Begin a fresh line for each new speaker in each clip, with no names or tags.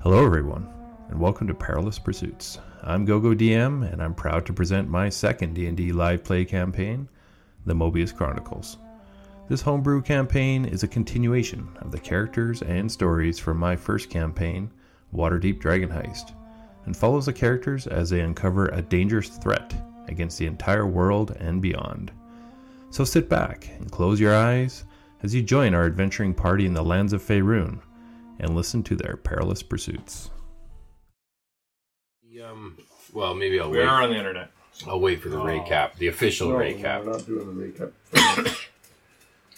Hello, everyone, and welcome to Perilous Pursuits. I'm GoGo DM, and I'm proud to present my second D&D live play campaign, The Mobius Chronicles. This homebrew campaign is a continuation of the characters and stories from my first campaign, Waterdeep Dragon Heist, and follows the characters as they uncover a dangerous threat against the entire world and beyond. So sit back and close your eyes as you join our adventuring party in the lands of Faerun and listen to their perilous pursuits.
Um, well, maybe I'll
We
wait.
are on the internet.
I'll wait for the
Oh.
recap, the official
No,
recap.
We're not doing a recap.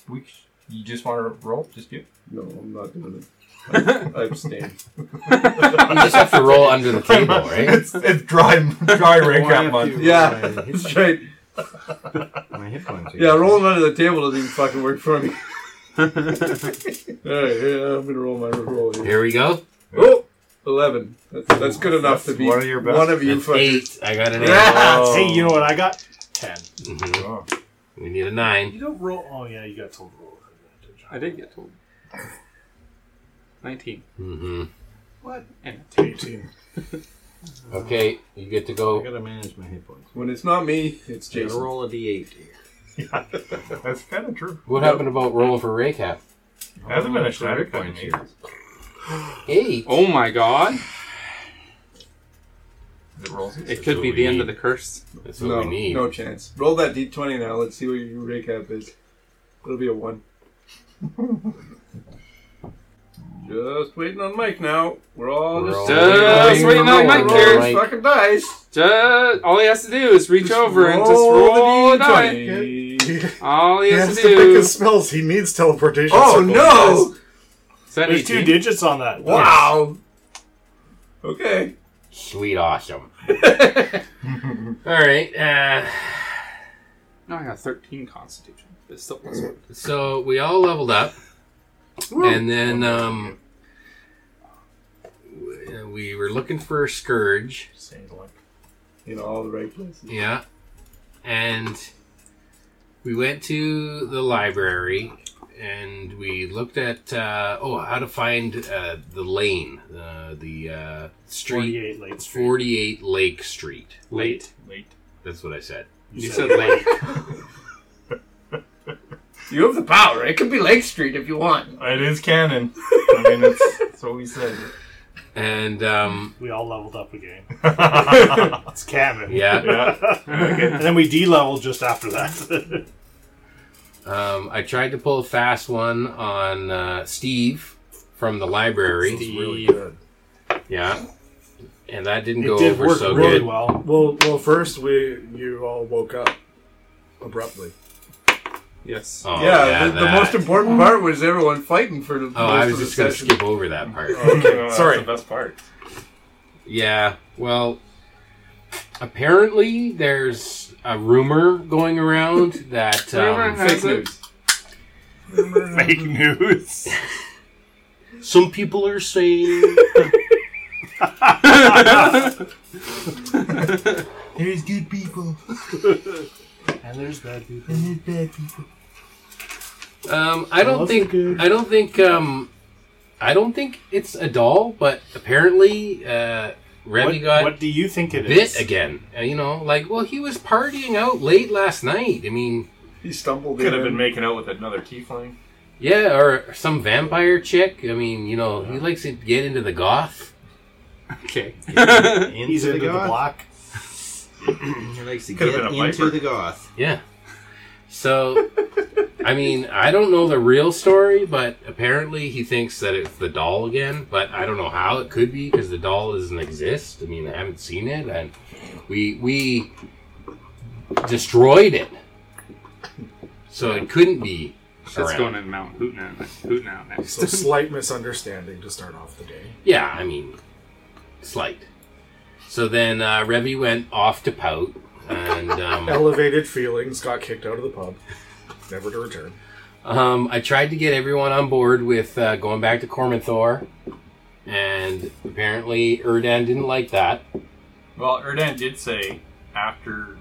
We, you just want to roll? Just you?
no, I'm not doing it. I, I abstain.
You just have to roll under the table, right?
it's, it's dry, dry recap
have
month.
you-
Yeah, that's right.
My hit points.
Yeah, rolling under the table doesn't even fucking work for me. Alright, yeah, I'm gonna roll my roll here.
Here we go.
Oh! 11. That's, that's good enough to
That's
be
one of your best.
one of you
That's eight.
fuckers.
I got an eight.
Yeah.
Hey, you know what I got? Ten.
Mhm.
Oh.
We need a nine.
You don't roll. Oh yeah, you got told to roll.
I did get told. 19.
hmm
What? And
Eighteen.
Okay, you get to
I
go.
gotta manage my hit points.
When it's not me, it's
I gotta
Jason.
roll a d8 here.
That's kind of true.
What happened about rolling for recap?
Hasn't been a
Extra
shadow
hit points
cut in
here.
Eight.
Oh my god.
It rolls.
It could be the end of the curse.
That's what
No,
we need.
no chance. Roll that d20 now. Let's see what your recap is. It'll be a 1. Just waiting on Mike now. We're all
We're
just
all
Just
waiting
waiting on
roll.
Mike
Roll
here.
those fucking dice.
Just, all he has to do is reach over and just roll a die.
D20.
All he
He
has
has
to
to pick
do
his spells. He needs teleportation.
Oh
circles, guys.
no!
is that
There's two
18?
digits on that.
Wow. Okay.
Sweet, awesome. All right. Uh,
No, I got 13 constitution. But still plus one.
so we all leveled up, and then um, w- we were looking for a scourge.
In all the right places.
Yeah. And we went to the library and we looked at uh, oh how to find uh, the lane uh, the uh, street
Forty-eight late.
it's 48 Lake Street
Late.
Late.
that's what I said
You said late.
You have the power. It could be Lake Street if you want.
It is canon. I mean, that's, that's what we said.
and um,
We all leveled up again.
yeah.
It's canon.
yeah
and then we de-leveled just after that.
um, I tried to pull a fast one on uh, Steve from the library
really good.
yeah and that didn't
it
go
did
over
work
so
really
good
well.
Well, well, first we you all woke up abruptly.
Yes.
Oh,
yeah, the, the
that.
most important part was everyone fighting for the.
oh
most
I
of
was
the
just gonna
session.
skip over that part
Oh.
Sorry. the best part.
Yeah, well, apparently there's a rumor going around that
Rumor
um,
has-
Fake news.
Fake news.
um, some people are saying
There's good people.
and there's bad people.
um, I don't
Lots of
think
good.
I don't think um, I don't think it's a doll, but apparently uh, Remy
What,
got
what do you think it
bit
is?
again. Uh, you know, like well, he was partying out late last night. I mean,
He stumbled
Could
in.
have been making out with another tiefling.
yeah, or some vampire chick. I mean, you know, he likes to get into the goth.
Okay.
He's into the black.
He likes to
Could've
get
been a
into
viper.
the goth.
Yeah. So, I mean, I don't know the real story, but apparently he thinks that it's the doll again. But I don't know how it could be because the doll doesn't exist. I mean, I haven't seen it, and we we destroyed it, so it couldn't be.
Shit's
around.
going in Mount Hoot now, Hoot now next.
So slight misunderstanding to start off the day.
Yeah, I mean, slight. So then uh, Revy went off to pout, and um,
Elevated feelings got kicked out of the pub, never to return.
Um, I tried to get everyone on board with uh, going back to Cormanthor, and apparently Erdan didn't like that.
Well, Erdan did say after,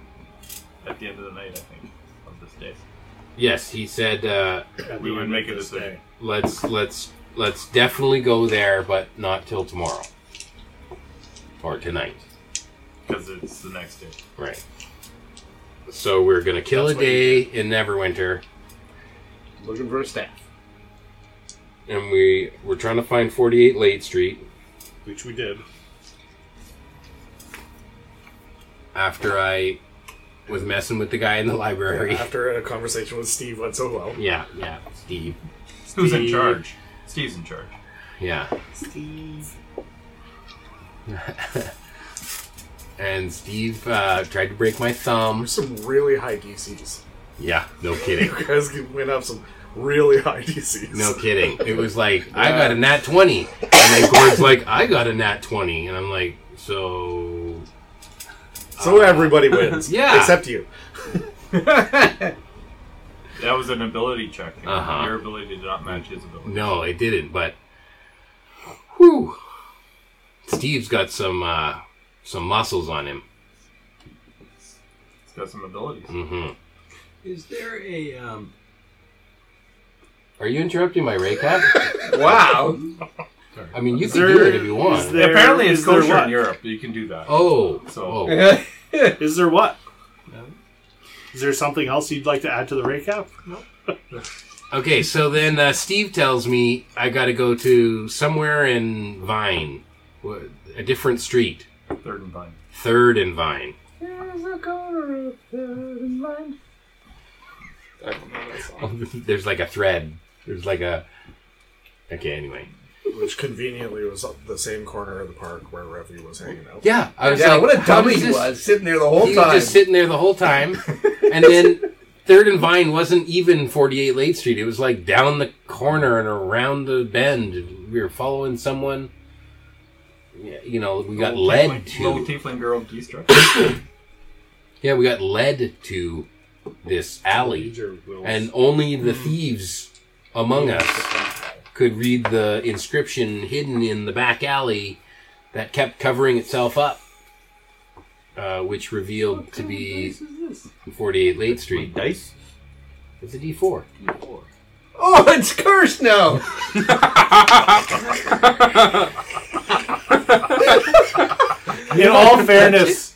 at the end of the night, I think, of this day.
Yes, he said, uh,
We would make a decision.
"Let's let's let's definitely go there, but not till tomorrow." or tonight.
because it's the next day.
Right. So we're gonna kill a day in Neverwinter,
Looking for a staff.
and we we're trying to find 48 Late Street
Which we did.
after I was messing with the guy in the library.
After a conversation with Steve went so well.
Yeah, yeah, Steve.
Who's in
Steve.
charge? Steve's in charge.
Yeah. and Steve uh, tried to break my thumb.
There's some really high DCs.
Yeah, no
You
kidding.
guys went up some really high DCs.
No kidding. It was like, I got a nat 20. And then Gord's like, I got a nat 20. And I'm like, so.
So everybody wins.
Yeah.
Except you.
That was an ability check.
Uh-huh.
Your ability did not match his ability.
No, it didn't, but. Whew. Steve's got some uh, some muscles on him.
It's got some abilities.
hmm
Is there a um?
Are you interrupting my recap?
Wow.
I mean, you can
There-
do it if you
is
want.
there-
Apparently, it's
is there
kosher
what?
in Europe. You can do that.
Oh,
So-
oh.
I
Is there what? Is there something else you'd like to add to the recap? No.
Okay, so then uh, Steve tells me I got to go to somewhere in Vine, wh- a different street,
Third and fine.
Third and Vine.
don't know that song.
Oh, There's like a thread. There's like a. Okay, anyway.
Which conveniently was up the same corner of the park where Revy was hanging out.
Yeah, I was
Yeah,
like,
what a
how
dummy
does
he
this-
was sitting there the whole
He was
time.
just sitting there the whole time, and then Third and Vine wasn't even 48 Late Street. It was like down the corner and around the bend. We were following someone. Yeah, You know, we
Oh,
got
Little
led
tiefling-
to.
Little tiefling girl in Geestra.
Yeah, we got led to this alley, and only the thieves among us could read the inscription hidden in the back alley that kept covering itself up, uh, which revealed to be 48 Late Street.
Dice?
It's a D4.
oh, it's cursed now.
In all fairness,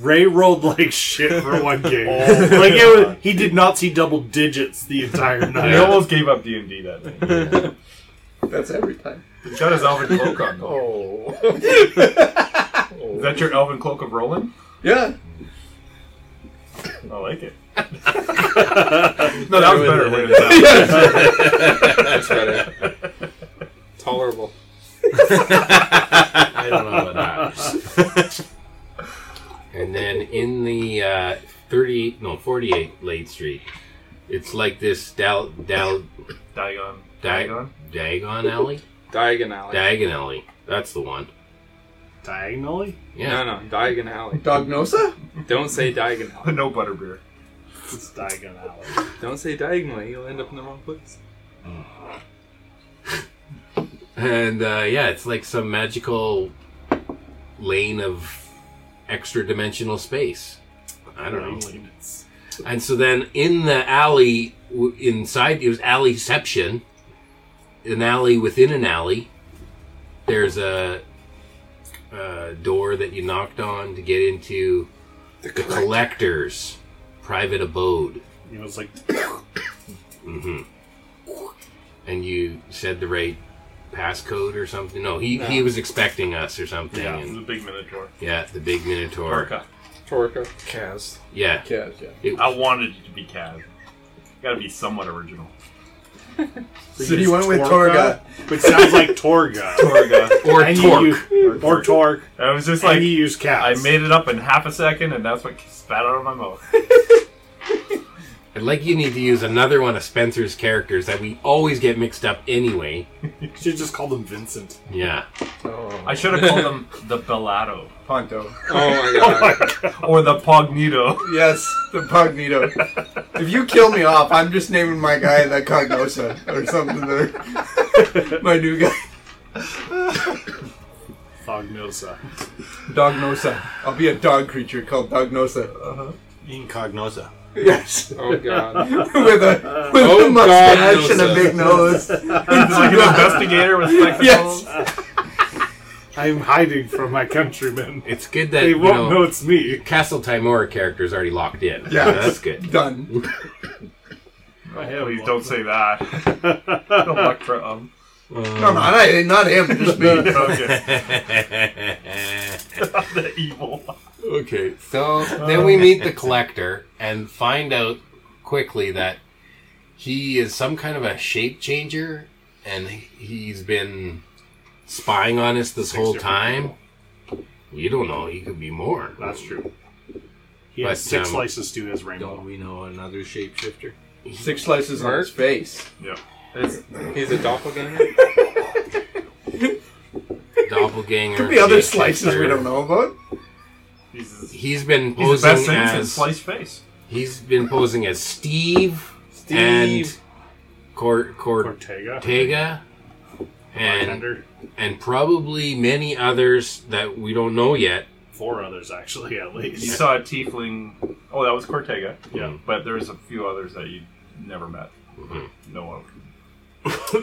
Ray rolled like shit for one game. like it was, he did not see double digits the entire night.
I almost gave up D and D that day.
That's every time.
He got his elven cloak on. Though.
Oh.
Is that your elven cloak of Roland?
Yeah.
I like it. no, that was better. Wait a minute.
That's better.
Tolerable.
I don't know about that. and then in the uh, 38, no, 48 Late Street, it's like this Dal, Dal,
Diagon.
Di- Dagon Alley?
Diagon Alley.
Diagon Alley. That's the one.
Diagonally?
Yeah.
No, no, Diagon Alley.
Dognosa.
Don't say Diagon Alley.
No butterbeer.
It's diagonally.
Don't say diagonally. You'll end up in the wrong place.
And uh, yeah, it's like some magical lane of extra dimensional space. I don't know. And so then in the alley, w- inside, it was alleyception, an alley within an alley. There's a, a door that you knocked on to get into the collector's private abode.
It was like
hmm And you said the right passcode or something. No, he, he was expecting us or something.
Yeah.
This is
And
a big minotaur.
yeah the big Minotaur.
Orca.
Torka.
Kaz.
Yeah.
Yeah, yeah.
It,
I wanted it to be Kaz. Gotta be somewhat original.
So you went with Torga.
which sounds like Torga.
Orca.
or
And you
Torque.
use- or Torque.
I was
It's
just
like
like,
and you use
I
cats.
made it up in half a second, and that's what spat out of my mouth.
I'd like you need to use another one of Spencer's characters that we always get mixed up anyway.
should just call them Vincent.
Yeah.
Oh.
I should have called him the Bellato.
Ponto.
Oh my god.
Or the Pognito.
Yes, the Cognito. if you kill me off, I'm just naming my guy the Cognosa or something. Or my new guy,
Fognosa.
Dognosa. I'll be a dog creature called Dognosa.
Incognosa.
Yes,
Oh god.
with a with
Oh,
a mustache
Cognosa.
and a big nose.
He's like an investigator with spectacles.
Yes.
I'm hiding from my countrymen.
It's good that
They
you
won't
know,
know it's me.
Castle Timora character is already locked in.
Yeah.
So that's good.
Done.
Please don't say that. Electra, um.
No, not, I- not him, just me.
Okay.
okay,
the evil.
so then we meet the collector and find out quickly that he is some kind of a shape changer, and he's been spying on us this whole
different
time. We don't know; he could be more.
That's true. He
But,
has six
um,
slices to his rainbow.
Don't we know another shapeshifter?
Six slices on his face.
It's- He's a doppelganger.
Doppelganger.
Could be other
shape
slices
shifter.
we don't know about.
He's,
He's been posing
he's the best thing since
as
sliced face.
he's been posing as Steve,
Steve.
and Cor- Cor-
Ortega.
Ortega and
Bartender.
and probably many others that we don't know yet.
Four others, actually, at
You
least.
saw a tiefling. Oh, that was Cortega.
Yeah.
But there's a few others that you never met. No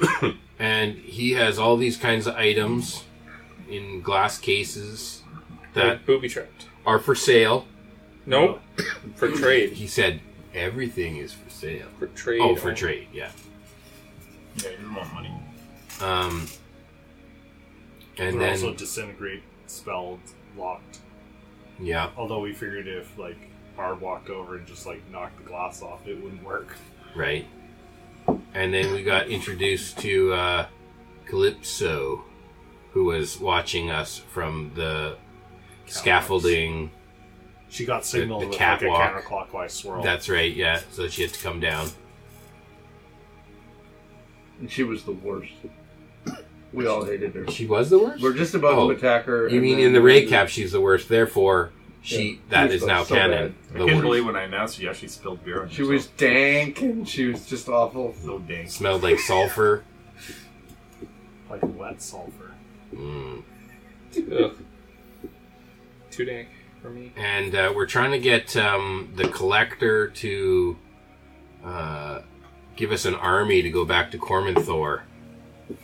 one.
And he has all these kinds of items in glass cases that
Like booby trapped.
are for sale.
Nope. for trade.
He said everything is for sale.
For trade.
Oh, for trade, yeah.
Yeah, you didn't want money.
Um, and
They're
then
also disintegrate, spelled, locked.
yeah,
Although we figured if, like, Barb walked over and just, like, knocked the glass off, it wouldn't work.
right. And then we got introduced to uh, Calypso, who was watching us from the scaffolding.
She got signaled
the
with like a
catwalk.
counterclockwise swirl.
That's right, yeah. So she had to come down.
And she was the worst. We all hated her.
She was the worst.
We're just about
Oh,
to attack her.
you
and
mean
then-
in the raid cap? She's the worst. Therefore, she that
She
is
was
now
so
canon.
I
The
can't
worst.
believe when I announced you actually spilled beer on
She was dank and she was just awful.
so dank.
Smelled like sulfur.
Like wet sulfur.
Mm.
Ugh. Too dank for me.
and uh, we're trying to get um, the collector to uh, give us an army to go back to Cormanthor.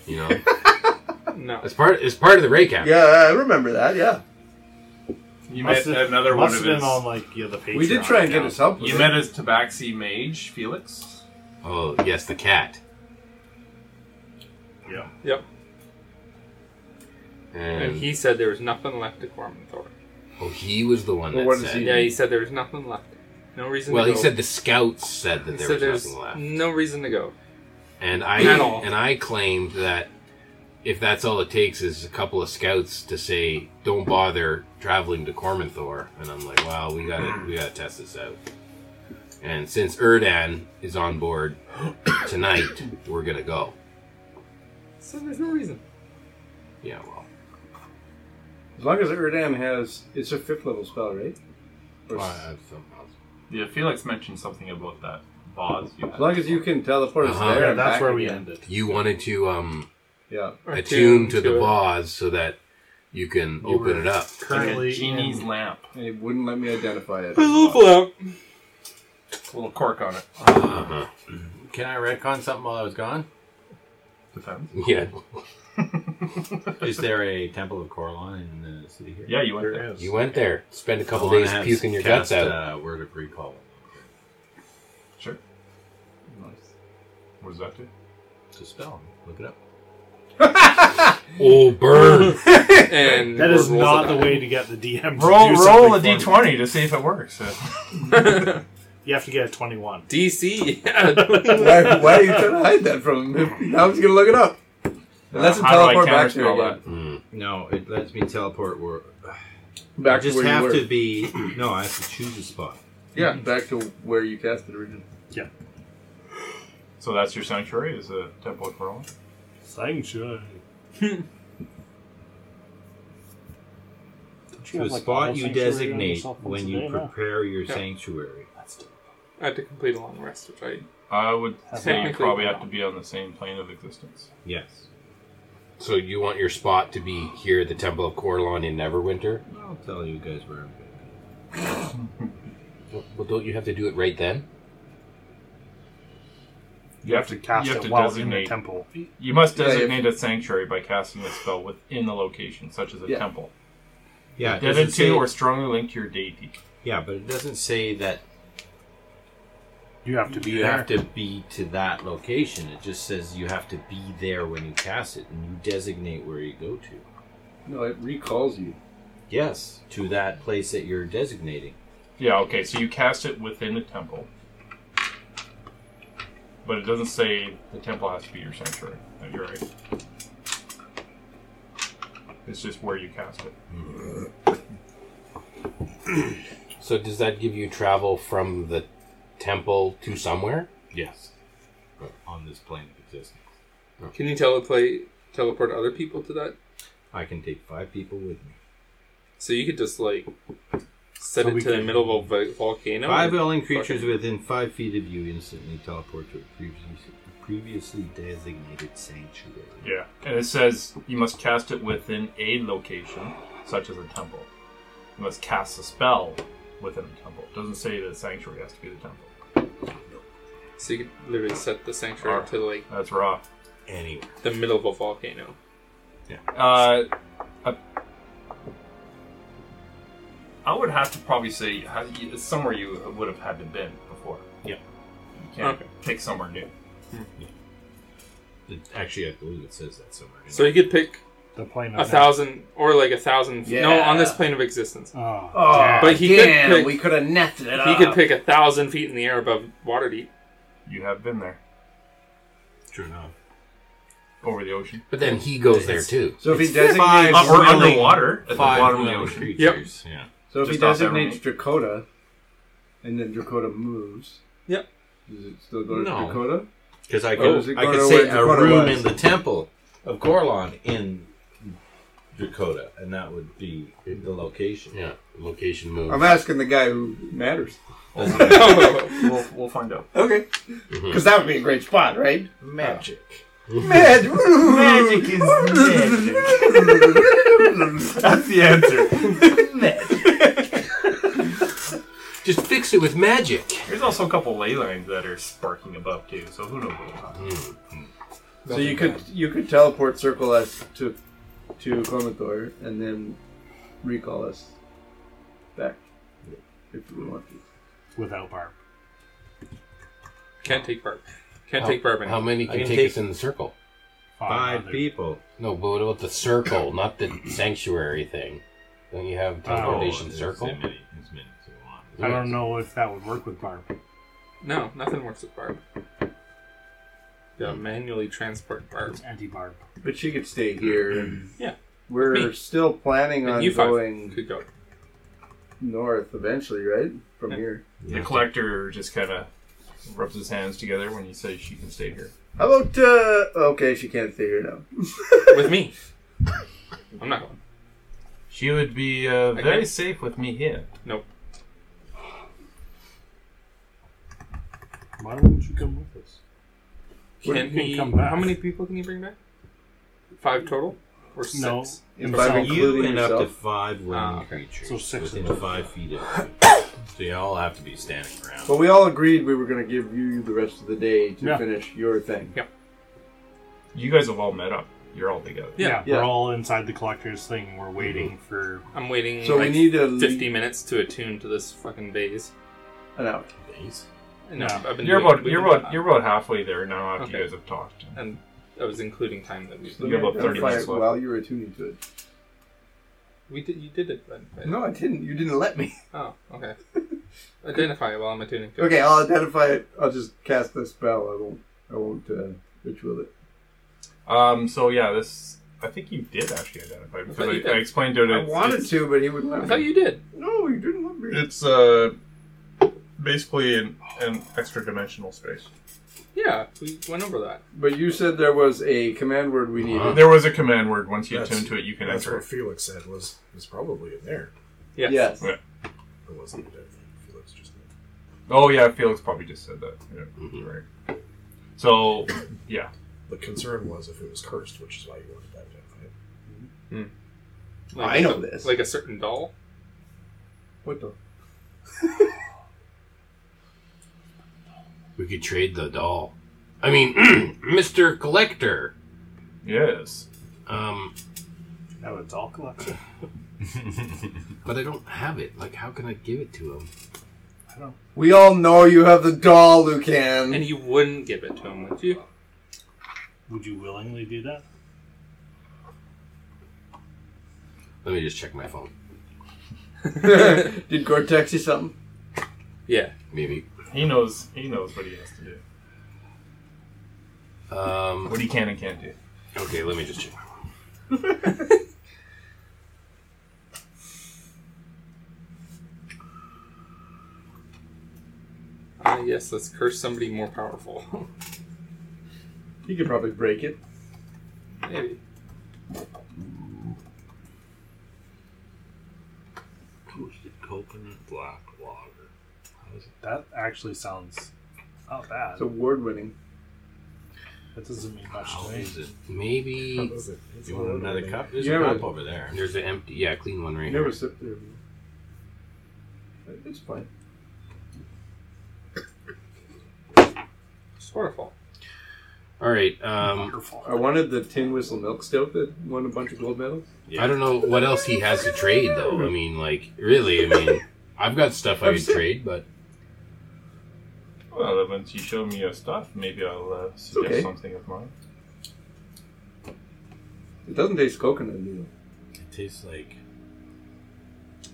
You know,
No.
it's part it's part of the recap.
Yeah, I remember that. Yeah,
You met
Must have-
another one
must have
of
been
his.
on, like, yeah, the Patreon.
we did try and get
account.
his help. With
You
it.
met his Tabaxi mage, Felix.
Oh yes, the cat.
Yeah.
Yep. And
And
he said there was nothing left to Cormanthor.
oh, he was the one that
Well, what does
said.
he-
Yeah, he said there was nothing left. No reason
well,
to
he
go.
said the scouts said that
He
there
said
was
there's
nothing left,
no reason to go.
and I
At all.
and I claimed that if that's all it takes is a couple of scouts to say don't bother traveling to Cormanthor, and I'm like, wow, we gotta we gotta test this out. And since Erdan is on board tonight, we're gonna go.
So there's no reason.
Yeah, well,
As long as Erdam has, it's a fifth level spell, right? Or
Uh,
s-
I have something else.
Yeah, Felix mentioned something about that boss. You
as long as you can teleport us
Uh-huh.
there.
Yeah,
and
that's
back
where we
again.
ended.
you wanted to um,
Yeah,
Or
attune to the
it.
vase so that you can
You
open
were
it up.
Currently,
like a genie's
in-
lamp.
and it wouldn't let me identify it.
Put a little float.
little cork on it.
Uh-huh.
Can I retcon something while I was gone?
Depends.
Yeah,
Is there a Temple of Corlon in the city here?
Yeah, you went there.
There is.
you went there, spent a
I
couple
wanna
days
have
puking your guts
cast,
out.
Uh, word of recall.
Sure.
Nice.
What does that do?
It's a spell. Look it up.
Oh, burn!
And
That is
Gord rolls
not
a
the
die.
way to get the DM. to
Roll,
do
roll a
something for me.
d20 to see if it works.
You have to get a twenty-one.
DC. Yeah.
why, why are you trying to hide that from him? I was gonna look it up. Unless it
How do I
teleport back to
counterspell
her again.
Mm.
No, it lets me teleport. Where I
Back to
just
where you
have
were.
to be. No, I have to choose a spot.
Yeah, back to where you casted originally.
So that's your sanctuary is a temple of Corona.
Sanctuary.
To a spot you designate when you prepare your sanctuary.
I had to complete a long rest, which I
I would say you
Technically,
probably
no.
have to be on the same plane of existence.
Yes.
So you want your spot to be here at the Temple of Corlon in Neverwinter?
I'll tell you guys where I'm going.
Well, don't you have to do it right then?
You have to cast
You have
it
to
while in
designate.
the temple.
You must
Yeah, if-
designate a sanctuary by casting a spell within the location, such as a
Yeah.
temple.
Yeah, it
Dead
doesn't say-
to or strongly linked to your deity.
yeah, but it doesn't say that
You have to be
you
there.
have to be to that location. It just says you have to be there when you cast it, and you designate where you go to.
No, it recalls you.
Yes, to that place that you're designating.
Yeah, okay, so you cast it within a temple. But it doesn't say the temple has to be your sanctuary. No, you're right. It's just where you cast it.
So does that give you travel from the temple to somewhere?
Yes, but on this plane of existence,
Oh.
Can you teleplay, teleport other people to that?
I can take five people with me.
So you could just like set
So
it
we
to the
could-
middle of a vo- volcano.
Five alien creatures within five feet of you instantly teleport to a previously, previously designated sanctuary.
Yeah. And it says you must cast it within a location, such as a temple. You must cast a spell within a temple. It doesn't say the sanctuary has to be the temple.
So you could literally set the
Oh.
sanctuary to like
That's raw.
Anyway,
the middle of a volcano.
Uh, I- I would have to probably say how- it's somewhere you would have had to been before.
Yeah.
You can't pick somewhere new.
it, actually, I believe it says that somewhere.
So you could pick
The plane
a thousand or like a thousand. No, on this plane of existence.
Oh,
But he could pick.
could have netted it
Uh,
he could pick a thousand feet in the air above water deep.
You have been there
True enough.
over the ocean.
But then he goes there too.
So if he designates,
Uh, or underwater at the
Five
bottom of the
alien
ocean.
creatures. Yeah.
so if he
Just off that
designates Dracota, and then Dracota moves.
Yep.
Does it still go to
No.
Dracota?
Because I
Oh, is
could,
it
I
Gordo
could say
where
a
Dakota
room
was?
in the temple of Gorlon in Dakota, and that would be the location.
Yeah, location move.
I'm asking the guy who matters.
We'll, we'll find out.
Okay.
Mm-hmm.
Because that would be a great spot, right?
Magic.
Oh.
Magic. Magic.
is magic.
That's the answer.
Just fix it with magic.
There's also a couple ley lines that are sparking above too, so who knows what'll happen.
So you could you could teleport Circle S to to Comathor and then recall us back if you want to.
Without barb.
Can't take barb. Can't
How-
take bourbon.
How many
I
can
can
take,
take-
us in the circle?
Five
other-
people.
No, but what about the circle, not the sanctuary thing? Don't you
Oh,
have teleportation circle?
I don't know if that would work with barb.
No, nothing works with barb. Yeah, manually transport barb.
It's anti-barb.
But she could stay here. and
Yeah. With
We're
me.
still planning
And
on
you five
going
could go.
north eventually, right? From here.
The collector just kind of rubs his hands together when you say she can stay here.
How about uh okay, she can't stay here now.
with me. I'm not going.
She would be uh,
Okay.
very safe with me here.
Nope.
Why don't you come with us?
Well,
Can
you can
he?
come back.
How many people can you bring back? Five total, or six?
No.
And
So
by
You
including
and up to
yourself.
five living
Ah, okay.
creatures
So six
within
of them.
five feet of you. So you all have to be standing around.
But we all agreed we were gonna give you the rest of the day to
Yeah.
finish your thing.
You guys have all met up. You're all together.
Yeah.
Yeah,
Yeah.
we're all inside the collector's thing. We're waiting for.
I'm waiting.
So
like
we need a
fifty minutes to attune to this fucking vase.
an hour.
No,
No.
I've been
You're
doing-
about
we've
you're
been-
about you're about halfway there now after you
Okay.
guys have talked.
And I was including time that we.
You have about 30
Identify
minutes
it
left.
While you were attuning to it.
We did. You did it. Then, right?
No, I didn't. You didn't let me.
Oh, okay. Identify it while I'm attuning to it.
Okay, I'll identify it. I'll just cast the spell. I won't. I won't uh, ritual it.
Um. So yeah, this I think you did actually identify because
thought you
I,
did.
I explained to it.
I
it's-
wanted
it's-
to, but he wouldn't let
I
me.
thought you did.
No, you didn't let me.
It's uh basically an an extra dimensional space.
Yeah, we went over that.
But you said there was a command word we needed.
There was a command word. Once you
That's-
attune to it, you can
That's
enter.
what
it.
Felix said was was probably in there.
Yes.
Yes.
Yeah.
It wasn't a dead thing. Felix just
Oh yeah, Felix probably just said that. Yeah, you're right. So yeah,
the concern was if it was cursed, which is why you wanted that identify it.
Like
I know
a-
this.
Like a certain doll.
What the?
We could trade the doll. I mean, Mr. Collector.
Yes.
Um,
Now it's all collection.
but I don't have it. Like, how can I give it to him?
We all know you have the doll, Lucan.
And you wouldn't give it to him, would you?
Would you willingly do that?
Let me just check my phone.
Did Gore text you something?
Yeah.
Maybe.
He knows. He knows what he has to do.
Um,
What he can and can't do.
okay, let me just check.
Ah, yes, let's curse somebody more powerful.
You could probably break it.
Maybe.
Toasted coconut black lager.
That actually sounds not bad.
It's award winning.
that doesn't mean much
How
to me.
is it?
Maybe
Is it- is
You
it
Oh,
want
loaded?
another cup? There's
Yeah,
a cup
but-
over there.
there's an empty, yeah, clean one right
You
here.
never sipped there. but It's fine.
It's wonderful.
All right. Um,
I wanted the tin whistle milk stout that won a bunch of gold medals.
I don't know what else he has to trade though. I mean, like, really? I mean, I've got stuff I would trade, but
Well, once you show me your stuff, maybe I'll uh, suggest
okay.
something of mine.
It doesn't taste coconut either.
It tastes like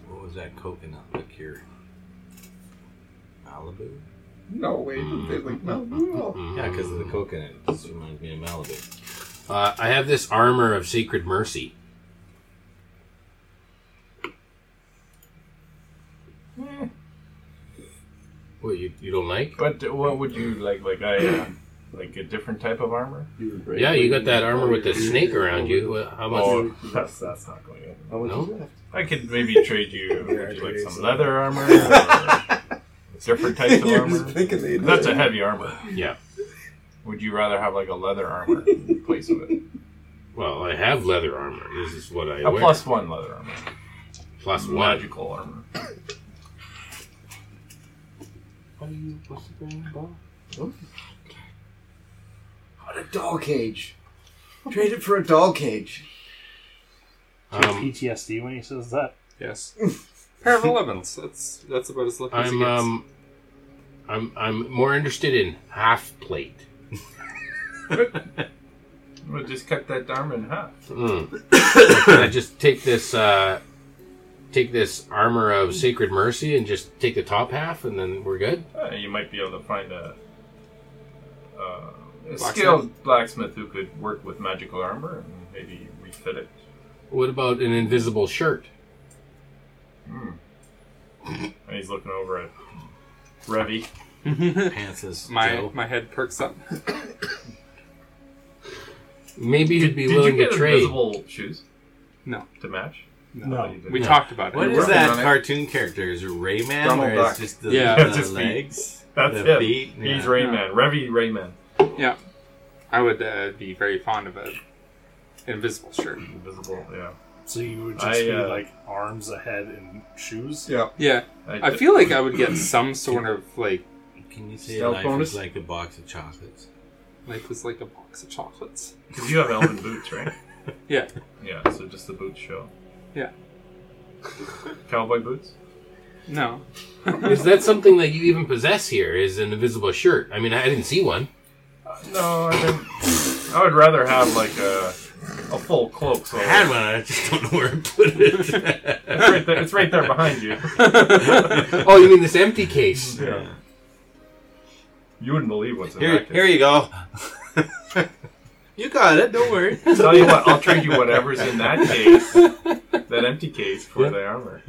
what was that coconut liqueur? Malibu?
No way. It doesn't taste
Mm.
like milk at all.
Yeah, because of the coconut. It just reminds me of Malibu.
uh, I have this armor of sacred mercy.
Hmm.
What you you don't like?
But what would you like? Like I, uh, like a different type of armor?
You would break
Yeah,
it.
you got that armor with the snake around you. Well, How much?
Oh, that's that's not going in.
How much
No?
is left?
I could maybe trade you.
Yeah,
would you like
okay,
some
so-
leather armor? Or different types of
You're
armor.
just thinking they
That's a heavy armor.
Yeah.
Would you rather have like a leather armor in place of it?
Well, I have leather armor. This is what I
A
wear.
plus one leather armor.
plus one.
Magical armor.
What a doll cage. Trade it for a doll cage.
Um,
PTSD when he says that.
Yes. Pair of elevens. That's that's about as lucky as it
I'm
gets.
um, I'm I'm more interested in half plate.
Well, just cut that armor in half.
Mm. Can I just take this uh, take this armor of sacred mercy and just take the top half, and then we're good.
Uh, you might be able to find a, uh, a
Blacksmith?
skilled blacksmith who could work with magical armor and maybe refit it.
What about an invisible shirt?
And he's looking over at Revy.
Pants is
my
Joe.
my head perks up.
Maybe you'd be
Did
willing
you get
to trade.
invisible shoes?
No.
To match?
No.
you didn't.
We talked about it.
What
You're
is
working
that
on it.
cartoon character? Is it Rayman?
Donald
where
Duck.
it's just the,
Yeah.
the
It's his feet.
legs,
That's
the
him.
feet.
He's
Yeah.
Rayman. Revy Rayman.
Yeah. I would uh, be very fond of a invisible shirt.
Invisible, yeah.
So you would just
I,
be
uh,
like arms ahead and shoes.
Yeah.
Yeah. I feel like I would get some sort of like
Can you say
Stealth
life
bonus?
is like a box of chocolates?
life is like a box of chocolates.
Because you have elven boots, right?
Yeah.
Yeah, so just the boots show.
Yeah.
Cowboy boots?
No.
Is that something that you even possess here? Is an invisible shirt? I mean, I didn't see one.
No, I didn't. I would rather have like a, a full cloak. So
I had one. I just don't know where I put it.
It's right there, it's right there behind you.
Oh, you mean this empty case?
Yeah. You wouldn't believe what's in
here,
that.
here you go. you got it. Don't worry.
case. Tell you what, I'll trade you whatever's in that case, that empty case, for the armor.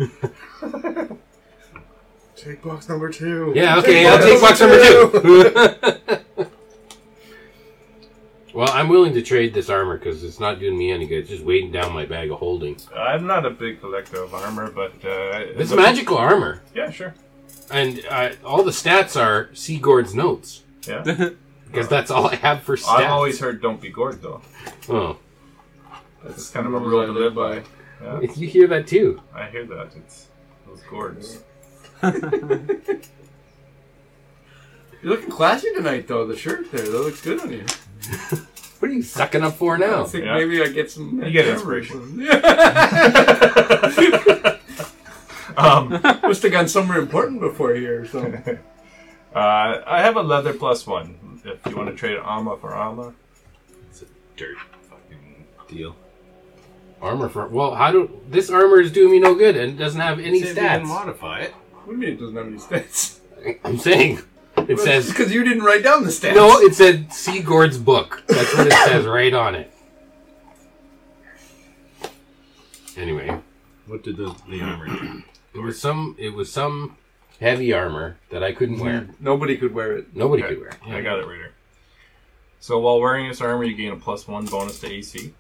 Take box number two.
Yeah. Okay, I'll take box number two. well, I'm willing to trade this armor because it's not doing me any good. It's just weighing down my bag of holding.
I'm not a big collector of armor, but uh,
It's magical armor.
Yeah, sure.
And uh, all the stats are Seagord's notes
Yeah,
because that's all I have for stats.
I've always heard "Don't be gored," though.
Oh,
That's kind of a rule to live by. Yeah,
you hear that too.
I hear that. It's those gourds.
You're looking classy tonight, though. The shirt there, that looks good on you.
What are you sucking up for
I
now?
think
Yeah.
maybe I get some.
You get
inspiration.
Um,
Must have gone somewhere important before here, or something.
Uh, I have a leather plus one. If you want to trade Alma for Alma,
Dirt fucking deal.
Armor for well, how do this armor is doing me no good and it doesn't have any
See if you can
stats.
modify it.
What do you mean it doesn't have any stats?
I'm saying it says
because you didn't write down the stats.
no. It said Seagord's book. That's what it says right on it. Anyway,
What did the, the armor do?
it was some. It was some heavy armor that I couldn't wear.
nobody could wear it.
Nobody could wear.
I got it right here. So while wearing this armor, you gain a plus one bonus to AC.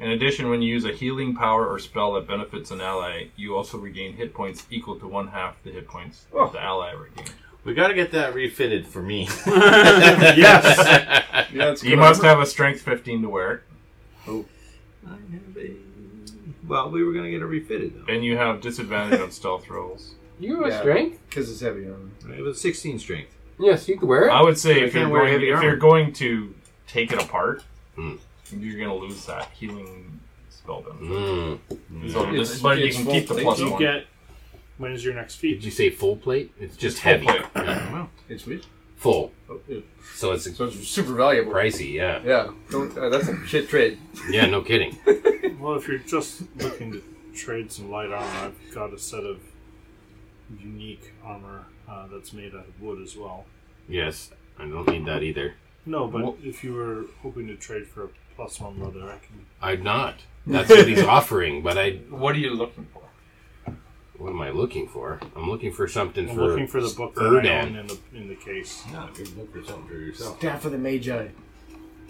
In addition, when you use a healing power or spell that benefits an ally, you also regain hit points equal to one half the hit points of the ally regained.
We gotta get that refitted for me.
yes.
Yeah, it's
You must have a strength 15 to wear it,
I have a. Well, we were gonna get it refitted though.
and you have disadvantage on stealth rolls.
You have
Yeah.
strength.
because it's heavy armor.
It was 16 strength.
Yes, you could wear it.
I would say
I
if
can't
you're
wear
going,
heavy
if
armor.
you're going to take it apart,
Hmm.
you're going to lose that healing spell benefit.
Mm.
So
It's-
this- but you
it's
can
full
keep the
plate.
plus
You
one.
get. When is your next
Did
feat?
you say full plate? It's just
Full
heavy.
plate.
Yeah.
It's weird.
Full.
Oh, yeah.
So it's
So it's super valuable.
pricey. Yeah.
Yeah. Don't, uh, that's a shit trade.
Yeah. No kidding.
Well, if you're just looking to trade some light armor, I've got a set of unique armor uh, that's made out of wood as well.
Yes. I don't need that either.
No, but
Well-
if you were hoping to trade for a plus one leather, I can.
I'm not. That's what he's offering. But I.
What are you looking for?
What am I looking for? I'm looking for something
I'm
for.
looking for the book that I
Erdan.
own in the in the case.
No, if you're looking for something for yourself.
Staff of the Magi.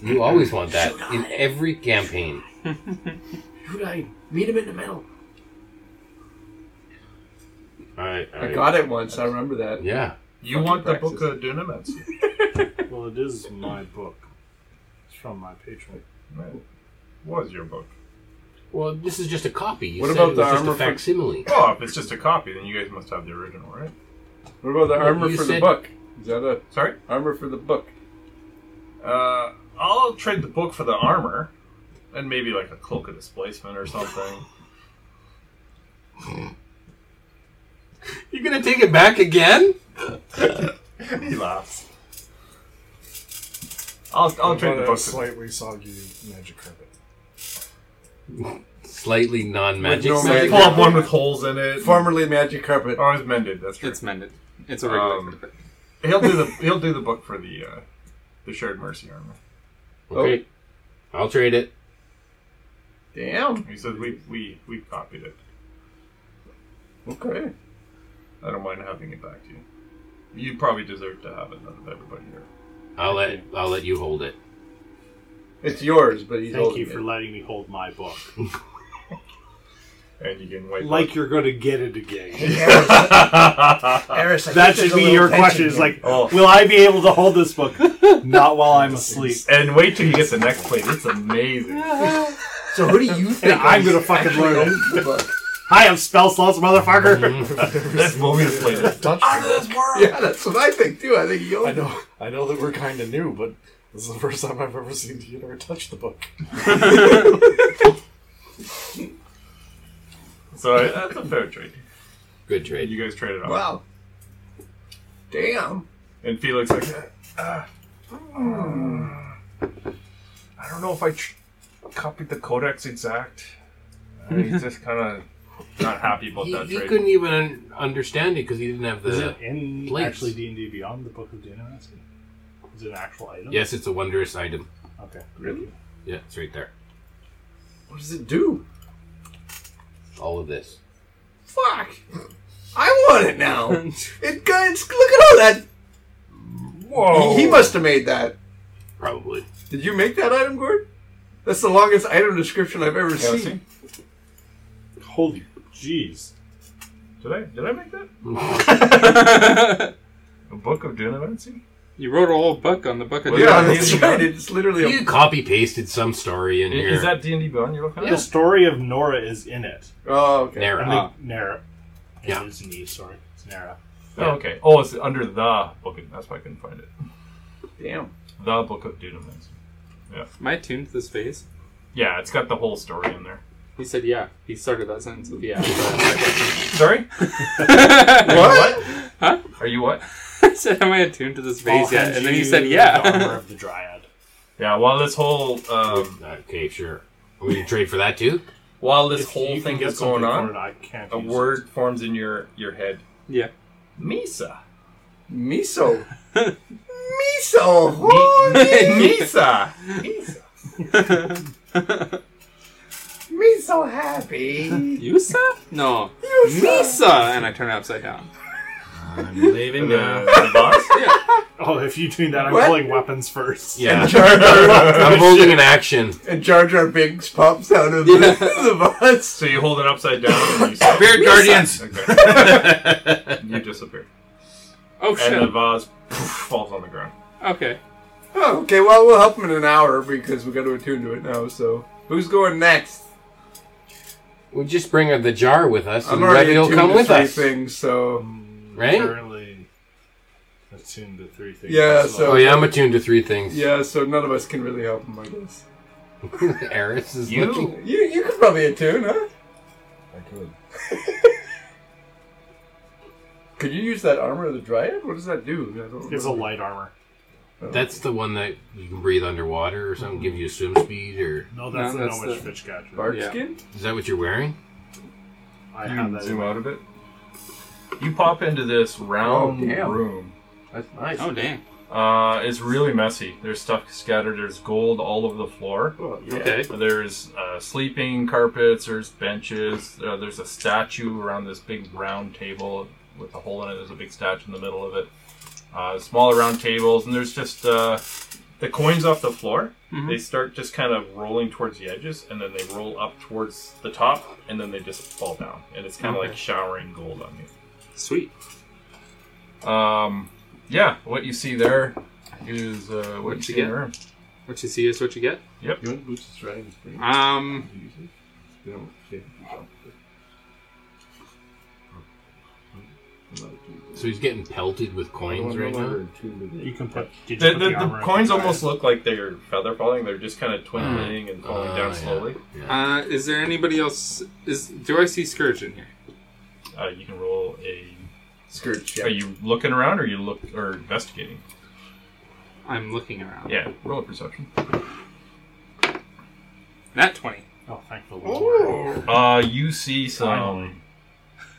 You always want that in every campaign.
Who I meet him in the middle?
All right. All
I
right.
got it once. I remember that.
Yeah.
You want
the book
of Dunamancy.
Well, it is my book. It's from my patron.
was your book?
Well, this is just a copy. You
What
said
about
it
the
was just
armor
a
for-
facsimile?
Well, if it's just a copy, then you guys must have the original, right?
What about the
Well,
armor
you
for the
said-
book? Is that a
Sorry?
armor for the book?
Uh, I'll trade the book for the armor, and maybe like a cloak of displacement or something.
You're gonna take it back again?
he laughs. I'll, I'll trade the
But
book.
a slightly soggy magic carpet.
Slightly non-magic.
With no
magic.
Pull
magic.
up one with holes in it.
Formerly magic carpet.
Oh, it's mended. That's true.
It's mended. It's a regular
Um,
carpet.
He'll do the he'll do the book for the uh, the shared mercy armor.
Okay. I'll trade it.
Damn.
He says we we we copied it.
Okay.
I don't mind having it back to you. You probably deserve to have it out of everybody here.
I'll let I'll let you hold it.
It's yours, but he's
Thank
holding
you for letting me hold my book.
And you can wait.
Like you're going to get it again.
it. Eris, I
That
think there's
should
a
be
little
your
tension
question. Is
here.
like, will I be able to hold this book? Not while I'm asleep.
and wait till you get the next plate. It's amazing.
so who do you think?
Yeah, I'm gonna
is
fucking
actually
learn it.
owns the book?
I have spell slots, motherfucker.
That's movie plate. is-
Dutch.
Yeah, that's what I think too. I think he owns
I know. I know that we're kind of new, but this is the first time I've ever seen Theodore touch the book.
So uh, that's a fair trade.
Good trade.
You guys traded off.
Wow. Damn.
And Felix like, uh, uh, I don't know if I tr- copied the codex exact. And he's just kind of not happy about
he,
that
he
trade.
couldn't even un- understand it because he didn't have
Is
the.
it in
Please.
actually D and D Beyond the Book of Dynasty? Is it an actual item?
Yes, it's a wondrous item.
Okay.
Really?
Yeah, it's right there.
What does it do?
All of this.
Fuck. I want it now. it got- it's look at all that.
Whoa!
He, he must have made that.
Probably.
Oh. Did you make that item, Gord? That's the longest item description I've ever
Yeah,
seen.
see?
Holy jeez.
Did I did I make that? A book of Dunamancy?
You wrote a whole book on the book of
Well,
Yeah,
Dune.
that's
Amazing.
right. It's literally
You
a.
copy pasted some story in here.
Is that D and D Beyond you're looking at?
The story of Nora is in it.
Oh, okay.
Nara.
I
Ah.
think Nara.
Uh-huh. Yeah.
It is Neve, sorry. It's Nara.
Oh, okay. Oh, it's under the book. Of, that's why I couldn't find it.
Damn.
The book of Dunamis.
Am I tuned to this phase?
Yeah, it's got the whole story in there.
He said, yeah. He started that sentence with, yeah.
Sorry.
what?
Are you what?
I said, am I attuned to this phase yet? And then he said,
Armor
yeah.
of the Dryad.
Yeah. While this whole um,
Okay, sure. We can trade for that too.
while this
If
whole
you
thing
can get
is going
something
on,
for it, I can't
a
use
word forms in your your head.
Yeah.
Misa.
Miso. Miso.
Misa.
Me so happy.
Yusa? No. Misa! And I turn it upside down.
I'm leaving now.
The box.
it. Oh, if you do that, I'm
What?
pulling weapons first.
Yeah.
Jar Jar,
I'm holding an action.
and Jar Jar Binks pops out of the,
Yeah.
the bus.
So you hold it upside down and you say,
Spirit Guardians.
okay. you disappear.
Oh,
And the
shit.
vase poof, falls on the ground.
Okay.
Oh, okay, well, we'll help him in an hour because we got to attune to it now, so. Who's going next?
We'll just bring the jar with us,
I'm
and
already
Revy will
attuned
come
to
with
three
us.
things, so.
Right?
Currently attuned to three things.
Yeah,
That's
so-
all.
Oh yeah, I'm attuned to three things.
Yeah, so none of us can really help him, I guess.
Eris is
You-
looking.
You, you could probably attune, huh?
I could.
Could you use that armor of the Dryad? What does that do? I don't
It's a
remember.
light armor.
That's the one that you can breathe underwater or something, give you swim speed, or
No, that's
No,
the
that's
no much
the-
fish catch.
bark
Yeah.
skin?
is that what you're wearing?
I
You
have that.
zoom
in
out of it. You pop into this round
Oh, damn.
room.
That's nice.
Oh, dang.
Uh, it's really messy. There's stuff scattered. There's gold all over the floor.
Well, yeah.
Okay.
There's uh, sleeping carpets. There's benches. Uh, there's a statue around this big round table with a hole in it. There's a big statue in the middle of it. Uh, smaller round tables, and there's just uh, the coins off the floor. They start just kind of rolling towards the edges, and then they roll up towards the top, and then they just fall down. And it's kind of like showering gold on you.
Sweet.
Um, yeah, what you see there is uh, what you
What'd
see
you
in
get?
the room.
What you see is what you get.
You want Boots of Dragon's Spring?
Um,
Did you use it? They don't say if you don't, but- I'm not attuned to it.
So he's getting pelted with
I don't
coins
know
right
why
now.
we're attuned to
it.
the-
You can put. Did you put
The, the,
armor
the
in?
coins almost look like they're feather falling. They're just kind of twinkling and falling
Uh,
down
yeah.
slowly.
Yeah.
uh, is there anybody else? Is Do I see Scourge in here?
Uh, you can roll a.
Skirt check.
Are you looking around, or you look, or investigating?
I'm looking around.
Yeah, roll a perception.
Nat 20.
Oh, thank the Lord.
Uh, you see some
Finally.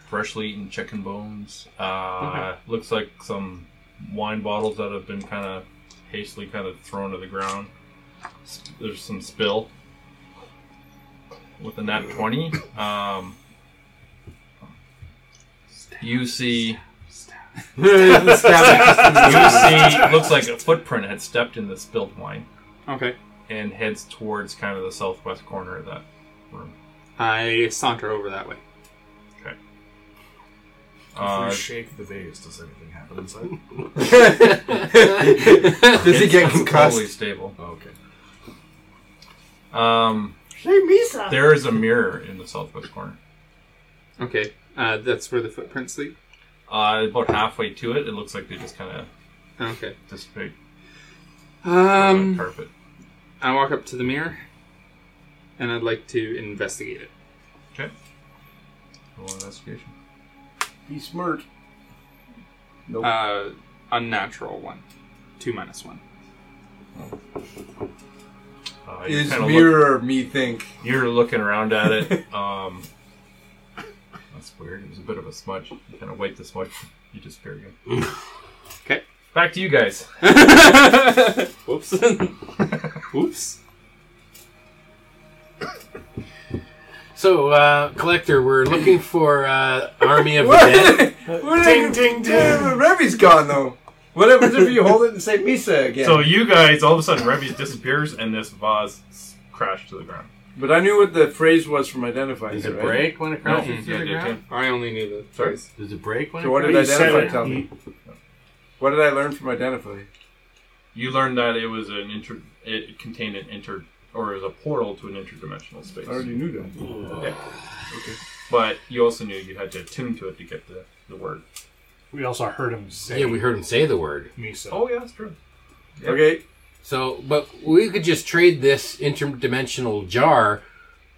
freshly eaten chicken bones. Uh, Looks like some wine bottles that have been kind of hastily kind of thrown to the ground. S- There's some spill. With a nat 20, um, you see, you see, looks like a footprint had stepped in the spilled wine
Okay.
and heads towards kind of the southwest corner of that room.
I saunter over that way.
Uh,
Oh,
if you shake the vase, does anything happen inside?
Does he
it's-
get
it's
concussed?
totally stable.
oh, okay.
Um, There is a mirror in the southwest corner.
Okay. Uh, that's where the footprints lead.
Uh, about halfway to it, it looks like they just kind of
Okay.
dissipate on the
Um,
carpet.
I walk up to the mirror, and I'd like to investigate it.
Okay. Roll investigation.
Be smart.
Uh, unnatural one. Two minus one.
Uh, you
Is
kinda
mirror me think?
Look, you're looking around at it. Um, that's weird. It was a bit of a smudge. You kind of wipe the smudge. You disappear again.
Okay.
Back to you guys.
Whoops. Whoops.
So, uh, collector, we're looking for uh, army of the dead.
What ding, ding, ding. Revy's gone, though. What happens if you hold it and say Misa again?
So you guys, all of a sudden, Revi disappears, and this vase s- crashed to the ground.
but I knew what the phrase was from identifying
Does
it,
it
right?
break when it
No,
crashes
yeah,
to the
it
ground?
I only knew the
Sorry?
phrase.
Does it break when
So
it
what
crashes?
did
You said
identify
it.
tell me? What did I learn from identify?
You learned that it was an inter. It contained an inter, or it was a portal to an interdimensional space.
I already knew that.
But you also knew you had to attune to it to get the, the word.
We also heard him say
Yeah, we heard him say the word.
Misa.
Oh yeah, that's true.
Okay,
So, but we could just trade this interdimensional jar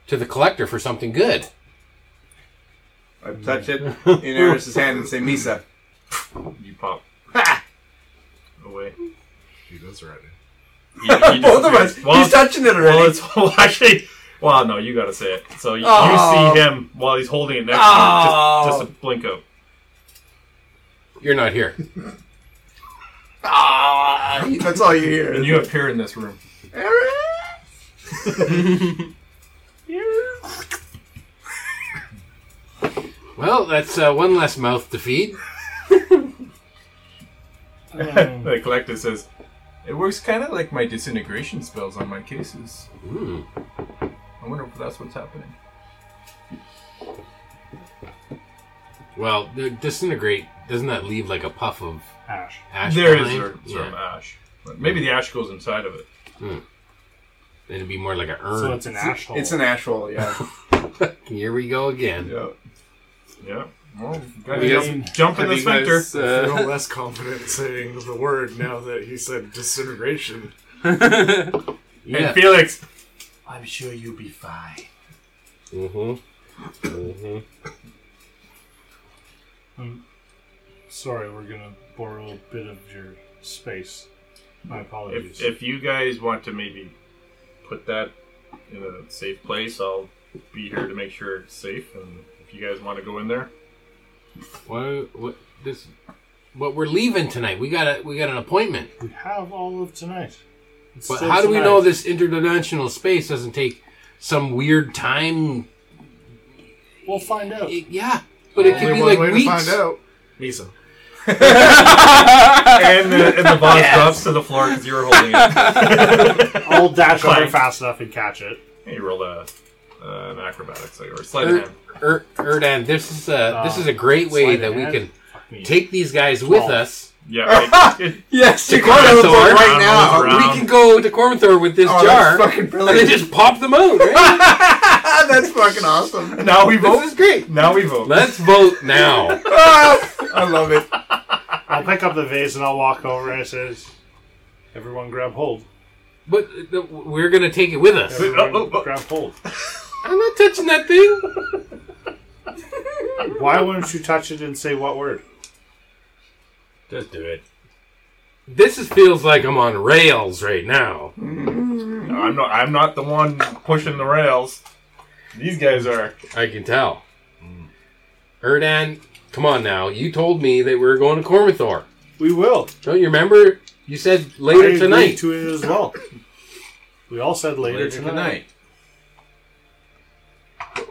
to the collector for something good.
I touch it in Eris's hand and say, Misa.
You pop away.
He does already.
He- he
Both of
disappears.
us.
Well,
he's touching it already.
well, it's well, actually. Well, no, you gotta say it. So you,
Oh.
you see him while he's holding it next to you, just, just a blink out.
You're not here.
That's all you hear.
And you appear in this room.
Eris!
Well, that's uh, one less mouth to feed.
the collector says, "It works kind of like my disintegration spells on my cases.
Mm.
I wonder if that's what's happening."
Well, the disintegrate doesn't that leave like a puff of
Ash.
ash?
there is
behind?
some some
yeah.
ash, but maybe the ash goes inside of it.
It'd be more like a urn.
So it's an ash hole.
It's an asshole, yeah.
Here we go again.
yeah.
Yeah. Well, gotta
Yeah.
jump- jump in the sphincter.
Because, uh,
Feel less confident saying the word now that he said disintegration.
Yeah.
And Felix,
I'm sure you'll be fine.
Mm-hmm. Mm-hmm.
Sorry, we're gonna borrow a bit of your space. My apologies.
if, if you guys want to maybe put that in a safe place, I'll be here to make sure it's safe. And if you guys want to go in there,
What, what this? But we're leaving tonight. We got a we got an appointment.
we have all of tonight. It's
But
still
how do we
tonight.
know this interdimensional space doesn't take some weird time?
We'll find out.
It- yeah, but it could be like weeks.
out. Misa.
and the, and the boss drops to the floor because you were holding it.
I'll dash over
Fine.
fast enough and catch it.
And you rolled a, uh, an acrobatics like, or a sleight of hand.
Er, Erdan, this is a this
Uh,
is a great way
sleight
that
of
we
hand?
can
Fuck me.
take these guys with
Twelve.
us.
Yeah, right. It-
Yes, you
Cormithor.
go to the board right
Round,
now.
round.
We can go to Cormthor with this
Oh,
jar
that's fucking
and then
brilliant.
just pop them out. Right?
Ah, that's fucking awesome.
now we
this
vote.
is great.
Now we vote.
Let's vote now.
Ah, I love it.
I'll pick up the vase and I'll walk over and it says, "Everyone, grab hold.
But the, we're gonna take it with us.
Everyone,
oh, oh.
grab hold."
I'm not touching that thing.
Why wouldn't you touch it and say what word?
Just do it. This is, feels like I'm on rails right now.
No, I'm not. I'm not the one pushing the rails. These guys are.
I can tell. Erdan, come on now. You told me that we were going to Cormithor.
We will.
Don't you remember? You said
I
later
agree
tonight.
to it as well. We all said later, tonight.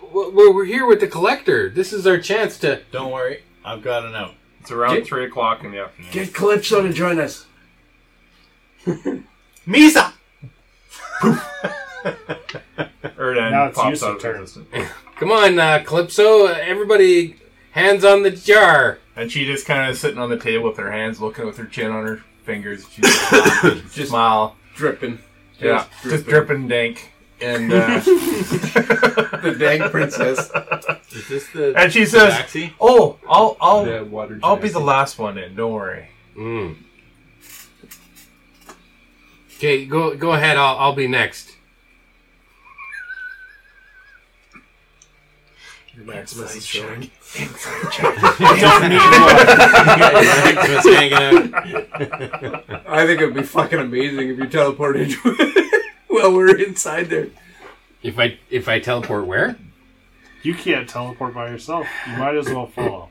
W- We're we're here with the collector. This is our chance to.
Don't worry, I've got to know.
It's around
Get-
three o'clock in the afternoon.
Get Calypso to join us.
Misa!
Erdan
Now it's
pops
Yusuf's
out of
turn.
existence.
Come on, uh, Calypso. Everybody, hands on the jar.
and she just kind of sitting on the table with her hands, looking with her chin on her fingers. She's just, smile.
Dripping.
Yeah,
Just
just dripping dank. And uh,
The dang princess.
Is this the
and she says,
taxi?
"Oh, I'll I'll
water
I'll be the last one in. Don't worry."
Mm. Okay, go go ahead. I'll I'll be next.
Your Maximus is showing.
Just hanging out.
I think it'd be fucking amazing if you teleported into it while we're inside there.
If I if I teleport where?
You can't teleport by yourself. You might as well follow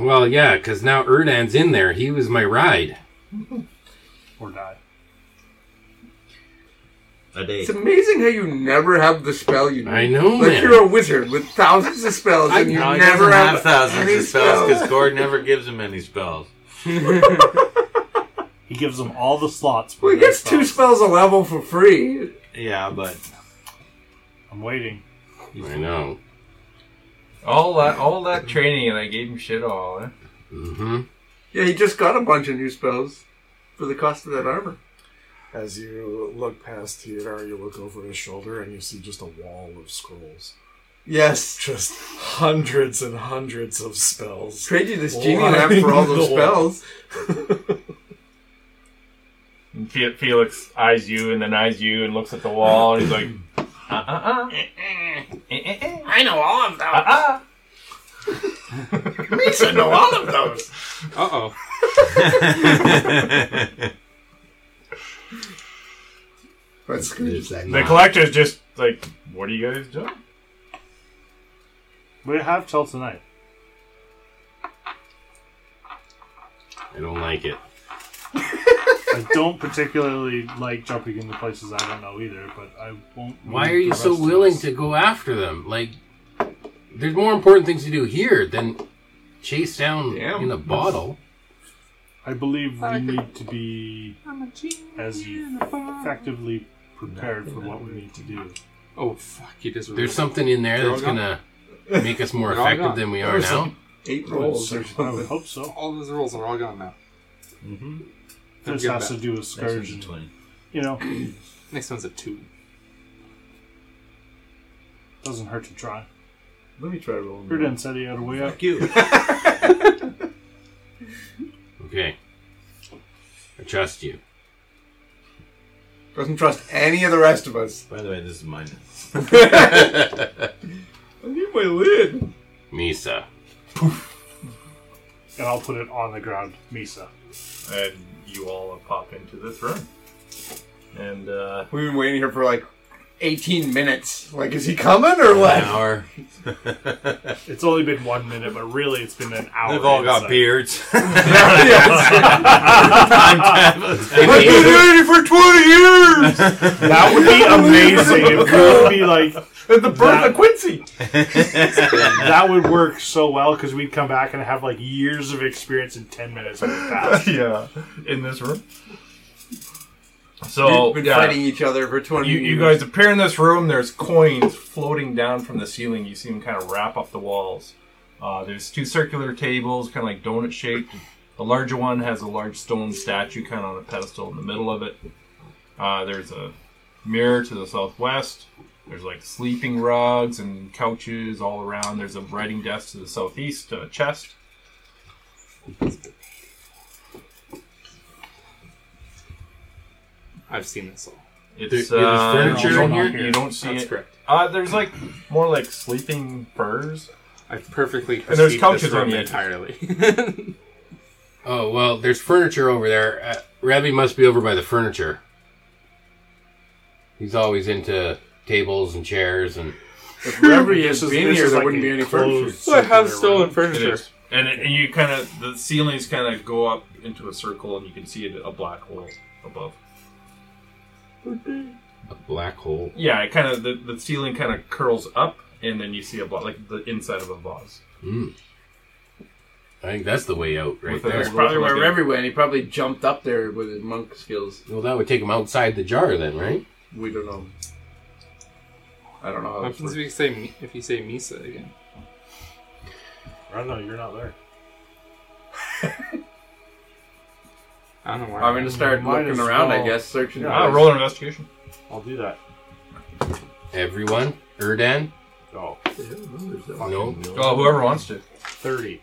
Well, yeah, because now Erdan's in there. He was my ride.
or die.
A day.
It's amazing how you never have the spell you need.
I know,
Like
man.
you're a wizard with thousands of spells and you
No, he
never
doesn't
have,
have thousands
any
of spells
spells.
because Gord never gives him any spells.
He gives them all the slots. but
Well, he
no
gets two spells a level for free.
Yeah, but
I'm waiting.
I know.
All that all that training, and I gave him shit all. Eh?
Mm-hmm.
Yeah, he just got a bunch of new spells for the cost of that armor.
As you look past Theodore, you look over his shoulder and you see just a wall of scrolls.
Yes.
Just hundreds and hundreds of spells.
Trade you this genie lamp for all those
Why?
spells.
And Fe- Felix eyes you and then eyes you and looks at the wall and he's like, eh, uh uh uh. I know all of those. Uh uh.
I know all of those.
Uh oh.
Right, screw you.
The collector's just like, what are you guys doing?
We have till tonight.
I don't like it.
I don't particularly like jumping into places I don't know either, but I won't.
Why
leave
are you
the
so
rest of
willing
us.
to go after them? Like, there's more important things to do here than chase down
Damn.
in a bottle.
I believe we need to be as effectively prepared for what we need to do.
Oh fuck! You just
There's something in there
They're all
that's
gone.
gonna make us more
They're all
effective
gone.
than we are now.
Eight rolls or
I would
something.
hope so.
all those rules are all gone now.
Mm-hmm.
They'll
This
get
has to
back.
do with scourge. and- You know,
Next one's a two.
doesn't hurt to try.
Let me try rolling.
Prudence said he had a way out.
you.
Okay, I trust you.
Doesn't trust any of the rest of us.
By the way, this is mine.
I need my lid.
Misa.
And I'll put it on the ground, Misa.
And you all pop into this room. And uh,
We've been waiting here for like 18 minutes. Like, is he coming or what?
An hour.
It's only been one minute, but really it's been an hour.
They've all got
inside.
beards.
I've been waiting for 20 years!
That would be amazing. if it would be like
At the birth
That-
of Quincy!
that would work so well because we'd come back and have like years of experience in ten minutes. Would pass.
yeah, in this room. So
We've been
yeah,
fighting each other for 20
you,
years.
you guys appear in this room. There's coins floating down from the ceiling. You see them kind of wrap up the walls. Uh, there's two circular tables, kind of like donut shaped. The larger one has a large stone statue kind of on a pedestal in the middle of it. Uh, there's a mirror to the southwest. There's like sleeping rugs and couches all around. There's a writing desk to the southeast, a chest.
I've seen this all.
It's
There- there's
uh,
furniture
you don't-
in here?
You don't see
That's
it.
correct.
Uh, there's like more like sleeping furs.
I've perfectly
And there's
perceived
couches
this room
on the edge.
entirely.
Oh well, there's furniture over there. Uh, Rebby must be over by the furniture. He's always into tables and chairs and
If Reverie
This
had
is-
been
this
here,
is
there
like
wouldn't
a
be any furniture.
closed
I
circular
have stolen
room.
furniture.
And, it- and you kind of the ceilings kind of go up into a circle, and you can see it, a black hole above.
a black hole.
Yeah, it kind of the, the ceiling kind of curls up, and then you see a black like the inside of a vase.
I think that's the way out right
With a-
there.
That's probably where Reverie went. He probably jumped up there with his monk skills.
Well, that would take him outside the jar then, right?
We don't know. I don't know how
What
this
happens
works.
if you say mi- if you say Misa again?
I don't know. You're not there.
I don't know why.
I'm going to start
Might
looking
as
around, I
well.
guess, searching.
Yeah,
Ah,
for-
roll an investigation.
I'll do that.
Everyone, Erdan.
Oh,
No,
Oh, whoever wants to.
30.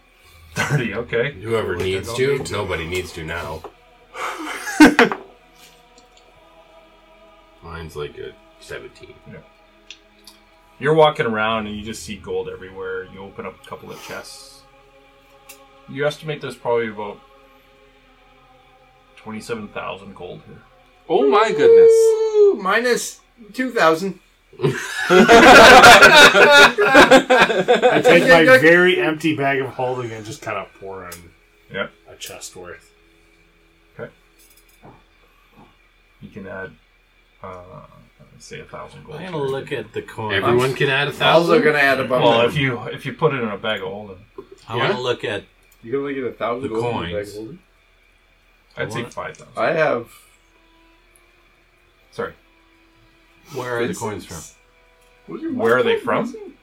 Thirty. Okay.
whoever needs to. Nobody needs to now. Mine's like a seventeen.
You're walking around and you just see gold everywhere. You open up a couple of chests. You estimate there's probably about twenty-seven thousand gold here.
Oh my goodness!
Ooh, minus 2,000.
I take my very empty bag of holding and just kind of pour in
Yep.
a chest worth.
You can add, uh, let's say a thousand gold.
I'm gonna look at the coin.
Everyone can add a
Also
thousand.
going to add a
Well,
bundle.
if you if you put it in a bag of holding,
I want
Yeah?
to look at.
You can only get a thousand
The
gold. in your
coins.
bag holder.
I'd say
What?
five thousand.
I have.
Sorry,
Where are the coins from?
What is your
where are they
monk-
from?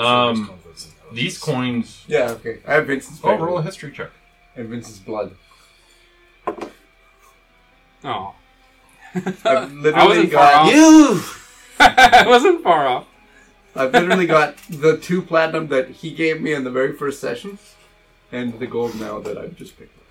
Yeah.
Um, These coins.
Yeah, okay. I have Vincent's
Oh,
bag
roll a
holder
history check.
and Vincent's blood.
Oh,
I've
I
literally
Oh. wasn't far
got.
off.
You.
I wasn't far off.
I've literally got the two platinum that he gave me in the very first session, and the gold now that I've just picked up.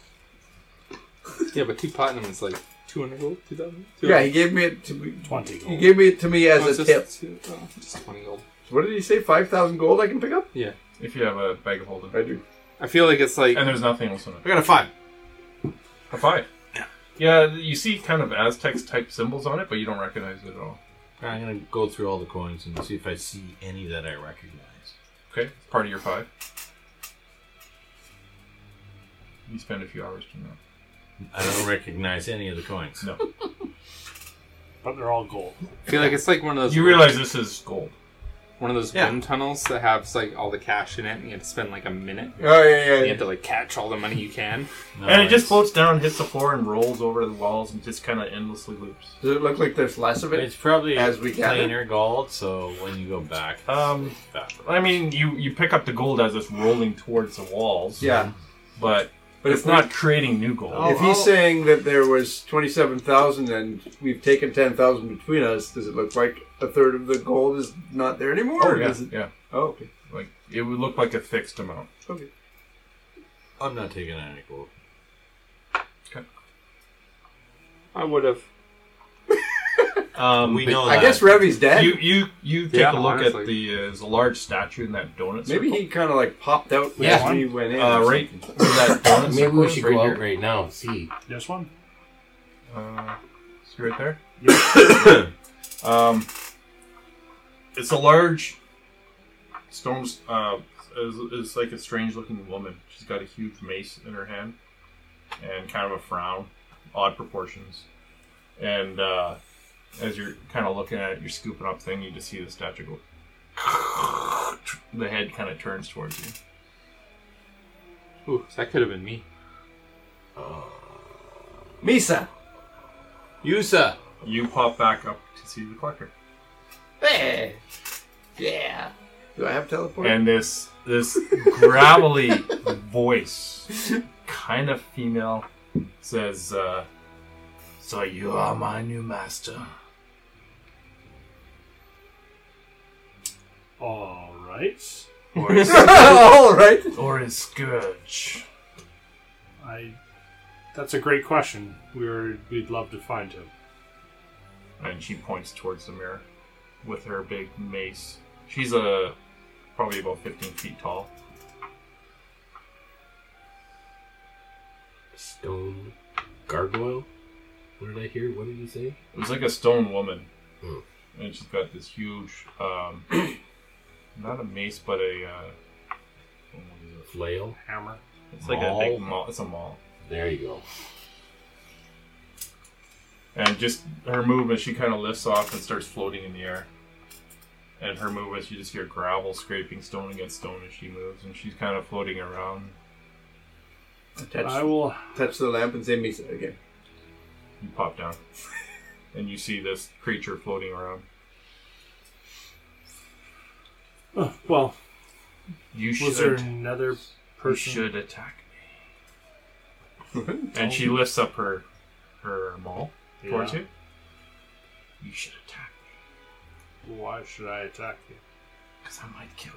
Yeah, but two platinum is like 200 gold? 2000?
Yeah, he gave me it to me.
20
He
gold.
gave me it to me as a tip.
just, two- oh, just 20 gold.
What did he say? Five thousand gold I can pick up?
Yeah.
If you have a bag of holding.
I do.
I feel like it's like.
And there's nothing else in it.
I got a five.
A five. Yeah. Yeah, you see kind of Aztecs type symbols on it, but you don't recognize it at all.
I'm gonna go through all the coins and see if I see any that I recognize.
Okay, it's part of your five. You spend a few hours doing that.
I don't recognize any of the coins.
No.
But they're all gold.
I feel like it's like one of those.
You realize this is gold.
One of those
Yeah.
wind tunnels that has like all the cash in it and you have to spend like a minute.
Oh yeah, yeah.
You
yeah.
have to like catch all the money you can.
No,
and it just
it's-
floats down, hits the floor, and rolls over the walls, and just kind of endlessly loops.
Does it look like there's less of it?
It's probably
As we gather.
plainer gold, so when you go back, it's
Um,
evaporated.
I mean, you you pick up the gold as it's rolling towards the walls.
Yeah.
but but it's not creating new gold.
Oh, If he's saying that there was twenty-seven thousand and we've taken ten thousand between us, does it look like a third of the gold is not there anymore?
Oh,
or
yeah,
does it-
yeah.
oh okay.
Like it would look like a fixed amount.
Okay.
I'm not taking any gold.
I would have.
Um,
We know
I
that.
guess Revy's dead.
you you you take
Yeah,
a look
honestly.
at the uh, there's a large statue in that donut.
Maybe
circle.
he kind of like popped out when
Yeah.
we went in.
uh,
or
right where that donut
Maybe
circle
we
is,
should
right
go out
here.
right now and see.
This one?
Uh, see right there. um, it's a large stones. Uh, is, is like a strange looking woman. She's got a huge mace in her hand, and kind of a frown, odd proportions. And uh, as you're kind of looking at it, you're scooping up thing. You just see the statue go. The head kind of turns towards you.
Ooh, that could have been me.
something. Misa.
Yusa!
You pop back up to see the collector.
Hey. Yeah. Do I have teleport?
and this this gravelly voice, kind of female, says, uh, "So you are my new master."
All right.
Or is,
All right.
or is Scourge.
I. That's a great question. We're we'd love to find him.
And she points towards the mirror with her big mace. She's uh, probably about 15 feet tall.
Stone gargoyle? What did I hear? What did you say?
It was like a stone woman.
Hmm.
And she's got this huge, um, not a mace, but a, uh, what is it?
Flail?
Hammer.
it's like a big maul. It's a maul.
There you go.
And just her movement, she kind of lifts off and starts floating in the air. And her movements, you just hear gravel scraping stone against stone as she moves, and she's kind of floating around.
Touch,
I will.
touch the lamp and say Misa again.
You pop down, and you see this creature floating around.
Uh, well,
You
was there
should,
another
you
person?
should attack me. and she lifts up her her maul towards
Yeah.
you. You should attack me,
Why should I attack you?
because I might kill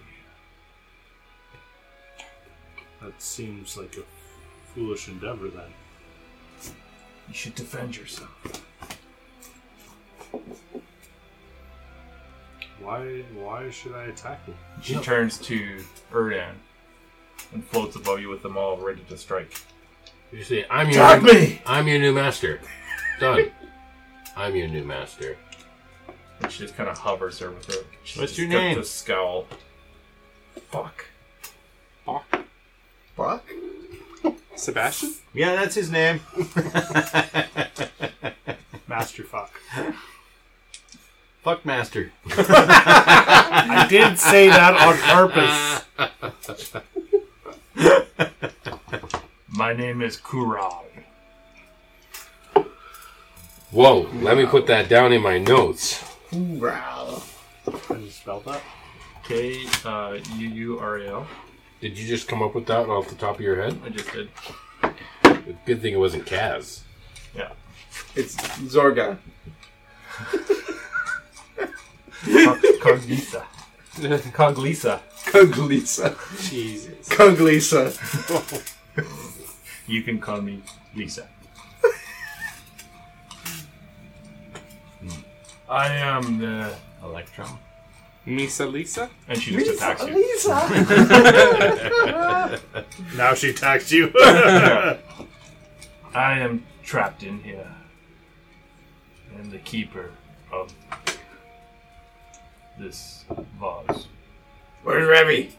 you.
That seems like a foolish endeavor. Then
You should defend yourself.
why why should I attack you?
She turns to Erdan and floats above you with them all ready to strike.
You say, I'm your new, I'm your new master. Done. I'm your new master.
And she just kind of hovers there with her. She's
What's
just
your
got
name?
The scowl. Fuck.
Fuck.
Sebastian?
Yeah, that's his name.
Master fuck.
Fuck Master.
I did say that on purpose.
My name is Kural.
Whoa, let me put that down in my notes.
Wow.
Can you spell that?
K uh, U U R A L.
Did you just come up with that off the top of your head?
I just did.
Good thing it wasn't Kaz.
Yeah.
It's Zorga.
Cognita. Coglisa.
Kunglisa.
Jesus.
Kunglisa.
You can call me Lisa. I am the Electron.
Misa Lisa?
And she just attacks you.
Lisa.
Now she attacks you.
I am trapped in here. I'm the keeper of this vase.
Where's Remy?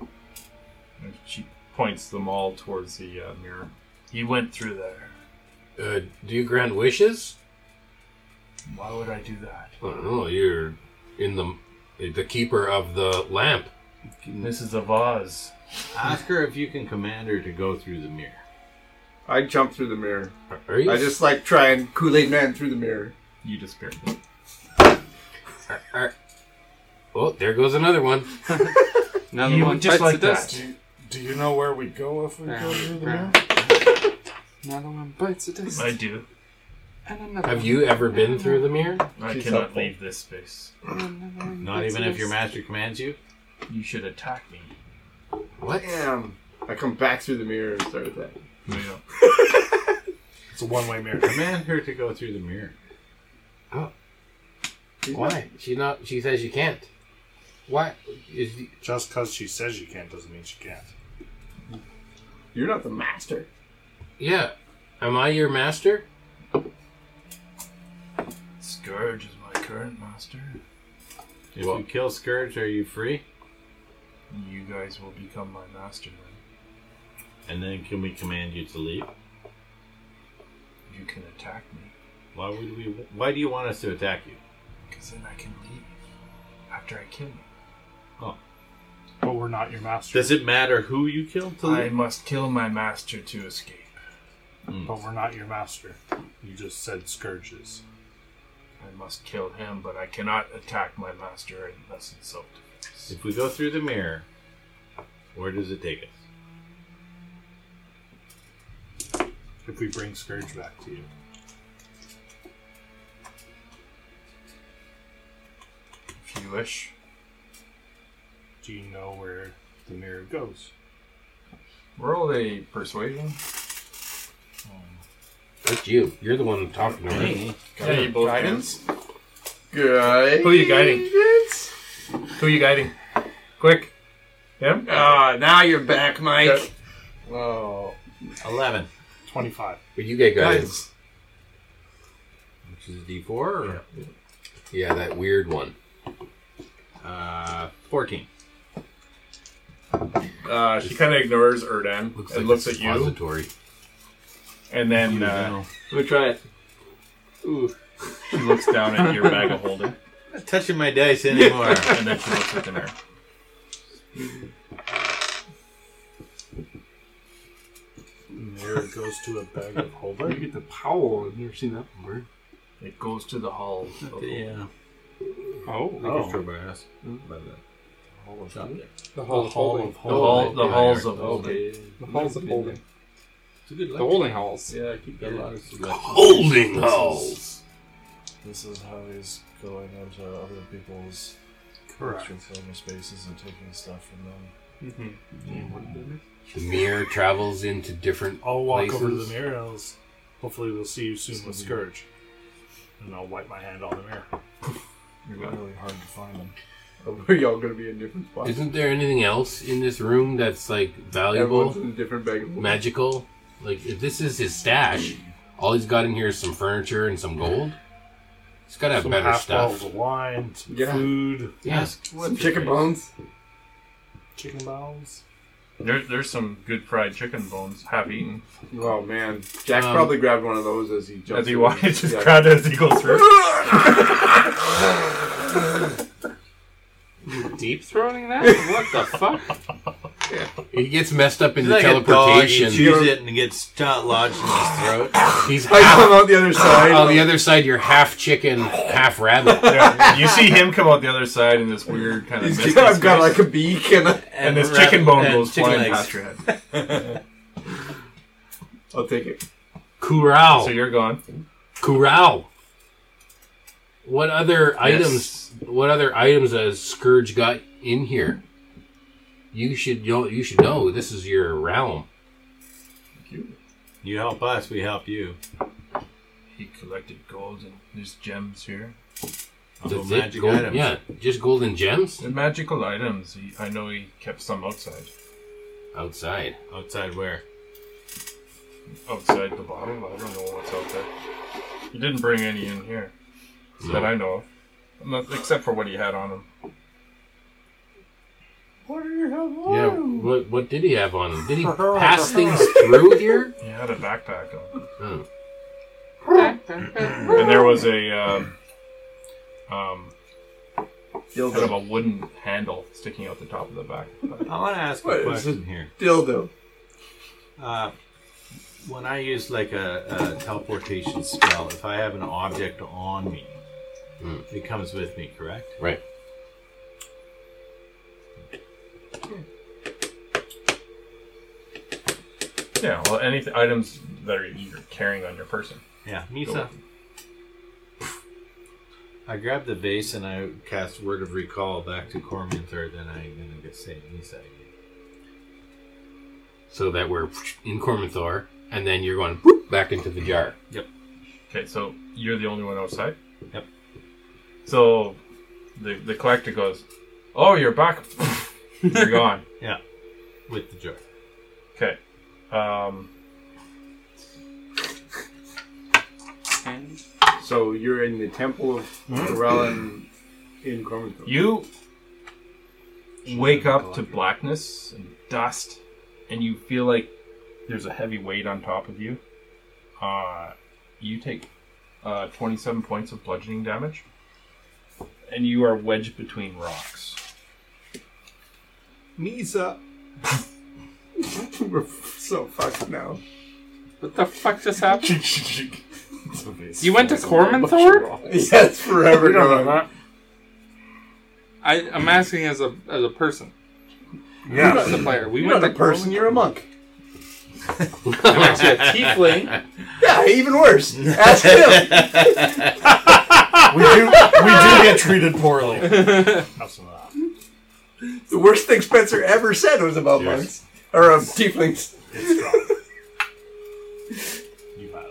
And she points them all towards the uh, mirror. He went through there.
Uh, do you grant wishes?
Why would I do that?
I don't know. You're in the the keeper of the lamp.
This is a vase.
Ask her if you can command her to go through the mirror.
I jump through the mirror.
Are you?
I just like try and Kool Aid Man through the mirror.
You disappear.
Are, are- oh, there goes another one.
Another
You
one
just like
bites Um, the
that.
dust.
Do, do you know where we go if we go through the mirror?
Another one bites the dust.
I do.
And another
Have
one.
you ever been through the mirror?
I
She's
cannot
helpful.
leave this space.
And another one
Not
bites
even
the
if your
dust.
master commands you.
You should attack me.
What?
Damn. I come back through the mirror and start with that.
Yeah.
it's a one way mirror.
Command her to go through the mirror.
Why? She not. She says you can't. Why? Is
Just because she says you can't doesn't mean she can't.
You're not the master.
yeah. Am I your master?
Scourge is my current master.
If
Well-
you kill Scourge, are you free?
You guys will become my master when
And then can we command you to leave?
you can attack me.
Why would we? Why do you want us to attack you?
Because then I can leave after I kill you.
Oh,
But we're not your master.
Does it matter who you kill to
I
leave?
must kill my master to escape.
But we're not your master. You just said scourges.
I must kill him, but I cannot attack my master unless it's self defense.
If we go through the mirror, where does it take us?
If we bring scourge back to you,
If you wish,
do you know where the mirror goes?
roll a persuasion.
That's you. You're the one talking to me.
Yeah, you both guidance.
Good.
Who are you guiding? Who are you guiding? Quick. Him?
Ah, now you're back, Mike.
Okay.
Oh.
Eleven,
Twenty-five.
But you get guys.
Guys.
which is a D four, or
Yeah, that weird one.
uh, fourteen.
Uh, she kind of ignores Erdan and looks at you,
Repository.
and then uh,
Let me try it.
she looks down at your bag of holding,
I'm not touching my dice anymore.
and then she looks at the mirror.
The mirror goes to a bag of
You
holding.
get the power. I've never seen that before.
It goes to the hall.
yeah.
Oh.
Oh.
The whole
The hall
holding.
of
The
Oh,
hall,
holding.
the halls of holding.
The halls of holding.
It's a good
The holding halls.
Yeah, I keep
Holding halls.
This is how he's going into other people's
Correct.
filming spaces and taking stuff from them.
Mm-hmm.
The mirror travels into different.
I'll walk over to
places.
the mirror and I'll, s- hopefully we'll see you soon with scourge. And I'll wipe my hand on the mirror.
You're really hard to find them.
Are y'all gonna be in different spots?
Isn't there anything else in this room that's like valuable,
Everyone's in a different bag of holding.
magical? Like if this is his stash, all he's got in here is some furniture and some gold. He's got to have
Some
better
half
stuff.
bottles of wine, some
Yeah.
food,
Yes.
Some chicken bones.
chicken bowls.
There, there's some good fried chicken bones, half eaten.
Oh man, Jack
Um,
probably grabbed one of those as he jumped.
As he
in.
walks, just
Yeah.
grabbed it as he goes through.
Deep throating that? what the fuck?
He gets messed up in the
He
teleportation.
chews it and gets shot lodged in his throat.
He's
I
half,
come out the other side.
on Oh, the other side. You're half chicken, half rabbit.
Yeah, you see him come out the other side in this weird kind of
He's
misty
got- I've got
space,
like a beak and i
and this
rabbit-
chicken bone
and
goes
chicken
flying
legs.
past your head.
I'll take it.
Corral.
So you're gone.
Corral. What other items?
Yes.
What other items has Scourge got in here? You should know. You should know. This is your realm.
You help us, we help you.
He collected gold and there's gems here.
Oh,
That's it?
magic
Gold-
items.
Yeah, just golden gems
They're magical items. He, I know he kept some outside.
outside.
Outside where?
Outside the bottle? I don't know what's out there. He didn't bring any in here. That I know of. Not- except for what he had on him.
Yeah. What What did he have on him? Did he pass things through here?
He had a backpack on.
Hmm.
And there was a, um, um, kind of
Dildo.
a wooden handle sticking out the top of the backpack.
I want to ask
What
a
is
question here.
Dildo.
Uh, when I use like a, a teleportation spell, if I have an object on me,
Hmm.
it comes with me, correct?
Right.
Yeah, well, any th- items that are you're carrying on your person.
Yeah, Misa. I grab the vase and I cast Word of Recall back to Corminthor, then I'm going to get saved Misa again.
So that we're in Cormanthor, and then you're going boop, back into the jar.
Okay, so you're the only one outside.
Yep.
So the the collector goes, "Oh, you're back. you're gone."
With the jar.
Okay. Um,
So you're in the temple of Morellan in Cormanthor.
you wake up to blackness and dust, and you feel like there's a heavy weight on top of you. Uh, you take uh, 27 points of bludgeoning damage, and you are wedged between rocks.
Misa!
We're so fucked now.
What the fuck just happened?
You
You went to Cormanthor?
Yes, forever gone.
that.
I, I'm asking as a as a person,
Yeah.
as a player. We
You're
went
not
to
a person, you're a monk.
I'm actually a tiefling.
Yeah, even worse. Ask him.
we, do, we do get treated poorly. That's enough.
The worst thing Spencer ever said was about monks. Or um, tieflings.
It's strong. you got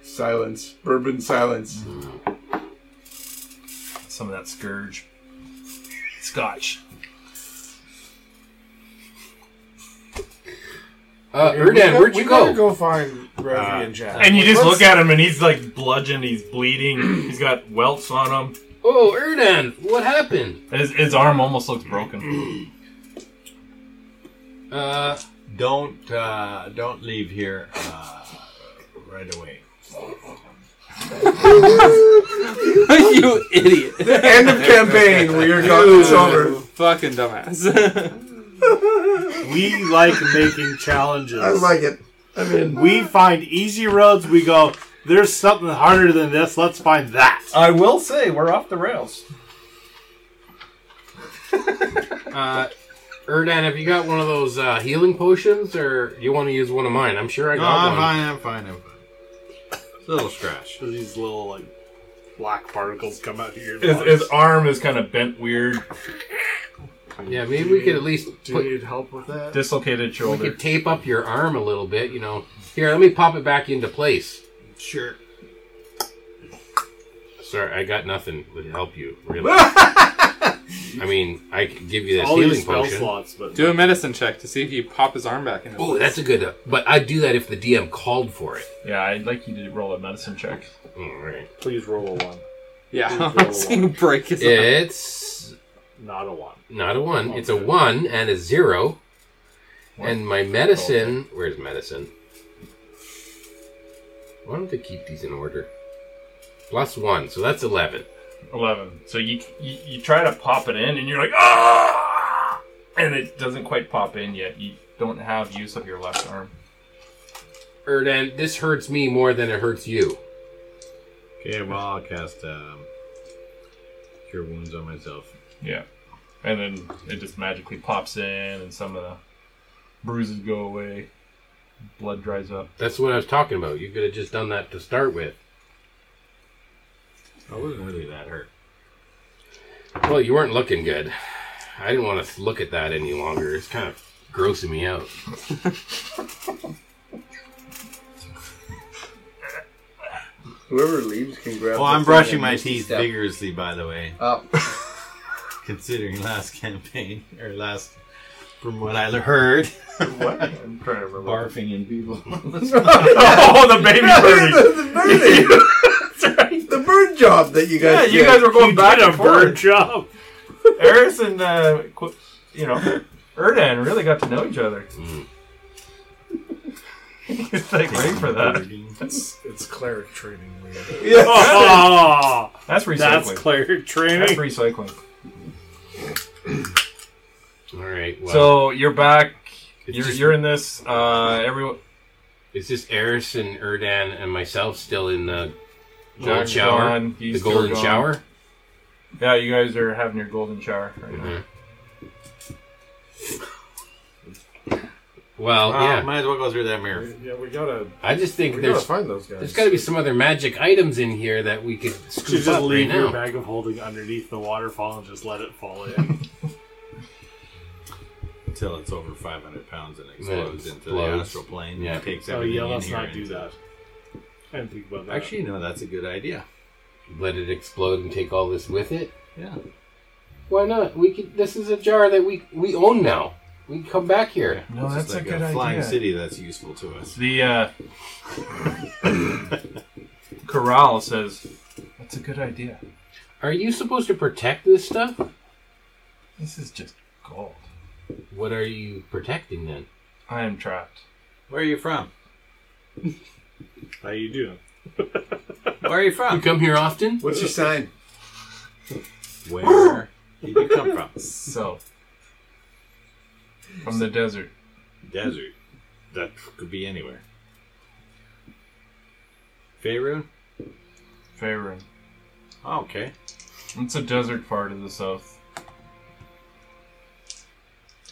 it.
Silence. Bourbon silence.
some of that scourge scotch.
Uh, Erdan,
We
where'd
got-
you
we gotta
go?
go find Revy and Jack.
And you just
Let's-
look at him, and he's like bludgeoned. He's bleeding. He's got welts on him.
Oh, Erdan, what happened?
His, his arm almost looks broken.
Uh,
Don't, uh, don't leave here uh, right away.
you idiot.
Uh, End of campaign. We are gone. It's over.
Fucking dumbass.
We like making challenges.
I like it. I mean,
we find easy roads. We go. There's something harder than this. Let's find that.
I will say we're off the rails.
uh, Erdan, have you got one of those uh, healing potions, or you want to use one of mine? I'm sure I
No,
got
I'm
one.
fine, I'm fine, I'm fine. It's a little scratch.
These little like black particles come out here.
His, his arm is kind of bent weird,
Yeah, maybe we could at least
Do you
put,
need help with that?
dislocated
we
shoulder.
could tape up your arm a little bit. You know, here, let me pop it back into place.
Sure.
Sorry, I got nothing to help you. Really. I mean, I could give you this
all
healing
these spell
potion.
slots, but
Do a medicine check to see if you pop his arm back in.
Oh, that's a good. Uh, but I'd do that if the DM called for it.
Yeah, I'd like you to roll a medicine check.
All right.
please roll a one,
yeah. I'm seeing break his arm.
It's
not a one.
not a one. It's a one and a zero. And my medicine. Where's medicine? Why don't they keep these in order? Plus one, so that's eleven.
Eleven. So you, you you try to pop it in, and you're like ah, and it doesn't quite pop in yet. You don't have use of your left arm.
Erdan, Er, this hurts me more than it hurts you.
Okay, well, I'll cast um, Cure Wounds on myself.
Yeah. And then it just magically pops in, and some of the bruises go away. blood dries up.
That's what I was talking about. You could have just done that to start with.
I wasn't really that hurt.
Well, you weren't looking good. I didn't want to look at that any longer. It's kind of grossing me out.
Whoever leaves can grab.
Well, I'm
the thing
brushing
and
my
use the
teeth
step
vigorously, by the way,
Up.
considering last campaign or last, from what I heard,
What? I'm trying to remember.
barfing in people.
oh, the baby birdie.
the, bird, the bird job that you
Yeah,
guys.
you
did.
guys were going
You
back
did
and
a bird
forth.
job.
Eris and uh, Qu- you know, Erdan really got to know each other.
Mm.
it's like wait for that.
It's, it's cleric training. We have.
Oh,
That's recycling.
that's
That's,
clear training.
recycling.
All right. Well,
So you're back.
It's
You're,
just-
you're in this. Uh, everyone.
it's just Eris and Erdan and myself still in the golden shower.
Gone.
The
He's still
golden
gone.
shower.
Yeah, you guys are having your golden shower right
Mm-hmm. Uh-huh.
now.
Well,
yeah.
yeah.
might as well go through that mirror.
Yeah, we gotta.
I just think
We gotta
there's
find those guys.
there's got to be some other magic items in here that we could
You
scoop
just
up right
leave your
now.
bag of holding underneath the waterfall and just let it fall in.
Until it's over 500 pounds and explodes into the
explodes.
astral plane.
Yeah.
Yeah, it takes
oh
everything
yeah,
in
let's
here
not do
into-
that. I didn't think about that.
Actually, no, that's a good idea.
Let it explode and take all this with it.
Yeah.
Why not? We could. This is a jar that we we own now. We can come back here.
No,
It's just
that's a
like
good
flying
idea.
city that's useful to us.
The uh, corral says that's a good idea.
Are you supposed to protect this stuff?
This is just gold.
What are you protecting then?
I am trapped.
Where are you from?
how you doing?
Where are you
You
from?
come here often?
What's your sign?
Where did you come from?
So from the desert.
Desert. That could be anywhere. Faerun?
Faerun.
Oh, okay.
It's a desert far to the south.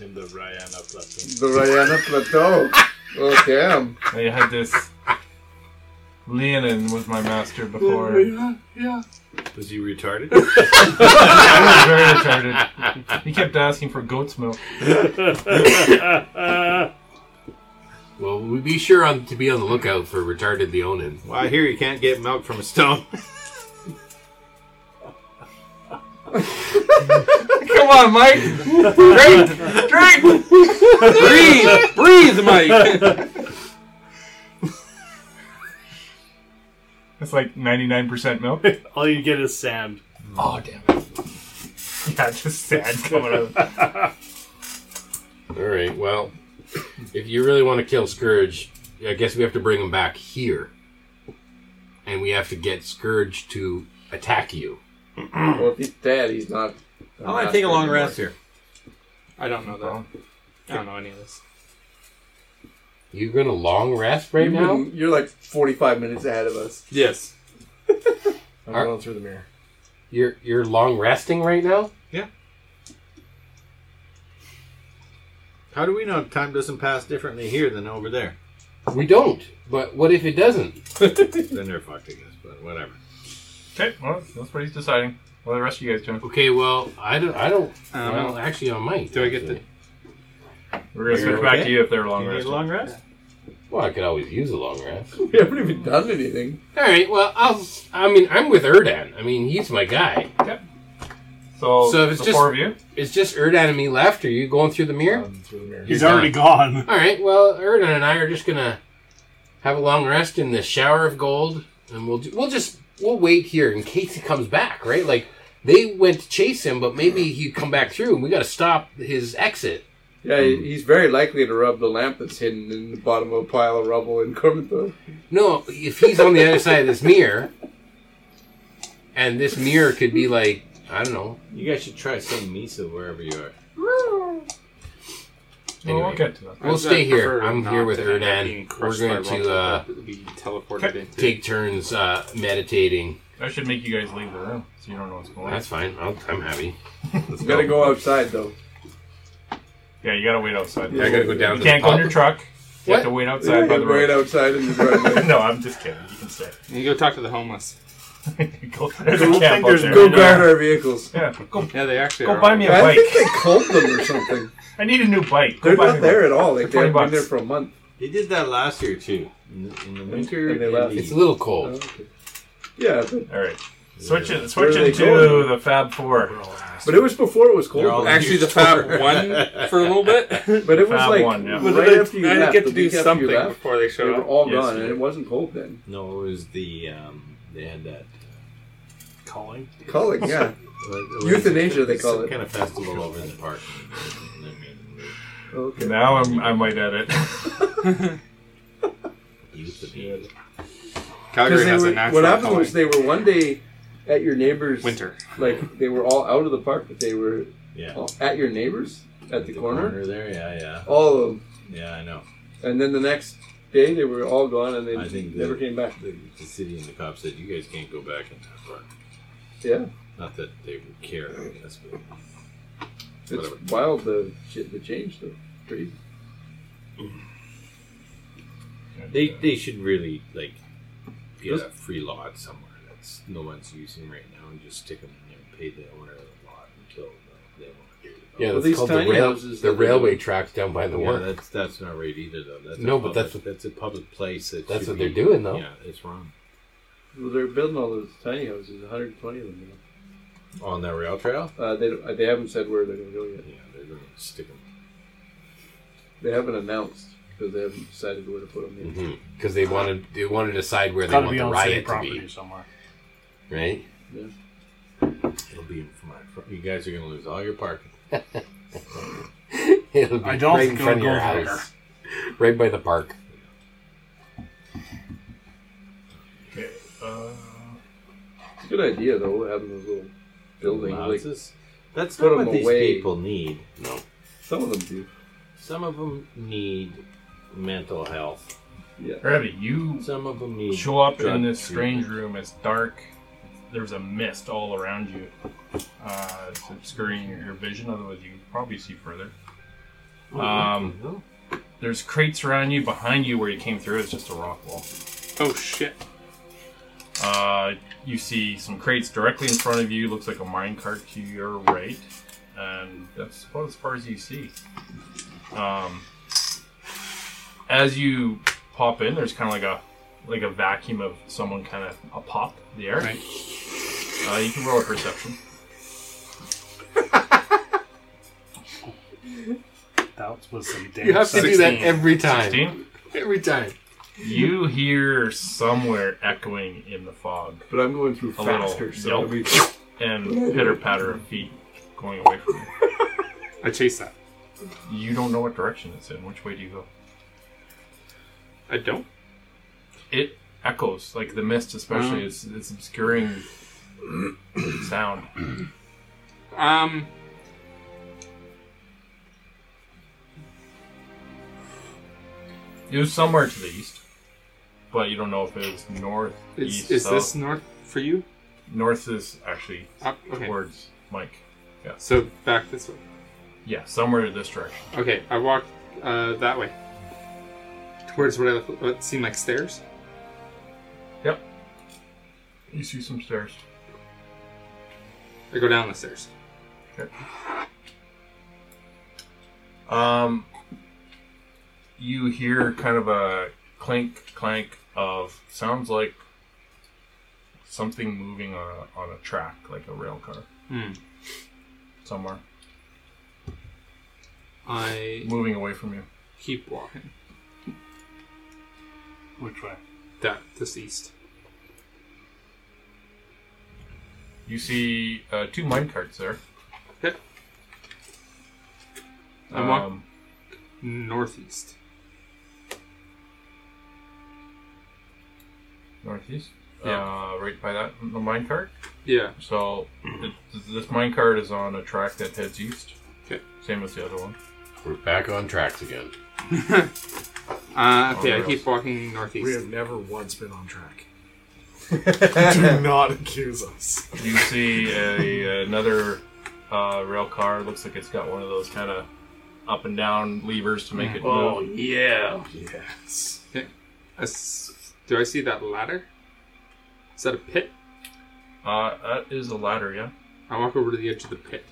In the Ryan up left.
The Rayana Plateau. Oh damn!
I had this. Leonin was my master before. I
Was he retarded?
was very retarded. He kept asking for goat's milk.
Well, we be sure on, to be on the lookout for retarded Leonin.
well, I hear you can't get milk from a stone.
Come on, Mike.
breathe, breathe, Mike.
It's like 99% milk.
All you get is sand.
Oh damn it. Yeah, just sad coming out. of-
All right. Well, if you really want to kill Scourge, I guess we have to bring him back here, and we have to get Scourge to attack you.
Well, if he's dead, he's not.
I want to take a long rest here.
I don't know that. I don't know any of this.
You're gonna long rest right
You've
now.
been- You're like 45 minutes ahead of us.
Yes.
I'm
Are-
going through the mirror.
You're you're long resting right now.
How do we know time doesn't pass differently here than over there?
We don't. But what if it doesn't?
then they're fucked, I guess, but whatever.
Okay, well, that's what he's deciding. What are the rest of you guys doing?
Okay. Well, I don't. I don't.
Um,
well, actually, I might.
do I get the-
We're gonna switch back to you if they're long
You need
rest.
a long rest?
Well, I could always use a long rest.
We haven't even done anything.
All right. Well, I'll. I mean, I'm with Erdan. I mean, he's my guy.
So,
So if it's
the
just-
four of you.
It's just Erdan and me left. Are you going through the mirror?
I'm through the mirror.
He's already gone.
All right. Well, Erdan and I are just gonna have a long rest in the shower of gold, and we'll ju- we'll just we'll wait here in case he comes back. Right? Like they went to chase him, but maybe he'd come back through, and we got to stop his exit.
Yeah, he- he's very likely to rub the lamp that's hidden in the bottom of a pile of rubble in Cormanthor.
No, if he's on the other side of this mirror, and this mirror could be like I don't know.
You guys should try saying Misa wherever you are.
Well, we'll get to that.
We'll
I'd
stay here.
prefer
I'm
not
here with
to end up being
Erdan. We're
crushed by
going to
rubble,
uh,
but be teleported into.
take turns uh, meditating.
I should make you guys leave the room so you don't know what's going on.
That's fine. I'll, I'm happy.
You gotta go outside though.
Yeah, you gotta wait outside.
I gotta go down to
You
the
can't go in
pub.
your truck. You have to wait outside by the
right
road.
outside in the driveway.
no, I'm just kidding. You can stay.
You go talk to the homeless.
go, there's
don't
a
think
camp out
there's
there.
Go guard our vehicles.
Yeah, go,
Yeah, they actually
go
are.
buy me a
I
bike.
think they culled them or something.
I need a new bike. Go
They're
buy me
not
a
there
bike.
at all. Like, they
20
haven't been
bucks.
there for a month.
They did that last year too. In the, in the winter,
And they
and
left.
the-
It's a little cold.
Yeah, but,
All right. Switch it, switch
Where are
it
they
to
going?
the Fab Four.
but it was before it was cold.
They're all
Actually,
Actually, the Fab One for a little bit.
but it was
Fab
like
one, yeah.
right after you
I
left.
get
the
to do
week after you
something
left,
before
They
they show
were
up.
all
Yes,
gone,
you
and
did.
it wasn't cold then.
no, it was the um, they had that.
Calling.
Calling, yeah.
what-
Euthanasia, they
some
call it.
Kind of festival over in the park.
Okay.
Now I'm, I might edit.
Euthanasia.
Because
Calgary
they
has
were,
a natural
what happened was
calling.
they were one day at your neighbor's
winter.
Like they were all out of the park, but they were
Yeah.
all at your neighbor's at the, corner.
there. Yeah, yeah,
All of them,
yeah. I know.
and then the next day they were all gone, and they
I think
never
they-
came back.
The, the city and the cops said you guys can't go back in that park.
Yeah,
Not that they would care. I guess, but
it's
Whatever.
wild the shit that changed though. Crazy.
they they should really like get
Those-
a free lot somewhere that's no one's using right now and just stick them in there and pay the owner of the lot until they want to do it.
Yeah,
Well,
that's
these
called
tiny
the, rail,
houses
the
that they
railway
build.
tracks down by the
Yeah,
work.
that's that's not right either, though. That's a
No, but
public- that's a public place. That
That's
should
what they're
be-
doing, though.
Yeah, it's wrong
Well, they're building all those tiny houses, 120 of them. now.
on that rail trail.
Uh, they don't- they haven't said where they're going to go yet.
Yeah, they're going to stick them.
They haven't announced because they haven't decided where to put them. Yet.
Because Mm-hmm. they wanted they want to decide where they
Got to
want
be
the
on city
riot to
property
be,
somewhere.
right?
It'll be in front. front- You guys are going to lose all your parking.
It'll be
I don't
right in
think
front of
it'll
your
go there.
house, right by the park.
Uh,
It's a good idea though, having those little buildings. Like
Houses. That's
put
not
'em
what these
away.
people need. No.
some of them do.
Some of them need mental health.
Rabbit, you
Some of them need.
show up
drug
in this
treatment.
strange room. It's dark. There's a mist all around you. Uh, it's obscuring your, your vision. Otherwise, you can probably see further. Um, there's crates around you. Behind you, where you came through, it's just a rock wall.
Oh shit!
Uh, you see some crates directly in front of you. Looks like a minecart to your right, and that's about as far as you see. Um, as you pop in, there's kind of like a like a vacuum of someone kind of a pop in the air.
Right.
Uh, you can roll a perception.
That was some damn.
You have to do that
16.
every time.
Sixteen.
Every time.
You hear somewhere echoing in the fog,
But I'm going through
A little
faster, so
yelp.
we
and pitter patter of feet going away from you.
I chase that.
You don't know what direction it's in. Which way do you go?
I don't.
it echoes like the mist
Oh.
especially it's, it's obscuring sound
Um.
it was somewhere to the east but you don't know if it was north
Is,
east
is
south.
this north for you?
north is actually
Up, okay.
towards mike
So back this way.
yeah somewhere in this direction
Okay, I walked uh, that way towards what, I, what seemed like stairs.
you see some stairs
I go down the stairs.
um you hear kind of a clink clank of sounds like something moving on a, on a track like a rail car
Hmm.
somewhere
I
moving away from you
keep walking.
Which way?
That this east.
You see uh, two mine carts there.
Okay. I'm walk-
um,
northeast.
northeast.
Yeah.
Uh, right by that the mine cart.
Yeah.
So
Hmm.
it, this mine cart is on a track that heads east.
Okay.
Same as the other one.
We're back on tracks again.
Uh, okay, I
Alright.
keep walking
We
northeast.
have never once been on track. do not accuse us.
You see a, another uh, rail car. Looks like it's got one of those kind of up and down levers to make it
Oh
move.
yeah.
Yes.
A s- do I see that ladder? Is that a pit?
Uh, that is a ladder, yeah.
I walk over to the edge of the pit.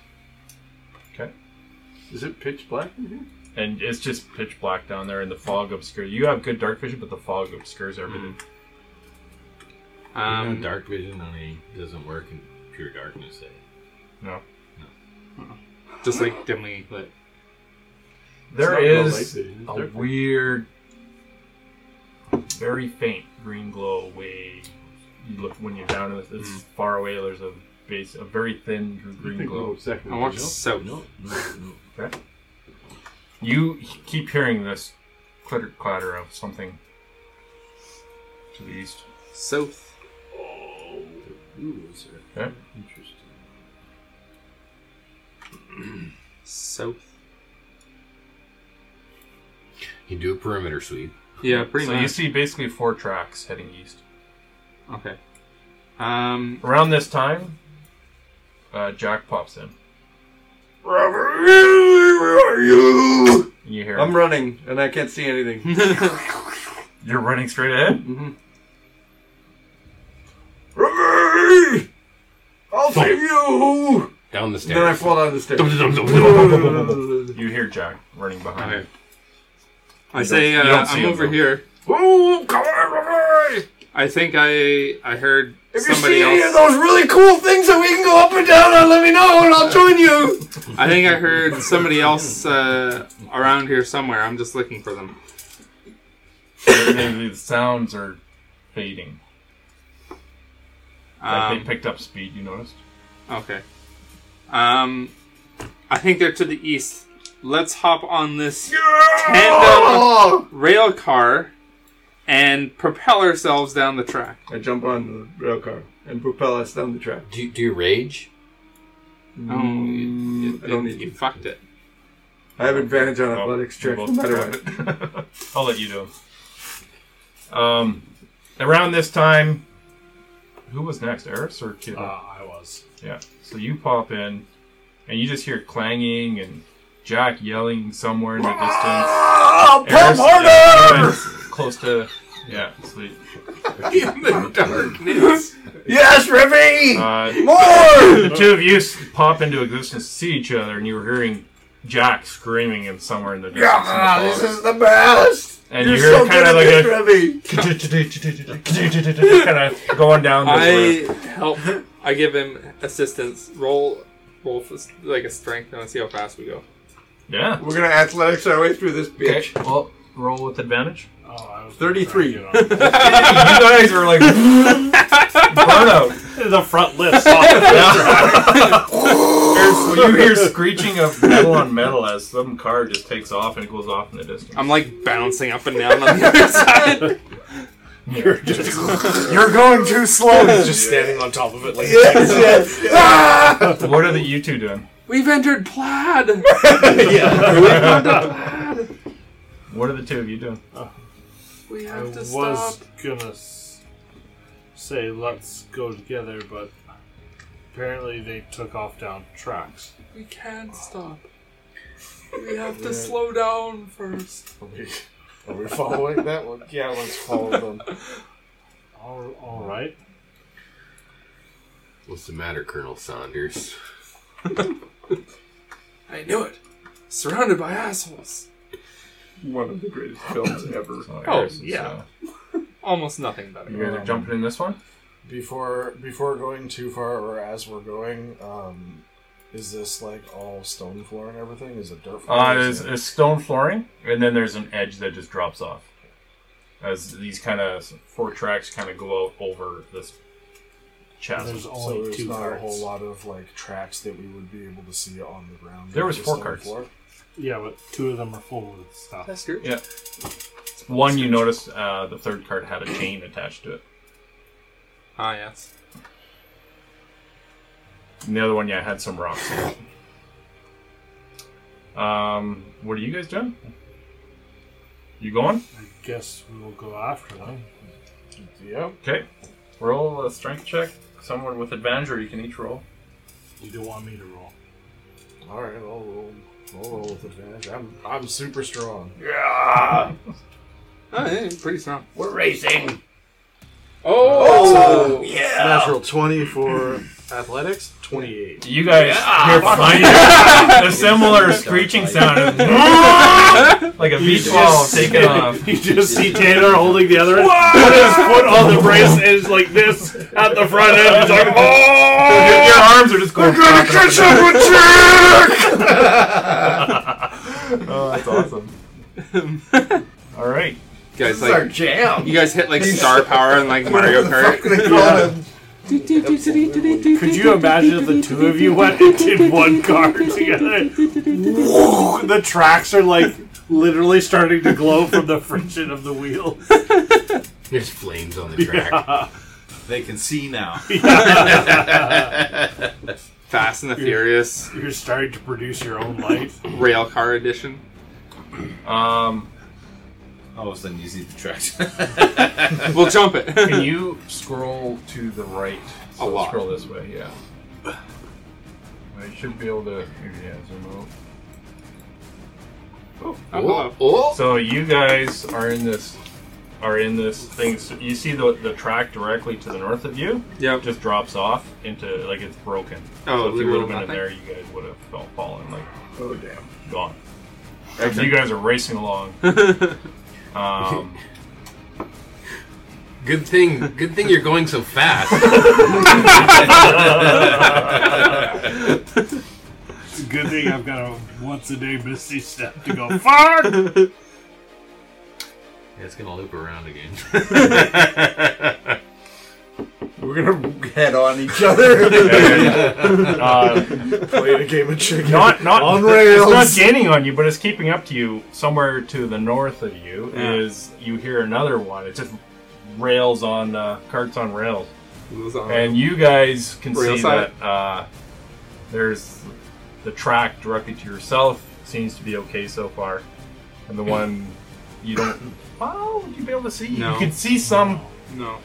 Is it pitch black in here?
And it's just pitch black down there, and the fog obscures. You have good dark vision, but the fog obscures everything.
Um,
Um,
dark vision only doesn't work in pure darkness. Eh?
just like dimly lit.
There
Mm. It's not real
is
light vision, it's
a
dark.
weird, very faint green glow way. You look when you're down in this. It's
Mm.
far away. There's a base, a very thin gr- green glow.
I walk south.
No, no, no.
You h- keep hearing this clitter clatter of something to the east.
South.
Rules are
Okay.
interesting.
South.
You do a perimeter sweep.
Yeah, pretty
so you
much.
see basically four tracks heading east.
Okay. Um,
Around this time, uh, Jack pops in.
Robert, where are you?
And you hear
I'm
him,
running and I can't see anything.
You're running straight ahead?
Robert, I'll save you.
Down the
And then I
stairs.
fall down the stairs.
You hear Jack running behind
okay.
you.
I say
you
uh,
don't see
I'm
him,
over
though.
here.
Whoa, come on, Robert!
I think I I heard
If you
somebody
see any of
else.
those really cool things that we can go up and down on, let me know and I'll join you.
I think I heard somebody else uh, around here somewhere. I'm just looking for them.
Everything- the sounds are fading. Like they
Um,
picked up speed, you noticed?
okay. Um, I think they're to the east. Let's hop on this tandem
Oh!
rail car and propel ourselves down the track.
I jump on the rail car and propel us down the track.
Do, do you rage?
Oh, you, you,
I don't
Oh, you,
need to.
fucked it.
I have advantage on
Oh,
athletics
we
check, no
both
matter
grabbed
what.
it. I'll let you do it. Um, around this time, who was next, Eris or Kid?
Uh, I was.
Yeah. So you pop in, and you just hear clanging and Jack yelling somewhere in the distance.
Oh,
Eris-
pump harder!
Eris Close to. Yeah, sweet.
In the darkness.
Yes, Remy!
Uh,
More!
the two of you s- pop into existence to see each other, and you were hearing Jack screaming and somewhere in the distance. in the
Yeah, this
fog.
is the best.
And
You're
you hear
so
kind
good
of
at
like
this,
a
Remy.
kind of going down this
I help. I give him assistance. Roll, roll for, s- like a strength, and let's see how fast we go.
Yeah.
We're gonna athletics our way through this
Okay.
bitch.
Well, roll with advantage.
Oh, I was
33.
trying to get
you guys are like burnout.
on. the front lift. off.
you hear screeching of metal on metal as some car just takes off and it goes off in the distance.
I'm like bouncing up and down on the other side.
You're just,
You're going too slow.
he's just standing on top of it. Like,
yes, yes. Ah!
What are the you two doing?
We've entered plaid.
What are the two of you doing?
We
I
have to
was
stop.
gonna s- say let's go together, but apparently they took off down tracks.
We can't stop. We have to slow down first.
Are we following that one? Yeah, let's follow them.
All, all right.
What's the matter, Colonel Saunders?
I knew it. Surrounded by assholes.
One of the greatest films ever.
Oh, yeah. Almost nothing
You
better.
guys are jumping in this one?
Before before going too far, or as we're going, um, is this like all stone floor and everything? Is it dirt floor?
Uh,
Is
there's,
it-
there's stone flooring, and then there's an edge that just drops off. As these kind of four tracks kind of go out over this chasm.
There's
so
only
there's
two
not a
parts.
whole lot of like tracks that we would be able to see on the ground.
There was
Just
four
stone
carts.
floor?
Yeah, but two of them are full with stuff.
That's good.
Yeah. One you notice uh, the third card had a chain attached to it.
Ah, yes.
And the other one, yeah, had some rocks. in it. um, what are you guys doing? You going?
I guess we will go after them.
Yep.
Okay. Roll a strength check. Someone with advantage, or you can each roll.
You don't want me to roll.
All right, I'll roll. I'll roll with advantage. I'm I'm super strong.
Oh, yeah, pretty strong.
We're racing.
Oh,
Natural twenty for athletics. Twenty eight.
You guys hear behind you a similar screeching sound, like a V12 taking off.
You just see Tanner holding the other end, put his foot on the brace, and is like this at the front end. He's like,
Your,
oh!
your arms are just going.
Catch up with you!
Oh, that's awesome. All right.
guys, like
jam.
you guys hit like star power and like Mario Kart.
Could you imagine if the two of you went and did one car together? Woo! the tracks are like literally starting to glow from the friction of the wheel.
There's flames on the track.
They can see now.
Fast and the Furious
You're starting to produce your own light.
rail car edition.
Um,
All of a sudden, you see the tracks.
We'll jump it.
can you scroll to the right? So
A lot.
Scroll this way. Yeah. Well, you should be able to. Yeah, zoom
Oh, hello.
out. So you guys are in this. Are in this thing. So you see the the track directly to the north of you.
Yep.
just drops off into like it's broken. so
Oh,
if you would
literal
have been in
nothing.
there, you guys would have fell fallen like
Oh damn.
gone. You guys are racing along. um,
Good thing, good thing you're going so fast.
It's a good thing I've got a once a day misty step to go far.
it's gonna loop around again.
We're gonna head on each other.
uh,
Played a game of chicken.
not not
On
It's
rails.
not gaining on you, but it's keeping up to you. Somewhere to the north of you
Yeah.
is you hear another one. It just rails on uh, carts on rails,
Moves on.
and you guys can
Rail
see
Oh. side.
that uh, there's the track directly to yourself seems to be okay so far, and
Hmm.
the one you don't. Well, would you be able to see?
No.
You can see some.
no.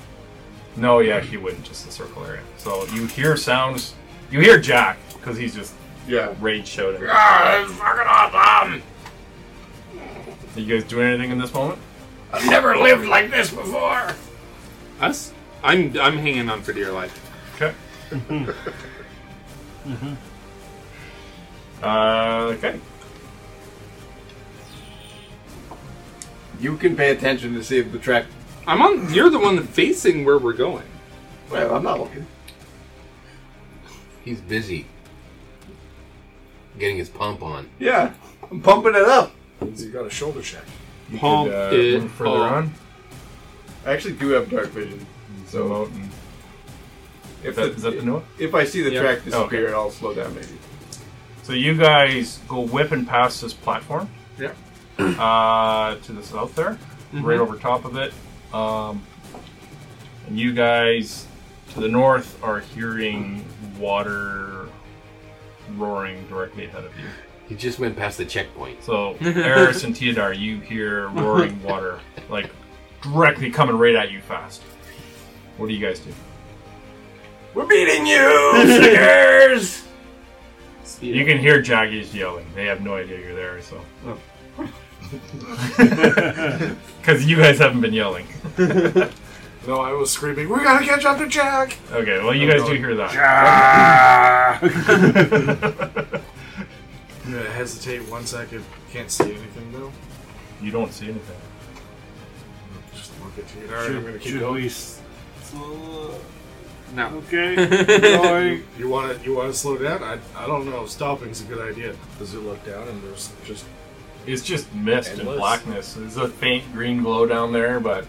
No, yeah, he wouldn't. Just the circle area. So you hear sounds. You hear Jack because he's just
yeah.
rage shouting.
Ah, that's fucking awesome.
Are you guys doing anything in this moment?
I've never lived like this before.
Us? I'm I'm hanging on for dear life.
Okay.
Mm-hmm.
uh, okay.
You can pay attention to see if the track.
I'm on. You're the one facing where we're going.
Well, I'm not looking.
He's busy getting his pump on.
Yeah, I'm pumping it up.
Means you got a shoulder check.
You
Pump
could, uh,
it
move further
up.
on.
I actually do have dark vision.
Zoom out. And,
If
is, that, is that the new one?
if I see the
Yeah.
track
Oh, okay.
disappear, I'll slow down maybe.
So you guys go whipping past this platform.
Yeah.
Uh, to the south there, right over top of it. Um, and you guys to the north are hearing water roaring directly ahead of you.
He just went past the checkpoint.
So Eris and Teodar, you hear roaring water like directly coming right at you fast. What do you guys do?
We're beating you, singers!
You can hear Jaggies yelling. They have no idea you're there, so. Because you guys haven't been yelling.
No, I was screaming. We gotta catch up to Jack.
Okay, well,
Oh,
you guys do hear that.
Ah.
I'm gonna hesitate one second. Can't see anything though.
You don't see anything.
Just look at you. All right, I'm gonna keep
Should
going.
we? s- slow-
No.
Okay.
going. You want to? You want to slow down? I, I don't know. Stopping's a good idea. Does it look down and there's just
It's just mist and
Endless.
blackness. There's a faint green glow down there, but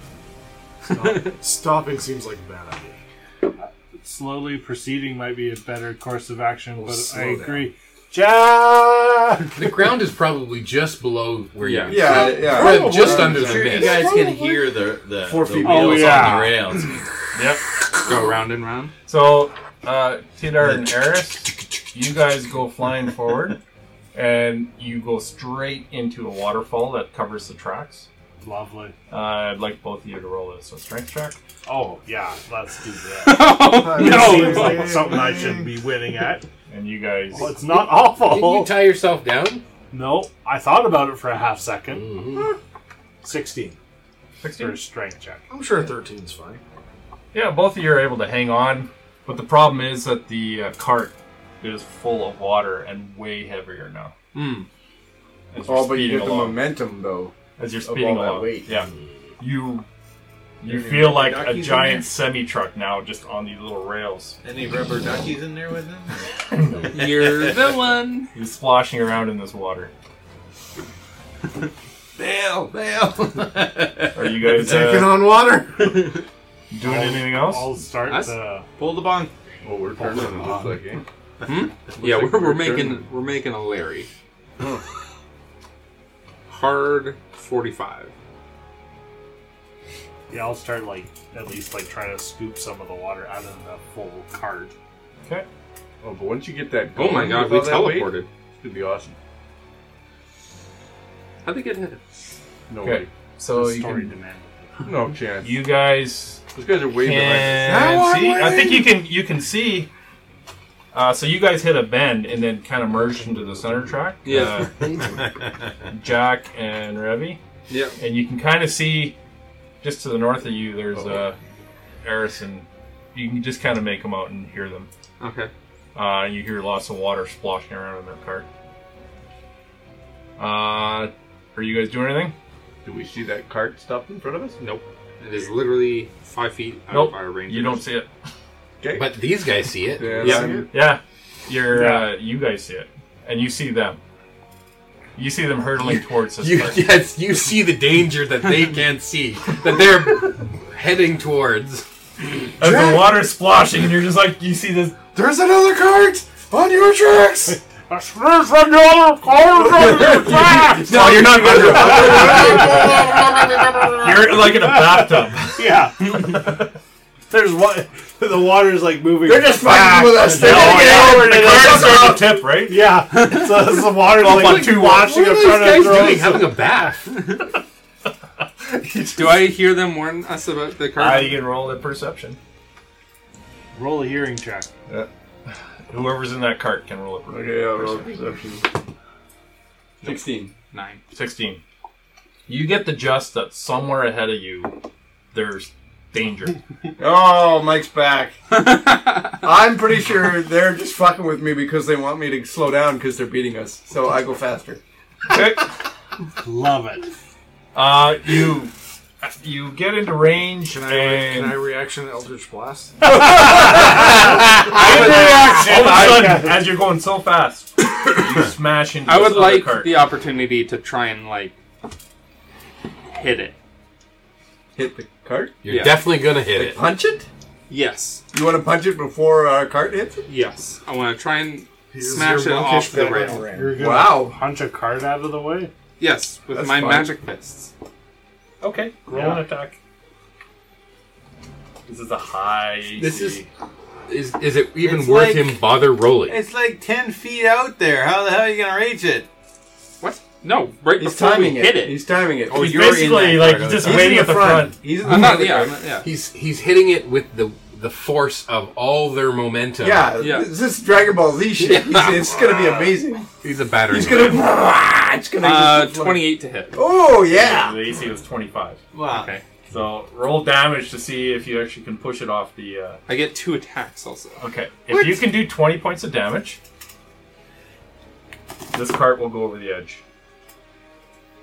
stop, stopping seems like a bad idea.
Slowly proceeding might be a better course of action,
Well,
but I
slow down.
agree. Jack!
The ground is probably just below where
Yeah.
you.
Yeah, yeah.
We're just under the
sure you
mist.
guys can hear the the,
Four
the
feet.
wheels
Oh, yeah.
on the rails.
yep.
Go round and round.
So, uh, Tidar and Eris, you guys go flying forward, and you go straight into a waterfall that covers the tracks.
Lovely.
Uh, I'd like both of you to roll a so strength check.
Oh, yeah, let's do that.
no,
Seems like something I should be winning at.
And you guys,
Well, it's not awful.
Didn't you tie yourself down?
No, I thought about it for a half 2nd
Mm-hmm.
Sixteen.
16?
for a strength check.
I'm sure 13's fine.
Yeah, both of you are able to hang on, but the problem is that the uh, cart is full of water and way heavier now.
Hmm.
As you're
Oh, but you
speeding
get the
along.
momentum though.
as you're
of
speeding
all that
along.
weight.
Yeah, you you
Any
feel
rubber
like a
duckies in there?
giant semi truck now, just on these little rails.
Any rubber duckies in there with them?
Uh,
You're the one.
You're splashing around in this water.
Bail, bail.
Are you guys
Taking
uh,
on water?
doing anything
Oh,
else?
I'll start
Us?
the
Pull the bong.
Well, we're turning it looks like, eh?
yeah,
like
we're,
we're
we're making
turning.
we're making a Larry. Hard forty-five.
yeah. I'll start like at least like trying to scoop some of the water out of the full cart.
Oh, but once you get that
Oh
going,
my god,
with
we
all that weight,
teleported.
it's gonna be awesome.
How'd they get hit?
No
Okay.
way.
So
the
Oh, you
story
can,
demanded.
No chance.
you guys
Oh, Those guys are way behind.
can
Now I'm
see. I
winning!
think you can you can see. Uh, so you guys hit a bend and then kind of merged into the center track.
Yeah.
Uh, Jack and Revy.
Yep.
and you can kind of see just to the north of you there's uh Arison. You can just kind of make them out and hear them.
Okay.
Uh, you hear lots of water splashing around in their cart. Uh, are you guys doing anything?
Do we see that cart stopped in front of us?
Nope. It is literally five feet out
Nope.
of our range.
You don't see it.
Okay. But
But
these guys see it. Yeah.
Yeah.
I'm-
Yeah, you're. Uh, you guys see it, and you see them. You see them hurtling towards this
You,
cart.
yes, you see the danger that they can't see, that they're heading towards.
As the water's splashing, and you're just like you see this.
There's another cart on your tracks!
No, you're not. you're like in a bathtub.
Yeah. There's one. The water's like moving.
just fucking with us! They're
Oh, yeah.
over
The cart's on the tip, right?
yeah. So it's the water's like
two
washing in front of
Guys
their
doing
throats.
having a bath.
Do I hear them warn us about the
Uh,
car?
you can roll a perception.
Roll a hearing check.
Whoever's in that cart can roll a perception.
Okay, I'll roll perception. Sixteen.
Nine.
16. You get the gist that somewhere ahead of you, there's danger.
Oh, Mike's back. I'm pretty sure they're just fucking with me because they want me to slow down because they're beating us. So I go faster.
Okay.
Love it.
uh, you you get into range
Can I,
and
can I reaction Eldritch Blast?
all of a sudden, as you're going so fast, you smash into
I
this
would
other
like
cart.
the opportunity to try and like hit it.
Hit the cart.
Yeah.
You're definitely gonna hit it.
Punch it.
Yes.
You want to punch it before our cart hits it?
Yes. I want to try and
He's
smash it
your
off the
monkish
rail.
background.
You're gonna
Wow.
punch a card out of the way.
Yes, with
That's
my
fine.
magic fists.
Okay, roll an attack. This is a high.
This
AC.
is- Is is it even
It's
worth
like-
him bother rolling?
It's like 10 feet out there. How the hell are you going to reach it?
What? No, right
He's
before we
timing
hit
it.
it.
He's timing it.
Oh,
He's
you're in
basically
that
like
cart,
he's
okay.
just
He's
waiting
in
at the
the
front.
front. He's in the
I'm
front
not.
of the
Yeah, I'm
cart.
not- yeah.
He's he's hitting it with the the force of all their momentum.
Yeah,
Yeah.
this is Dragon Ball Z shit. He's- It's gonna be amazing.
he's a battering.
He's gonna. It's gonna.
Uh,
just-
twenty-eight to hit.
Oh yeah.
The AC was 25.
Wow.
Okay.
So roll damage to see if you actually can push it off the. Uh,
I get two attacks also.
Okay, if you can do 20 points of damage, this cart will go over the edge.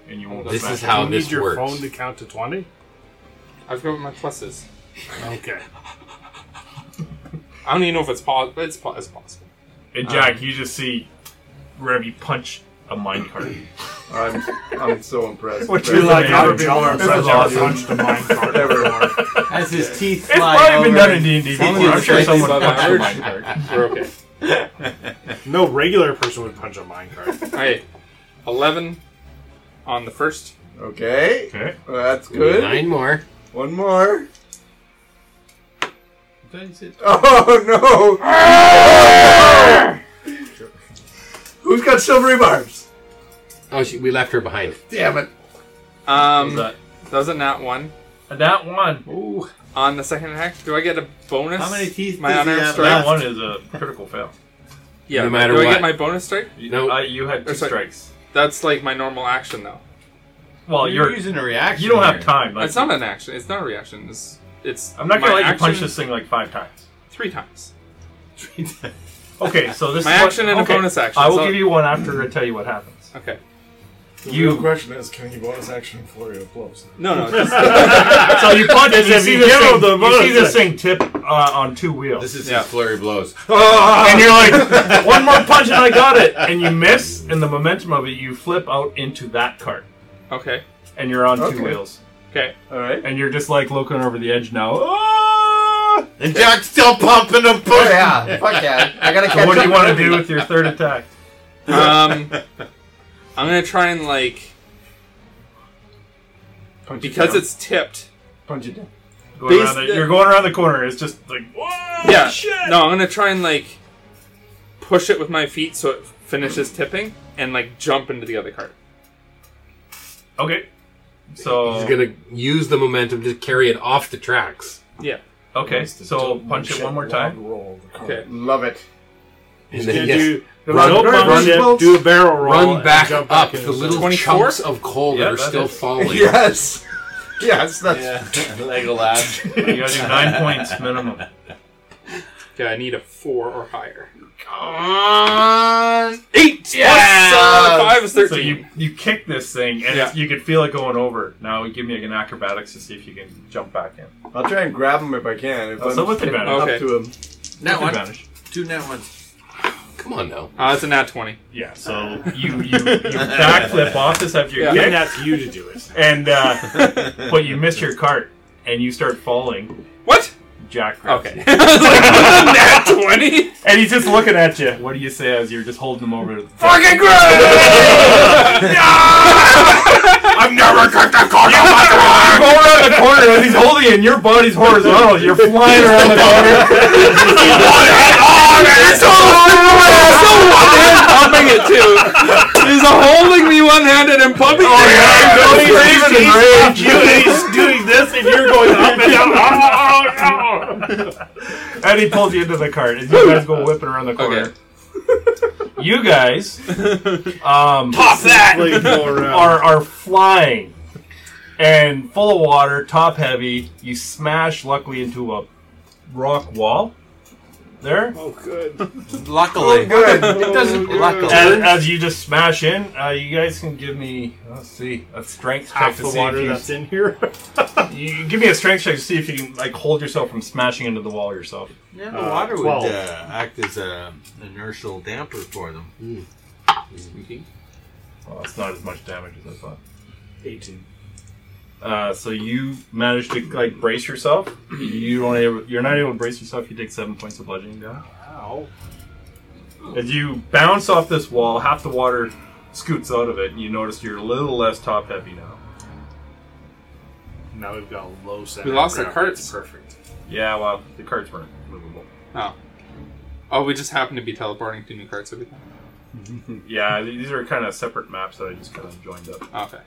And you won't
This
smash
is
it.
how
you
this
need your
works.
phone to count to twenty.
I've got my pluses.
Okay.
I don't even know if it's possible. It's, po- it's possible.
And Jack, you just see Revy punch a mine cart.
I'm, I'm so impressed.
Which
But-
is like- I've
punched a mine card.
Whatever.
As his teeth
It's
fly
probably been
over
done in
and-
D&D
Someone
before. I'm
was
sure
slightly
someone
uh,
above
punched a mine
average.
cart.
We're okay.
No regular person would punch a mine card.
All right, eleven on the first.
Okay.
Okay.
Well, that's
Good.
good.
Nine more.
One more. Oh no! Who's got silvery barbs?
Oh, she, we left her behind.
Damn it!
Um,
that?
that was a nat one.
And that one,
Ooh. On the second attack, do I get a bonus?
How many teeth
My
does he
unarmed
have
strike.
that one
left?
is a critical fail.
Yeah.
No matter
do I
what.
get my bonus strike?
You,
No.
uh, you had two
Or sorry.
strikes.
That's like my normal action now.
Well,
You're,
you're
using a reaction.
you don't have
here.
time. Like,
It's not an action. It's not a reaction. It's it's.
I'm not
my
gonna let you punch
action
this thing like five times.
three times.
Okay, so this
My
is what-
action and a
okay,
bonus action,
I will
so-
give you one after I tell you what happens.
Okay.
The
You-
real question is, can you bonus action flurry of blows?
No, no. Just,
so you punch it. You, see this,
give
thing,
him the
you see
bonus
this thing tip uh, on two wheels,
This is
Yeah.
his flurry blows.
and you're like, one more punch and I got it, and you miss, and the momentum of it, you flip out into that cart,
okay.
and you're on
Okay.
two wheels,
Okay.
All right.
and you're just like looking over the edge now. Ah!
And Jack's still pumping him.
Oh yeah, fuck yeah! I gotta
So
catch
what do you
up
want to
with
do
him.
with your third attack?
Um, I'm gonna try and like
Punch
because
it
it's tipped.
down. punch it down.
Going
Base-
around the, you're going around the corner. It's just like, whoa,
Yeah.
shit.
No, I'm gonna try and like push it with my feet so it finishes tipping and like jump into the other cart.
Okay. So
He's gonna use the momentum to carry it off the tracks.
Yeah.
okay, so punch it one more time.
Roll the card.
Okay.
Love it.
And
Gonna
then yes,
do,
run,
don't
run,
punch it,
run,
do a barrel roll. and
back
jump
up
in
the
as
little
24?
chunks of coal
Yeah,
that are
that
still
is-
falling.
Yes, yes, that's
Legolas.
You gotta do nine points minimum.
Okay. I need a four or higher.
On
Eight. uh, Yes. five is
So
thirteen.
you you kick this thing, and it's you can feel it going over. Now give me an acrobatics to see if you can jump back in.
I'll try and grab him if I can. If I'm
Oh, so with advantage.
up
Okay.
to him.
that
With
one,
advantage.
two net ones.
Come on now.
Ah, it's a nat twenty.
Yeah. So you you, you backflip off this after you
Yeah.
kick,
And that's you to do it.
and uh, but you miss your cart, and you start falling.
What?
Jack. grabs
Okay.
you.
I was like, what's a nat twenty?
Oh. And he's just looking at you. What do you say as you're just holding him over?
Fucking great!
I've never cooked a corn
You're going around the corner as he's holding it, and your body's horizontal. You're flying around the corner.
pumping it too. He's holding me one handed and pumping it.
Oh, he's even enraged.
He's doing this, and you're going up and down.
And he pulls you into the cart, and you guys go whipping around the corner. you guys um,
Like, go around.
are are flying and full of water, top heavy. You smash luckily into a rock wall. There,
Luckily,
good.
it doesn't. Luckily,
as, as you just smash in, uh, you guys can give me let's see a strength check
Half
to
the
see
water
if you
that's in here.
You you give me a strength check to see if you can like hold yourself from smashing into the wall yourself.
yeah, the water would
twelve.
uh, act as a inertial damper for them.
Well, that's not as much damage as I thought.
18.
Uh, so you manage to like brace yourself. You don't. Able, you're not able to brace yourself. You take seven points of bludgeoning damage.
Wow.
As you bounce off this wall, half the water scoots out of it, and you notice you're a little less top heavy now.
Now we've got a low center.
We lost
of
our
gravity.
carts.
Perfect.
Yeah, well, the cards weren't movable.
Oh. Oh, we just happen to be teleporting to new carts every time.
Yeah, these are kind of separate maps that I just kind of joined up.
Oh, Okay.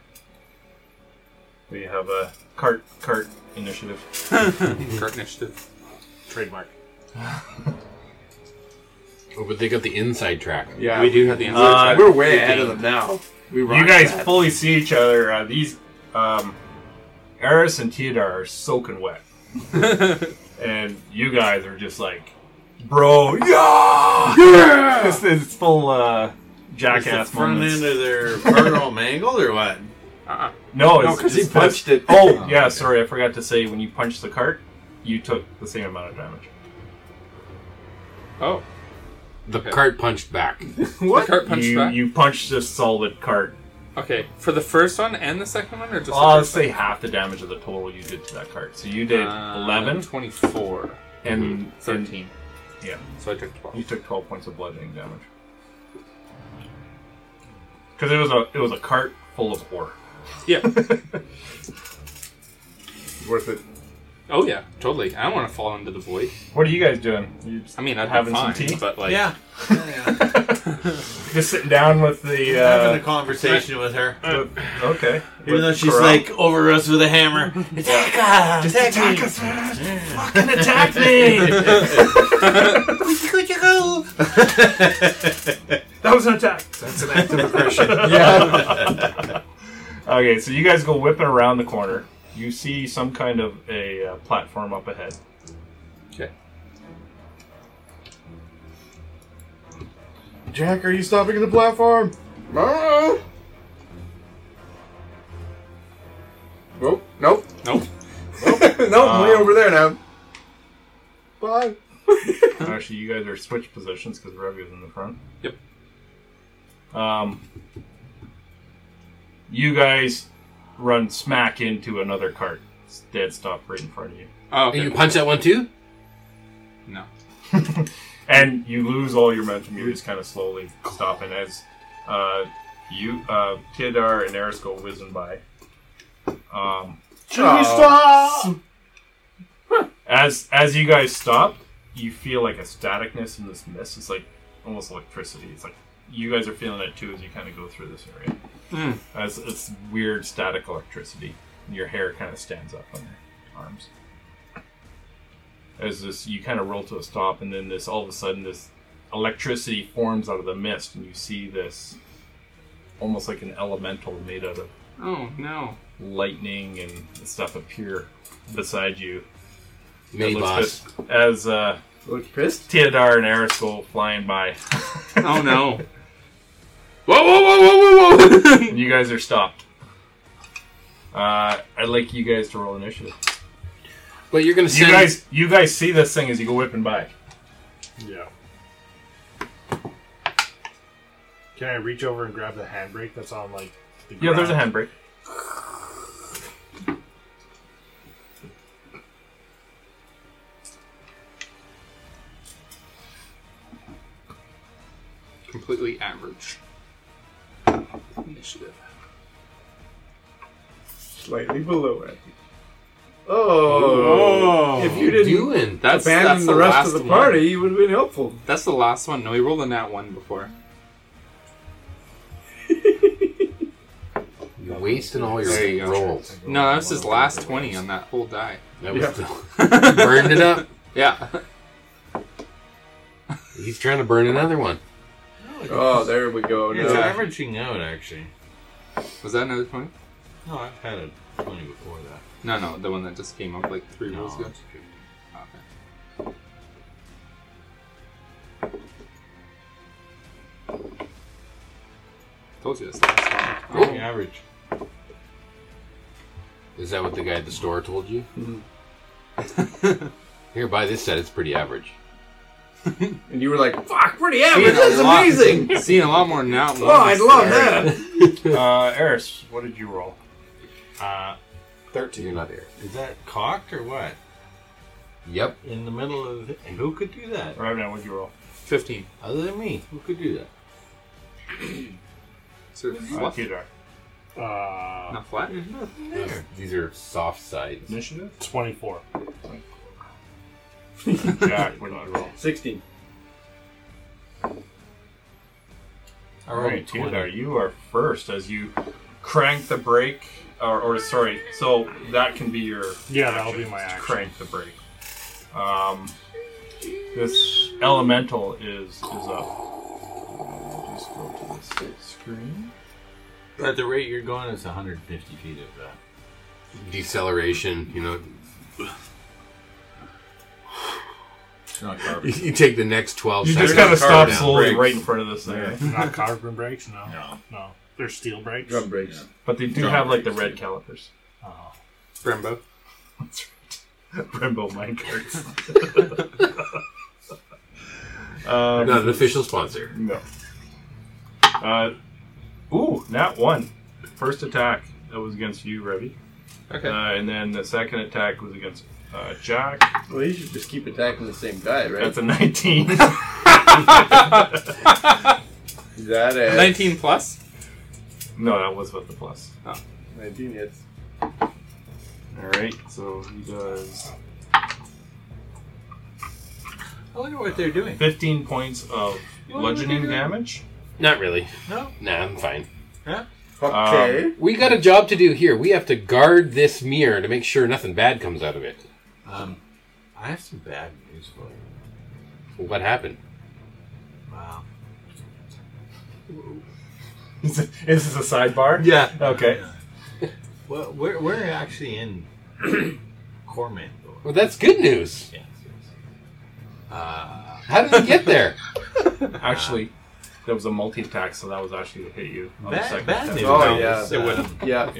We have a cart cart initiative.
Cart initiative.
Trademark.
Oh, but they got the inside track.
Yeah.
We do have the answer.
Uh,
We're way ahead of them now. We rock
You guys
that.
fully see each other. Uh, these um, Eris and Teodar are soaking wet, and you guys are just like, bro, yeah, This is full uh,
Is the
jackass
front end
moments.
of their vernal mangled or what?
uh-uh.
No, it's
No, because he
just
punched it.
Oh, yeah. Sorry, I forgot to say. When you punched the cart, you took the same amount of damage.
Oh.
The cart punched back.
The cart punched
you
back?
you punched this solid cart.
Okay. For the first one and the second one, or just
Well,
the
let's
first
say half the damage of the total you did to that cart. So you did
one? Uh,
11
24.
and 13.
13.
Yeah.
So I took 12.
You took twelve points of bludgeoning damage. Because it was a it was a cart full of ore.
Yeah.
Worth it.
Oh, yeah. Totally. I don't want to fall into the void.
What are you guys doing? You just
I mean, I'd
Having
have
some
fine,
tea?
but like.
Yeah, yeah, yeah.
just sitting down with the
having a
uh,
conversation with her.
with- okay.
Even though
With
she's
Corral.
like over us with a hammer. Attack us!
Just
attack
attack
me.
us, man. Fucking attack me!
Squeaky, squeaky, go.
that was an attack.
That's an act of aggression.
yeah. okay, so you guys go whipping around the corner. You see some kind of a uh, platform up ahead.
Okay.
Jack, are you stopping at the platform?
No. Nope. Oh, Nope. nope.
Nope.
way
Um,
over there now.
Bye.
Actually, you guys are switched positions because Revy is in the front.
Yep.
Um, you guys run smack into another cart. It's dead stop right in front of you.
Oh,
Hey,
okay.
you punch that one too?
No.
and you lose all your momentum. You just kind of slowly stopping as uh, you, uh, Kidar, and Eris go whizzing by. Um,
Should we stop?
as as you guys stop, you feel like a staticness in this mist. It's like almost electricity. It's like you guys are feeling it too as you kind of go through this area.
Mm.
As it's weird static electricity. And your hair kind of stands up on your arms. As this, you kind of roll to a stop, and then this all of a sudden this electricity forms out of the mist, and you see this almost like an elemental made out of
Oh no.
lightning and stuff appear beside you.
Mini
It looks
boss.
pissed As uh,
Look pissed.
Teodar and Eris go flying by.
Oh no. Whoa! Whoa! Whoa! Whoa! Whoa! Whoa!
And you guys are stopped. Uh, I'd like you guys to roll initiative.
But you're gonna
You
send
guys, you guys see this thing as you go whipping by.
Yeah. Can I reach over and grab the handbrake that's on like the
Yeah, there's a
ground?
handbrake.
Completely average. Initiative.
Slightly below it. Oh.
Oh.
If you
What are
didn't
you doing?
That's
abandon
that's
the rest of
last
the
one.
party, you would have been helpful.
That's the last one. No, he rolled a nat one before.
You're wasting all your
There you go.
rolls.
No, that was his last twenty on that whole die.
That was the- burned it up.
Yeah.
He's trying to burn another one.
Oh, there we go.
It's
No.
averaging out, actually.
Was that another twenty?
No, I've had a 20 before that.
No, no, the one that just came up like three
No,
rolls ago.
it's 50.
Okay. Ah, Told you it's the last one.
The average.
Is that what the guy at the store told you? Here, buy this set. It's pretty average.
And you were like, fuck, pretty average.
Seeing a
That's
lot-
amazing.
Seeing a lot more now.
Oh, I'd love that.
Uh, Eris, what did you roll?
Uh,
You're not here.
is that cocked or what?
Yep.
In the middle of the And who could do that?
Ravna, what did you roll?
Fifteen.
Other than me, who could do that?
So
Uh,
fluff,
Kedar.
Uh,
not flat.
There's nothing
Those-
there.
These are soft sides.
Initiative?
24.
Jack, what did you roll?
16.
I
All
rolled a
right,
20.
Kedar, you are first as you crank the brake, or, or sorry, so that can be your
Yeah, that'll be my
Just
action.
Crank the brake. Um, this elemental is is up. Just go to this screen.
At the rate you're going, it's 150 feet of uh, that.
Deceleration. You know,
It's not garbage.
you take the next twelve.
You
seconds.
just gotta
Car
stop
down.
slowly
Brakes.
right in front of this thing.
Not carbon brakes? No.
No.
No. They're steel brakes?
Drum brakes.
But they do
Drum
have like the
brakes,
red
yeah.
calipers.
Oh.
Brembo.
Brembo minecarts. um,
Not an official sponsor.
No. Uh, ooh, not one. First attack that was against you, Revy.
Okay.
Uh, and then the second attack was against uh, Jack.
Well, you should just keep attacking the same guy, right?
That's a 19.
Is that it?
Nineteen plus.
no, that was with the plus.
19 hits.
All right, so he does
I wonder what they're doing.
15 points of bludgeoning damage.
Not really.
No?
Nah, I'm fine.
Um, Okay.
We got a job to do here. We have to guard this mirror to make sure nothing bad comes out of it.
Um, I have some bad news for you.
What happened?
Wow.
Is, it, is this a sidebar?
Yeah.
Okay.
Well, we're, we're actually in Corman.
Well, that's good news.
Yes, yes.
How did we get there?
Actually, there was a multi attack, so that was actually to hit you. on the
Bad-
second
bad
attack.
news.
Oh,
No,
yeah.
it's, uh,
Yeah.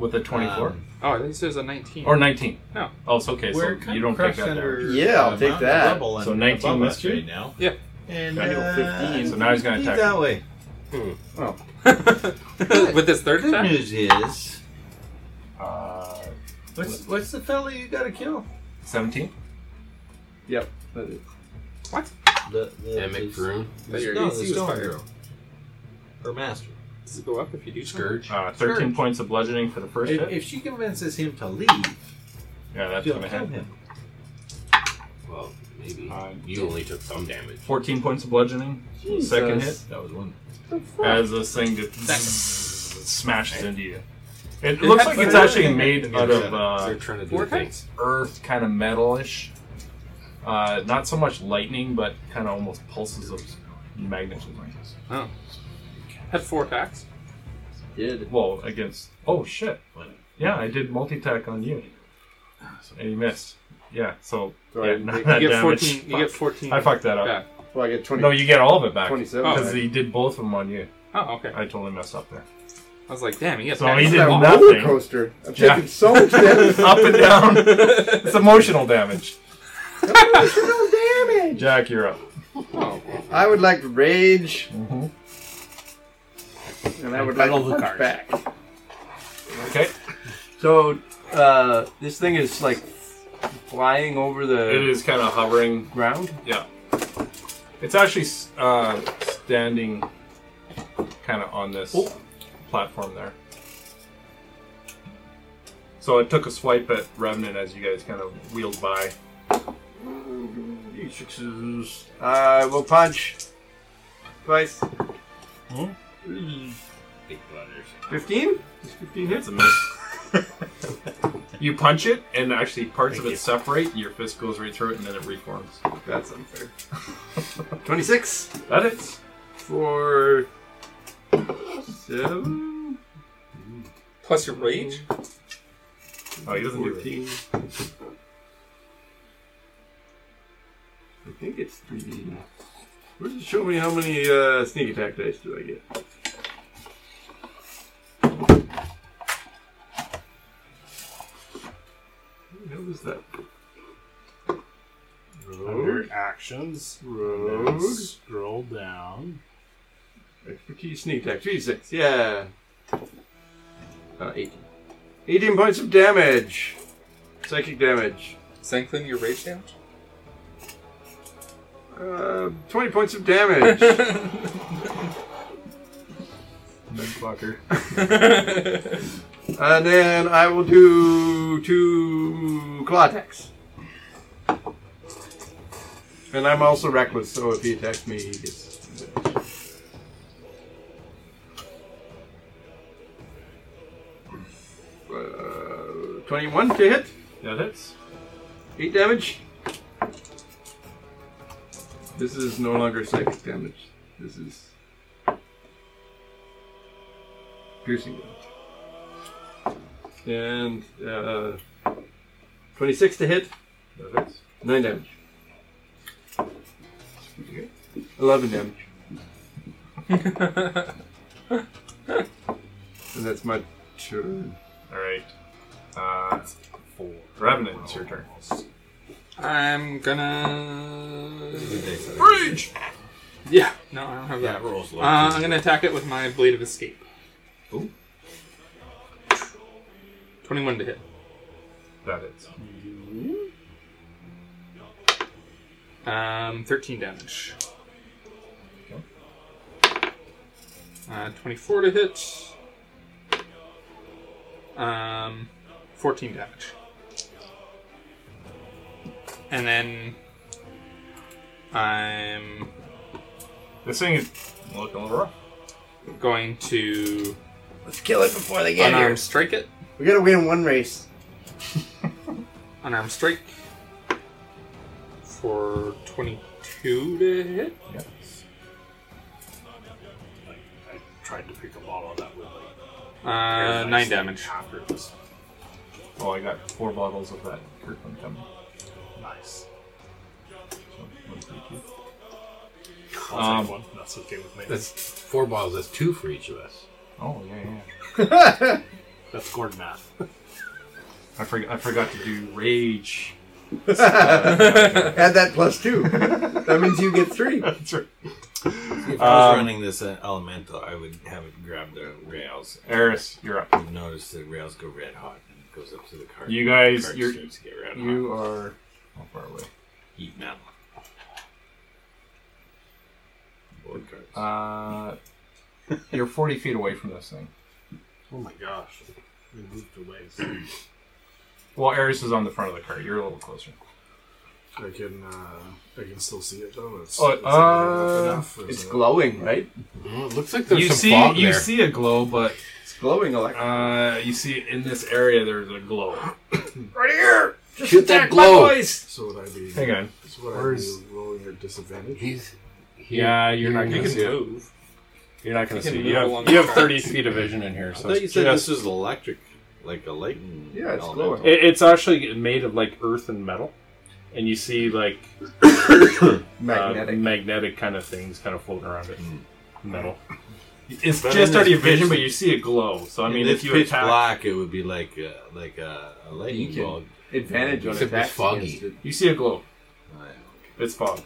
With a 24.
Um,
Oh, I think there's a 19.
or 19.
No.
Oh, it's okay.
we're
so
kind
you
of
don't take
crushed
that
under.
damage.
Yeah, I'll
the
take
amount of
that.
rubble
So
and
19
above
missed
us
you?
right now.
Yeah.
And
I got
uh,
15.
So now he's gonna
he's
attack
that
you.
way.
With this third
Good
attack?
news is,
Uh,
what's what's the fella you gotta kill?
17.
Yep. that is-
The the
Yeah, McBroom.
the-
Your
no,
AC
the
was
stone
fired.
girl. Her master.
Does it go up if you do something?
Scourge.
Uh, 13
Sure.
points of bludgeoning for the first
If,
hit.
if she convinces him to leave,
yeah, that's
she'll
gonna
kill
hit.
him.
Well, maybe.
Uh,
you only took some damage.
14 points of bludgeoning. Second hit.
That was one.
As this thing just zzz, smashes into you. It
It
looks
had
like it's
fire.
actually made out of
They're
uh,
trying to do
Four
things.
earth, kind of metalish. Uh, not so much lightning, but kind of almost pulses of magnetism.
Had four attacks.
Did.
Well, against. Oh shit! Yeah, I did multi attack on you, and you missed. Yeah, so
So
yeah,
I
not
take-
that
You get
damage.
14. You
Fuck.
get 14.
I fucked that up.
back.
Well, I get 20,
No, you get all of it back
27.
Oh.
because he did both of them on you.
Oh, okay.
I totally messed up there.
I was like, damn, he gets
So
back
he
It's
to
did
the
that
wall.
nothing.
roller coaster. I'm
Yeah.
taking so much damage.
up and down. it's emotional damage.
No damage.
Jack, you're up.
I would like to rage. And I would like to
Mm-hmm. Battle of the
punch
cards.
back.
Okay.
So uh, this thing is like flying over
It
the
is kind of hovering.
ground.
Yeah. It's actually s- uh, standing kind of on this
Oh.
platform there. So it took a swipe at Remnant as you guys kind of wheeled by.
D6s. I will punch twice.
Hmm?
Fifteen.
It's a miss. you punch it, and actually parts of it separate. Your fist goes right through it, and then it reforms.
That's unfair. Twenty-six
That is.
for seven.
Plus your rage?
Oh, he doesn't do it.
I think it's three D. Where's it show me how many uh, sneak attack dice do I get? What was that? Rogue,
Under actions,
rogue,
scroll down.
expertise, sneak attack, three six, yeah. Uh, eighteen. Eighteen points of damage. Psychic damage.
Does that include your rage damage?
Uh, twenty points of damage.
Fucker.
And then I will do two claw attacks. And I'm also reckless, so if he attacks me, he gets. Uh, 21 to hit,
That hits.
8 damage. This is no longer psychic damage. This is piercing damage. And uh, 26 to hit,
That hits.
9 damage. 11 damage. and that's my turn.
All right. Uh, Revenant, it's your turn.
I'm gonna.
Rage.
Yeah. No, I don't have that.
That rolls low.
Uh, I'm gonna attack it with my blade of escape.
Ooh.
Twenty-one to hit.
That is.
Um, thirteen damage. Uh, twenty-four to hit. Um, fourteen damage. And then I'm
This thing is looking a little rough.
going to
Let's kill it before they
unarmed strike it.
We gotta win one race.
unarmed strike for 22 to hit.
Yep.
pick a bottle that would like.
Uh, nine damage.
After it was
Oh, I got four bottles of that Kirkland coming.
nice.
So, one for each.
I'll
Um,
take one. That's okay with me.
That's four bottles. That's two for each of us.
Oh yeah, yeah.
That's Gordon math.
I forgot. I forgot to do rage.
Add that plus two. that means you get three.
That's right.
If I
Um,
was running this uh, elemental, I would have it grab the rails.
Eris, you're up.
You've noticed the rails go red hot and it goes up to the cart.
You guys-
Cart
you're-
starts to get red hot.
You are how far away?
Heat metal. Board cards.
Uh, you're 40 feet away from this thing.
Oh my gosh. We moved away.
Well, Eris is on the front of the cart. You're a little closer.
I can uh, I can still see it though. It's,
Oh,
it's lit
uh,
enough. Is
It's
it-
glowing, right?
it looks like
you see, you see a glow, but
It's glowing, Alexa.
uh, you see in this area there's a glow.
shoot that glow.
so would I be?
Hang on.
So would
Where's-
I be rolling at disadvantage?
He's
Yeah, you're not
You
gonna
can
see it.
move.
You're not gonna
You can
see it.
move
You
along
have, you have
the
30 feet of vision in here,
I
so
thought you
it's
said
just,
this was electric, like a lightning.
Yeah, it's
elemental.
glowing.
it, it's actually made of like earth and metal, and you see like
Magnetic.
uh,
um,
magnetic kind of things kind of floating around it. Metal.
It's
But
just
in
out of your
this
vision, but
pitch-
you see a glow. So I mean,
if
if you
pitch
attack,
black, it would be like a, like a, a lightning
can-
bolt.
Advantage on
Except it's
attacks.
foggy.
against it.
you see a glow. It's fog.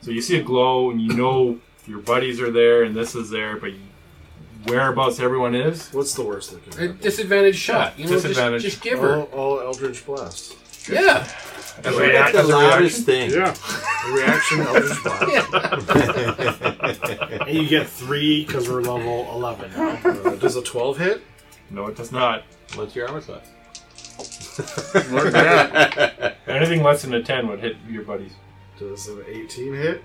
So you see a glow, and you know your buddies are there, and this is there, but you, whereabouts everyone is,
What's the worst that can
a
happen?
disadvantage shot. You know,
Disadvantage.
Just, just give
All,
her.
all Eldritch Blast.
Yeah.
as a react-
the
as a reaction,
loudest thing.
A reaction Eldritch Blast.
And you get three because we're level 11.
Uh, does a twelve hit?
no, it does not.
What's your armor class?
More than that.
Anything less than a ten would hit your buddies.
Does an eighteen hit?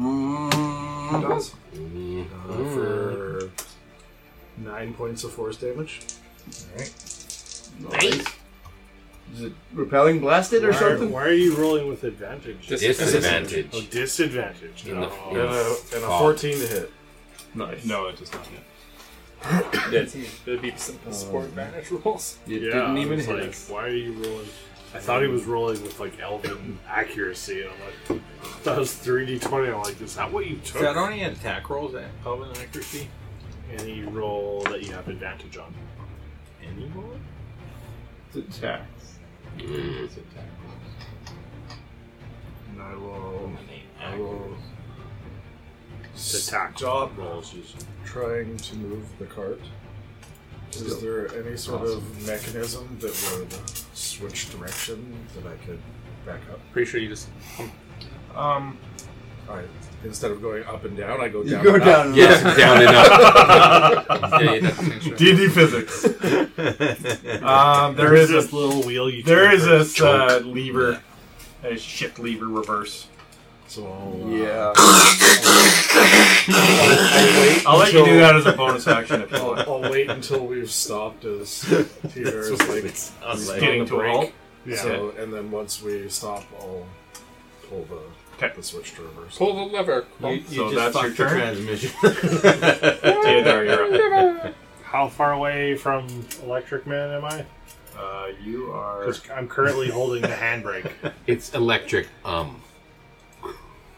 It does. Uh, for nine points of force damage.
Nice. Is it repelling blasted or
Why are,
something?
why are you rolling with advantage?
Disadvantage.
oh, disadvantage.
In the-
Oh.
And a, and a
Oh.
fourteen to hit.
Nice. No, it does not. Hit.
It'd be simple sport advantage rules.
It
Yeah,
didn't even
I was
hit
like,
us.
Why are you rolling? I thought he was rolling with like elven accuracy, and I'm like, that was three d twenty. I'm like, is that what you
Is
took?
that only attack rolls at Elven accuracy?
Any roll that you have advantage on.
Anymore?
It's attacks.
Mm.
It's attack rolls.
And I will
I
will-
The attack
Job.
rolls. you said.
trying to move the cart. Is there any sort of mechanism that would switch direction that I could back up?
Pretty sure you just.
Um,
I instead of going up and down, I go
You
down.
go
and up.
down.
Yes, down and up. yeah,
D&D physics. um, there is
this
a
little wheel. You
there
turn
is
first.
this uh, lever, a shift lever reverse.
So I'll, uh,
Yeah.
I'll let you do that as a bonus action if you want.
I'll, I'll wait until we've stopped as Peter is like
Getting to a halt.
So, and then once we stop, I'll pull the
Okay.
the switch to reverse.
Pull the lever.
You, you
So
just
that's your
fucked the
turn?
transmission.
Theodore, you're up.
How far away from Electric Man am I?
Uh, you are.
'Cause I'm currently holding the handbrake.
It's electric. Um.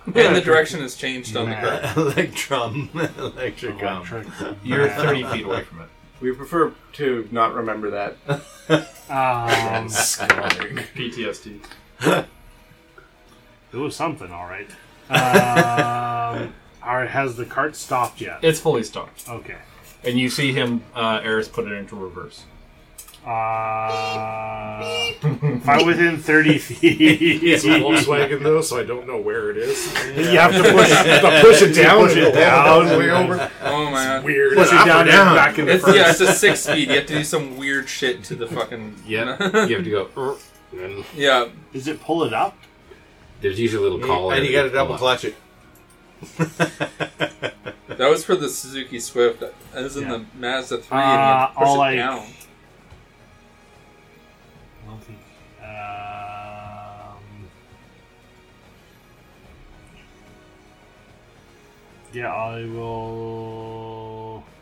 And the direction has changed on the cart.
Electrum. um, Electricum.
You're 30 feet away from it.
We prefer to not remember that.
Um,
PTSD.
it was something, all right. Um, all right, has the cart stopped yet?
It's fully stopped.
Okay.
And you see him, uh, Eris, put it into reverse.
Uh, if I'm within 30 feet,
It's a Volkswagen though, so I don't know where it is.
you have to push, to push it down. Push it down.
Way over.
Oh my god.
Weird.
Push it down, and back in the
It's,
front.
yeah, it's a six speed. You have to do some weird shit to the fucking.
Yeah. you have to go. "Er," and then
yeah.
Is it pull it up?
there's usually a little collar.
and you gotta
that
double
pull up.
clutch it.
That was for the Suzuki Swift. That was in
Yeah.
the Mazda 3 and you had to
Uh, I'll,
push it
like-
down.
I don't think. Um, Yeah, I will.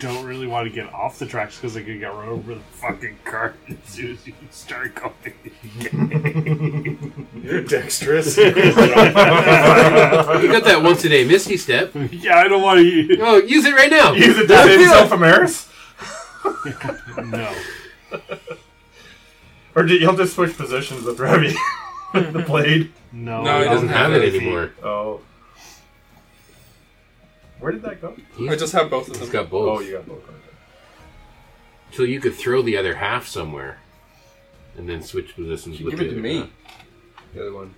Don't really want to get off the tracks because I could get run over with a fucking car as soon as you start going.
You're dexterous.
you
You got
got
that once a day Misty step.
Yeah, I don't want to use.
Oh, use it right now.
Use it to save yourself from Eris?
no.
Or do you'll just switch positions with Revy? the blade?
No.
No, he doesn't have it anymore.
Oh. Where did that go?
I just have both of them.
He's got both.
Oh, you got both. Okay.
So you could throw the other half somewhere, and then switch positions.
You
with
give it
the
to
other
me.
half.
The other one.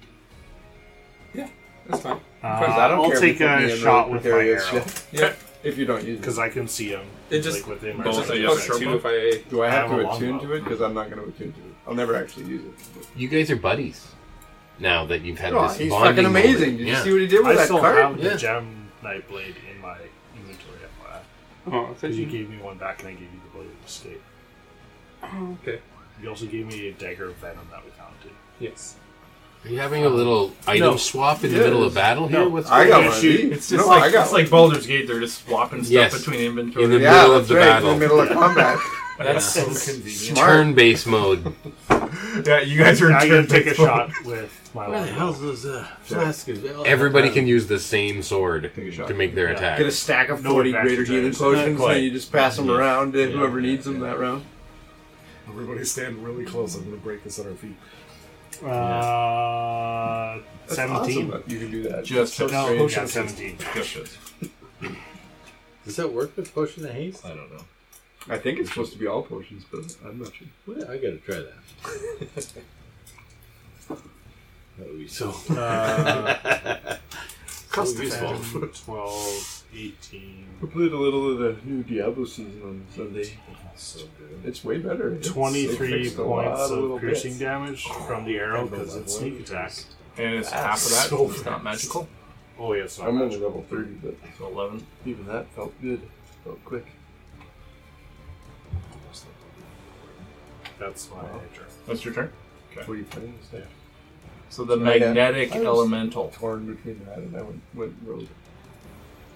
That's fine.
Uh,
Because I
don't
I'll
care if
take
you put me in
a
the
shot with my
precarious
arrow
shit.
Yeah.
If you don't use it.
because I can see him.
It just
like within my
It's just
range.
like plus two if I.
Do I have
I have a
to attune
longbow.
to it? Because I'm not going to attune to it. I'll never actually use it.
You guys are buddies now that you've had
Oh,
this.
he's
bonding
fucking
moment.
amazing. Did
Yeah.
you see what he did with
I
that
still
card?
have
Yeah.
the gem knight blade in my inventory. FYI.
Oh, I thought
Because you
you-
gave me one back and I gave you the blade of escape.
Oh, okay.
You also gave me a dagger of venom that we found too.
Yes.
Are you having a little item
No.
swap in the
Yes.
middle of battle here?
No.
What's
I
going
got
on?
one.
It's just
No, I
like
got
it's like Baldur's Gate. They're just swapping stuff
Yes.
between
In the
inventory.
Yeah,
middle of
that's
the
right,
battle.
In the middle of combat.
That's
Yeah.
so convenient.
Turn based mode.
yeah, you guys are in
I'm
turn
gonna take a
based
shot with my
Where the
longbow.
hell's those uh, flask is?
Everybody can use the same sword
Take a shot.
to make their
Yeah.
attack.
Get a stack of
No
40
advantage,
greater
I
healing
guess.
potions,
quite.
and you just pass them around to
Yeah.
whoever needs them that round.
Everybody stand really close. I'm gonna break this at our feet.
Uh,
That's
seventeen.
awesome that You can do that.
Just
So
hits.
No,
strange.
yeah, seventeen.
Just hits.
Does that work with potion of haste?
I don't know.
I think it's supposed to be all potions, but I'm not sure.
Well, I gotta try that. that would be so.
Uh,
Cost
Ten,
effective.
Twelve, eighteen,
We played a little of the new Diablo season on Sunday.
so good.
It's way better. It's- they
twenty-three
fixed a lot
points
little
of piercing
bits.
damage from the arrow because it's sneak attack.
And it's half of that.
so
it's not magical.
Oh yeah, it's not
I'm only
magical.
level 30, but
So eleven.
even that felt good. Felt quick.
That's my turn.
That's your turn.
What are you playing this day?
So the
I got-
magnetic
I was-
elemental.
Torn between that and I went, went rogue.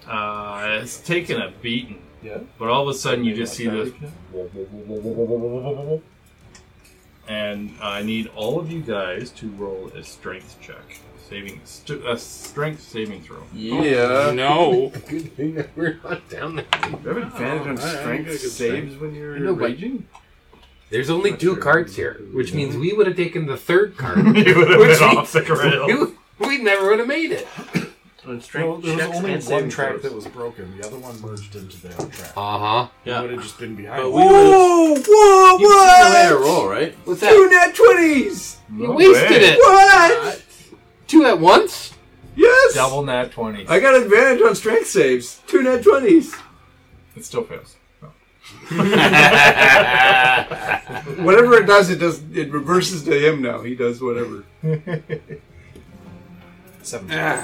Uh, it's taken a beating,
Yeah.
but all of a sudden you just see this, and I need all of you guys to roll a strength check, saving st- a strength saving throw.
Yeah.
No.
Good thing that we're not down there.
You have advantage on strength saves when you're
I know, but-
raging?
There's only two cards here, which means
Mm-hmm.
we would have taken the third card.
you would
Which
have been
means-
off the rail.
You- we never would have made it.
On
Well,
strength
there was
checks
only one
and saving
track
throws.
that was
broken. The other one merged into the other track.
Uh huh.
Oh.
Yeah.
Would have just been behind.
But we whoa, whoa,
You've
what?
seen the way I
roll, right?
What's
Two
that?
nat 20s!
You wasted it.
What?
Two at once?
Yes!
Double nat twenty.
I got advantage on strength saves. Two nat 20s.
It still fails.
Whatever it does, it does. It reverses to him now. He does whatever.
Seven.
Can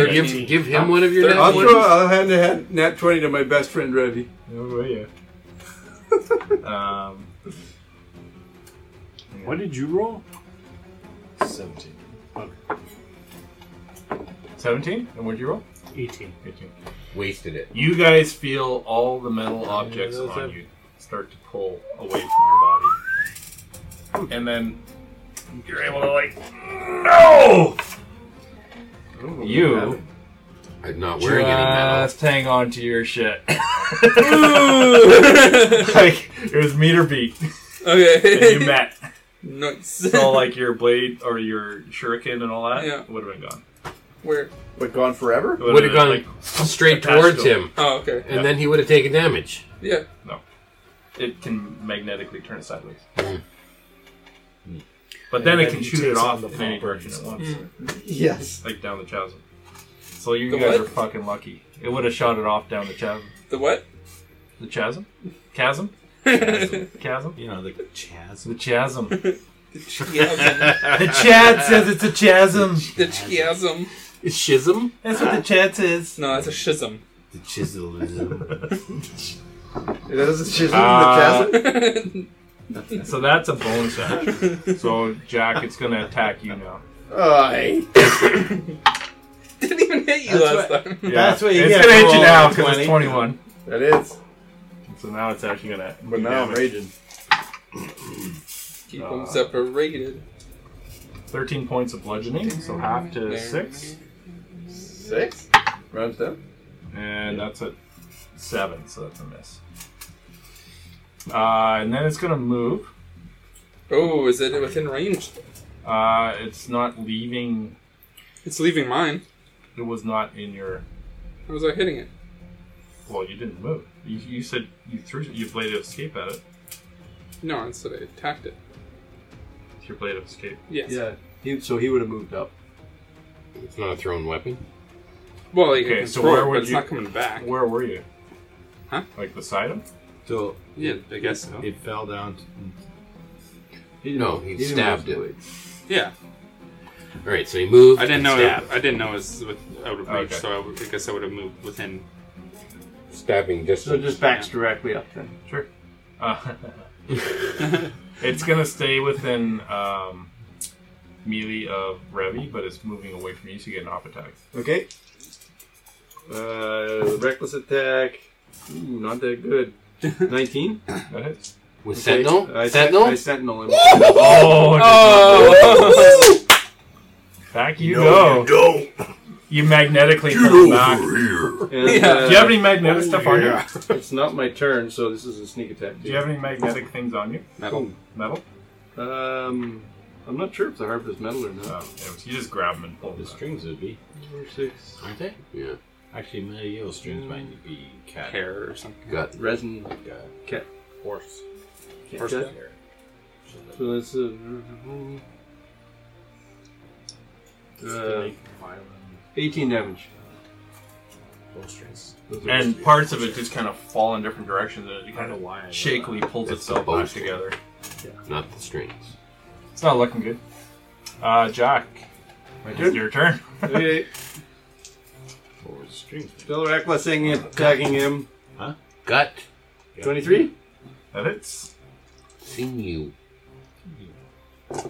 Uh,
you give, give him one of your
Third-
nat
I'll
ones?
throw a hand to hand nat 20 to my best friend, Revy.
Oh yeah. um,
What did you roll?
Seventeen.
seventeen. And what'd you roll?
Eighteen.
Eighteen.
Wasted it.
You guys feel all the metal objects
those
on
have-
you start to pull away from your body. And then you're able to, like, no! You
I'm not wearing any metal.
just hang on to your shit. like, it was meter beat, and
Okay.
you met.
nice.
So, like, your blade or your shuriken and all that
Yeah.
would have been gone.
Where?
But gone forever?
It
Would have
been,
gone straight
attached
towards
to
him,
Oh, okay.
and then he would have taken damage.
Yeah.
it can magnetically turn it sideways.
Hmm.
But then it can shoot it off in any direction it wants.
Yes.
like down the chasm. So you
Hmm. The
guys
what?
are fucking lucky. It would have shot it off down the chasm.
The what?
The chasm? Chasm? Chasm?
You know the chasm.
The chasm. the
Chiasm.
Chad says it's a chasm.
the chiasm.
Schism?
That's what the Chad says.
No, that's a schism.
The chiselism.
It has a chisel
Uh,
in the chasm?
So that's a bonus action. So Jack, it's gonna attack you now.
Aye.
Didn't even hit you
That's
last
what-
time.
that's what you
it's
get
gonna
for
hit you
rolling
now
a
because
20.
it's 21.
That is.
So now it's actually gonna.
But now I'm raging.
Keep
Uh,
them separated.
13 points of bludgeoning, so half to 6.
Six? Rounds down?
And that's a 7, so that's a miss. Uh, and then it's going to move.
Oh, is it within range?
Uh, it's not leaving.
It's leaving mine.
It was not in your.
How was I hitting it?
Well, you didn't move. You, you said you threw your blade of escape at it.
No, I said I attacked it.
It's your blade of escape.
Yes.
Yeah. He, so he would have moved up.
It's not a thrown weapon.
Well, like,
Okay,
I
so
can throw
where
it,
would
but it's
you-
not coming back.
Where were you?
Huh?
Like beside him?
So
Yeah, I guess so.
it fell down. To,
No, he stabbed it.
Yeah.
All right, so he moved.
I didn't
and
know. It,
stabbed.
I didn't know it was with, out of reach,
Okay.
so I, would, I guess I would have moved within.
Stabbing
So
distance.
it just backs directly up then.
Sure. Uh, it's gonna stay within um, melee of Revy, but it's moving away from you, so you get an off attack.
Okay. Uh, reckless attack. Ooh, not that good. 19?
That hits.
With
Okay,
Sentinel?
I,
Sentinel?
I sentinel him.
Oh,
Oh!
back you go. You, magnetically pull back.
And,
Yeah.
uh,
Do you have any magnetic stuff on you?
It's not my turn, so this is a sneak attack.
Do you have any magnetic things on you?
Metal.
Metal?
Um, I'm not sure if the harp is metal or
No.
not.
anyways, you just grab them and pull
the
them. back.
strings would be.
Four, six.
Aren't they? Yeah.
Actually, medieval strings might be cat.
hair or something.
Got
Resin.
uh,
Cat.
horse.
Cat.
Horse
So
hair.
that's a. Uh, 18 damage.
strings.
And parts of it just kind of fall in different directions, and it
I
kind
don't know
of
why. I know
shakily pulls
It's the
itself back
bowstring.
together.
not the strings.
It's not looking good. Uh, Jack, it's your turn.
Okay,
that. Forward strings.
still recklessing, attacking him.
Gut,
23?
That hits.
sinew,
Uh,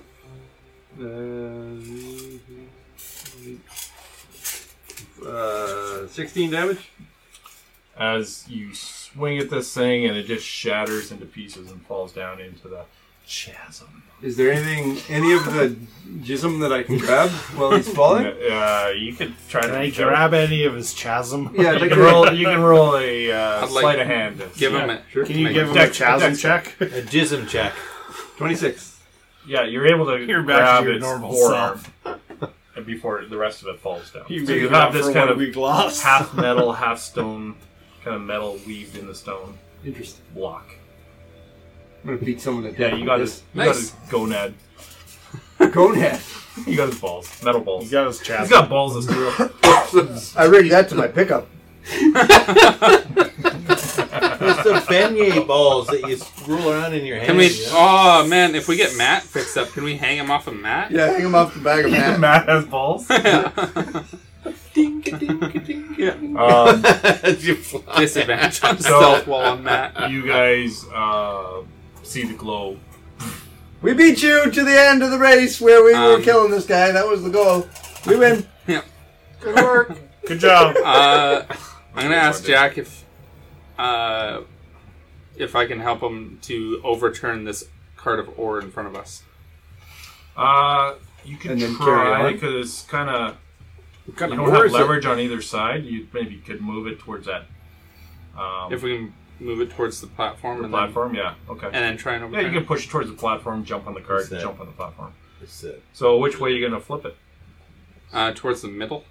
uh, 16 damage?
As you swing at this thing, and it just shatters into pieces and falls down into the chasm.
Is there anything, any of the jism that I can grab while he's falling?
Uh, you could try
Can
to
I
reach
grab any of his chasm?
Yeah,
Out.
I'd
You
like
can
to roll.
roll. You can roll a uh,
I'd like-
sleight of hand. to-
Give
yeah.
him it.
Can you
Make
give
a
him
dex-
a chasm
dex
check?
A jism check.
26.
Yeah, you're able to
You're back to
grab
your
its
normal
forearm and before the rest of it falls down. so you have this kind of
lost.
half metal, half stone, kind of metal weaved in the stone
Interesting.
block.
I'm gonna beat someone to death.
Yeah, you got
this.
his, you
Nice.
got his gonad.
Gonad.
You got his balls, metal balls.
You got his chasm.
He's got balls this real.
I rigged that to my pickup.
It's the beignet balls that you roll around in your hand.
Can we?
you know?
Oh man, if we get Matt fixed up, can we hang him off a mat?
Yeah, hang him off the bag of mat.
Matt has balls.
Ding, ding, ding.
Um,
As you fly.
Disadvantage on
So-
stealth while on Matt.
you guys uh, see the glow.
We beat you to the end of the race where we
Um,
were killing this guy. That was the goal. We win.
Yeah.
Good work.
Good job.
Uh, I'm gonna ask Jack if, uh, if I can help him to overturn this cart of ore in front of us.
Uh, you can
And then carry
try
on.
because it's kind of you
Kinda
don't have
worse.
leverage on either side. You maybe could move it towards that um,
If we can move it towards the platform and
platform. Yeah. Okay.
then and then try and
Yeah,
overturn.
you can push it towards the platform, jump on the cart,
What's that?
jump on the platform.
It's a
So which way are you gonna flip it?
it. Uh, towards the middle.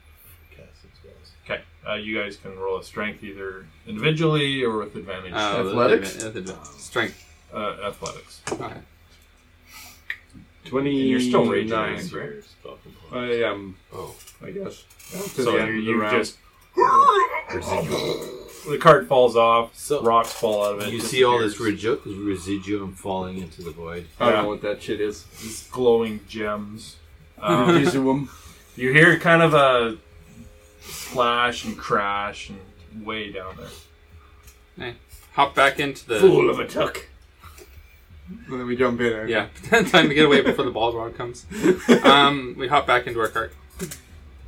cassis balls.
Okay, uh, you guys can roll a strength either individually or with advantage.
Oh.
Uh, with
Athletics?
advan- with advan- Strength.
Uh, athletics.
Okay.
20
you're still raging, right?
right?
Fucking balls.
I um, am.
Oh.
I guess.
So you, you just
residual.
the cart falls off,
So-
rocks fall out of it.
You see all this
disappears.
residu- residuum falling into the void.
I don't know what that shit is.
These glowing gems. Um,
Jism.
you hear kind of a splash and crash and way down there.
Hop back into the
of a tuck. Well, then we jump in.
Yeah, time to get away before the Balrog comes. Um, we hop back into our cart.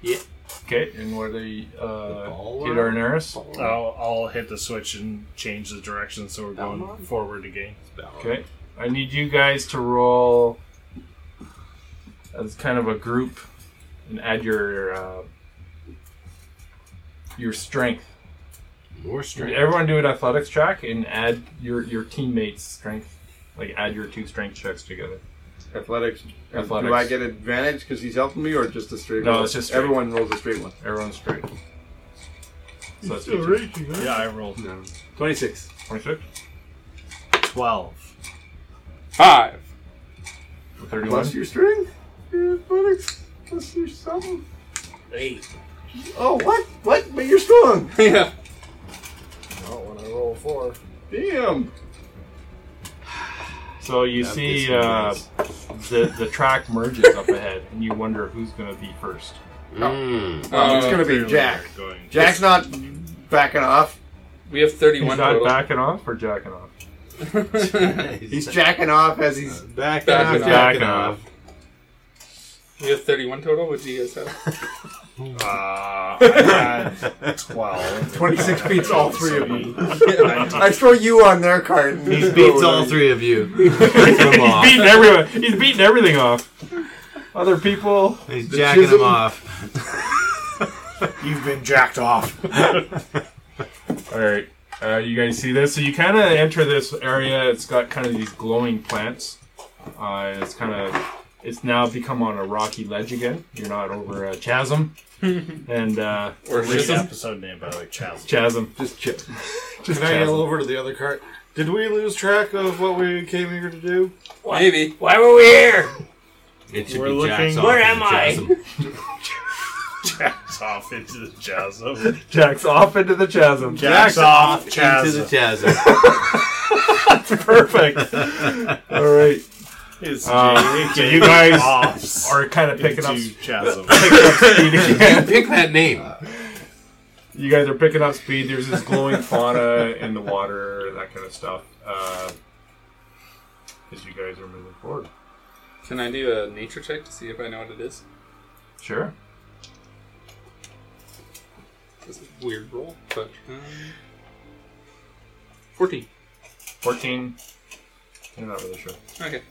Yeah.
Okay, and where they uh, hit
or-
our Nerys.
I'll, I'll hit the switch and change the direction so we're going
Balrog?
forward again.
Oh. Okay, I need you guys to roll as kind of a group and add your uh, your strength.
More strength.
Everyone do an athletics check and add your your teammates' strength. Like add your two strength checks together.
Athletics.
Athletics.
Do I get advantage because he's helping me, or just a straight?
No,
roll?
it's just straight.
everyone rolls a straight one.
Everyone's straight. So that's
still
easier.
raking, huh?
Yeah, I rolled.
Twenty-six.
26?
12.
Five.
31?
Plus your strength, your athletics, plus your something.
Eight.
Oh, what? What? But you're strong.
yeah.
No, when I roll four.
Damn.
So you
Yeah, this
see
one
uh, the the track merges up ahead, and you wonder who's going to be first.
Well,
Uh,
it's gonna be
clearly
Jack.
they're going-
Jack's not backing off.
We have
He's not backing off or jacking off.
He's jacking off as he's
back
Back
He's
off.
jacking off.
We have 31 total. What do you guys have?
Uh, I had 12.
26 beats all three of them.
Yeah.
I throw you on their card.
He beats all three of you. Breaks them off.
He's beating everyone. He's beating everything off. Other people.
He's jacking them off.
You've been jacked off.
All right. Uh, you guys see this? So you kind of enter this area. It's got kind of these glowing plants. Uh, it's kind of. It's now become on a rocky ledge again. You're not over a chasm. and uh,
Or
this is-
episode name, by the way, Chasm.
chasm.
Just chip.
Can I yell over to the other cart? Did we lose track of what we came here to do?
Maybe.
Why were we here?
It should
We're
be
looking-
Jack's off
Where
in
am
the
I?
chasm.
Jacks off into the chasm.
Jack's off into the chasm.
Jacks off
Into the
chasm.
chasm.
Perfect. All right.
It's
Um, so
Jamie
you guys
offs
are kind of picking up,
into chasm.
picking up speed again.
Pick that name.
Uh,
You guys are picking up speed. There's this glowing fauna in the water, that kind of stuff. Uh, as you guys are moving forward.
Can I do a nature check to see if I know what it is?
Sure.
It's a weird roll, but. Um, 14.
14. You're not really sure.
Okay.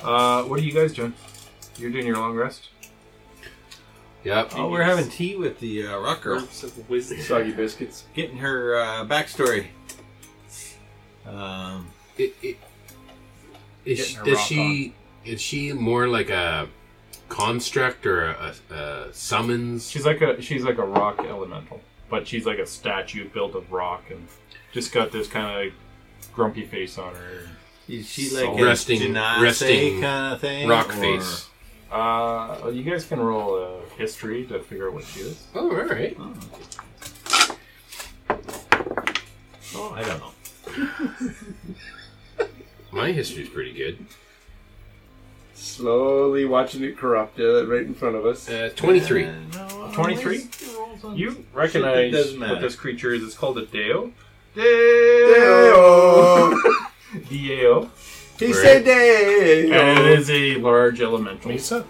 Uh, what are you guys doing? You're doing your long rest?
Yep.
Oh, we're having tea with the uh, rock girl.
Groups of wisdom.
Soggy biscuits.
Getting her uh, backstory. Um,
It, it, is she,
Getting her
does
rock
she is she more like a construct or a, a summons?
She's like a she's like a rock elemental, but she's like a statue built of rock and just got this kind of grumpy face on her.
is she like
So-
a
Resting-
Genasi
resting
kind of thing?
rock
or-
face.
Uh, well, you guys can roll a history to figure out what she is.
Oh, all right.
Oh, I don't know.
My history's pretty good.
Slowly watching it corrupt uh, right in front of us.
Uh, Twenty-three.
Uh, no,
23? You recognize
Shit, that doesn't
what
matter.
this creature is. It's called a Deo.
Deo.
Deo.
He said
And
Deo.
it is a large elemental.
Misa?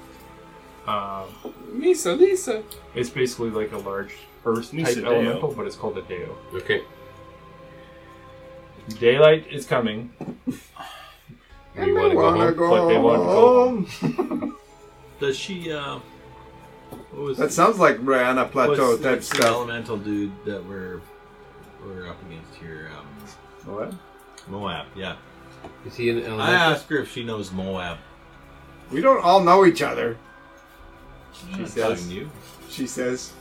Um,
Lisa, Lisa.
it's basically like a large earth type
Misadeo.
elemental, but it's called a Deo.
Okay.
Daylight is coming,
You want to go
Wanna
home?
go
but they want to go home.
Does she? Uh, what was
That sounds like Brianna
what's-
Plateau type
what's the
stuff.
elemental dude that we're we're up against here? Um,
What?
Moab. Yeah.
Is he an elemental?
I asked her if she knows Moab.
We don't all know each other.
She
says-
telling you.
She says.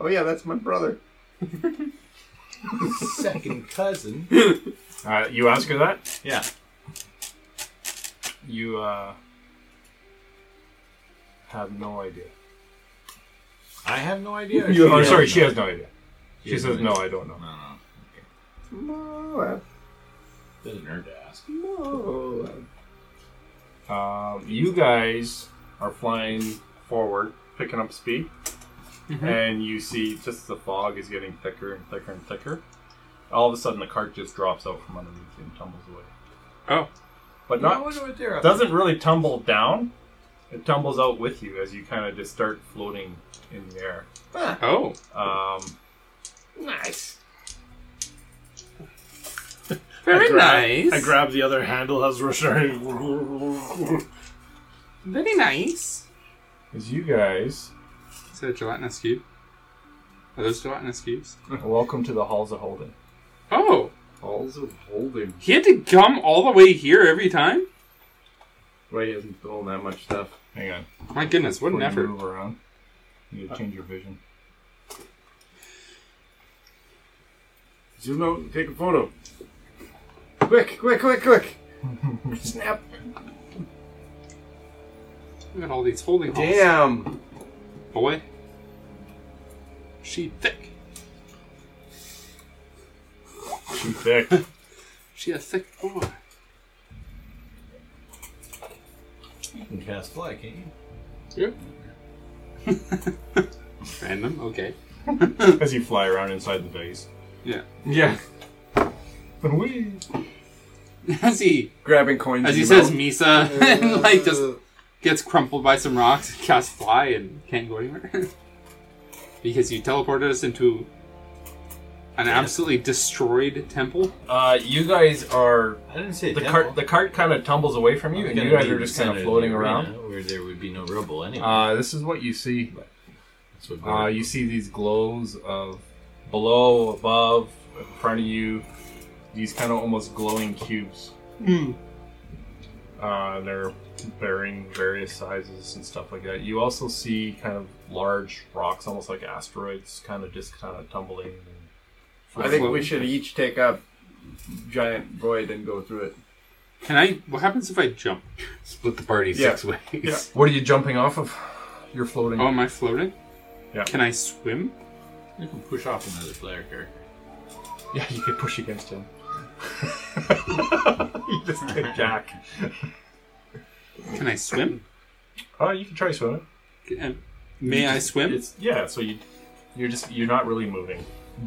Oh yeah, that's my brother.
Second cousin.
Uh, you ask her that?
Yeah.
You uh, have no idea.
I have no idea.
You, or
has
sorry,
no-
she has no idea. She,
has
says,
idea.
"No, I don't know."
No, no.
Moab,
Doesn't hurt to ask.
Oh.
Moab.
Um, you guys are flying forward, picking up speed.
Mhm.
and you see just the fog is getting thicker and thicker and thicker. All of a sudden, the cart just drops out from underneath you and tumbles away.
Oh,
but
No,
not
I wonder what they're up
doesn't really tumble down. It tumbles out with you as you kind of just start floating in the air.
Oh,
um,
Nice.
Very
I
nice.
I grab the other handle as we're starting.
Very nice.
As you guys.
Is that a gelatinous cube? Are those gelatinous cubes?
welcome to the halls of Holden.
Oh,
Halls of Holding.
he had to come all the way here every time?
Right, he hasn't stolen that much stuff.
Hang on.
My goodness, what an
Before you
effort.
Move around. You need to change your vision.
Zoom out and take a photo. Quick, quick, quick, quick. Snap.
Look at all these holding halls.
Damn.
Boy. She thick.
She thick.
She a thick boy.
You can cast fly, can't you?
Yep. Random, okay.
as you fly around inside the base.
Yeah.
Yeah.
As he
Grabbing coins.
as he
in
says
your mouth.
Misa and like just gets crumpled by some rocks, casts fly and can't go anywhere. because you teleported us into an absolutely destroyed temple.
Uh, you guys are.
I didn't say
The
temple.
cart, the cart kind of tumbles away from you, and you guys are just kind of floating around.
where there would be no rubble anyway.
Uh, this is what you see.
That's what
Uh, you see these glows of below, above, in front of you. These kind of almost glowing cubes. Uh, they're varying various sizes and stuff like that. You also see kind of large rocks, almost like asteroids, kind of just kind of tumbling.
I think we should each take up giant void and go through it.
Can I what happens if I jump?
Split the party
Yeah.
six ways.
Yeah.
What are you jumping off of? You're floating.
Oh am I floating?
Yeah.
Can I swim?
You can push off another player character.
Yeah, you could push against him. you just get Jack.
Can I swim?
Oh, you can try swimming.
Can- uh, May I swim?
It's yeah. So you, you're just you're not really moving,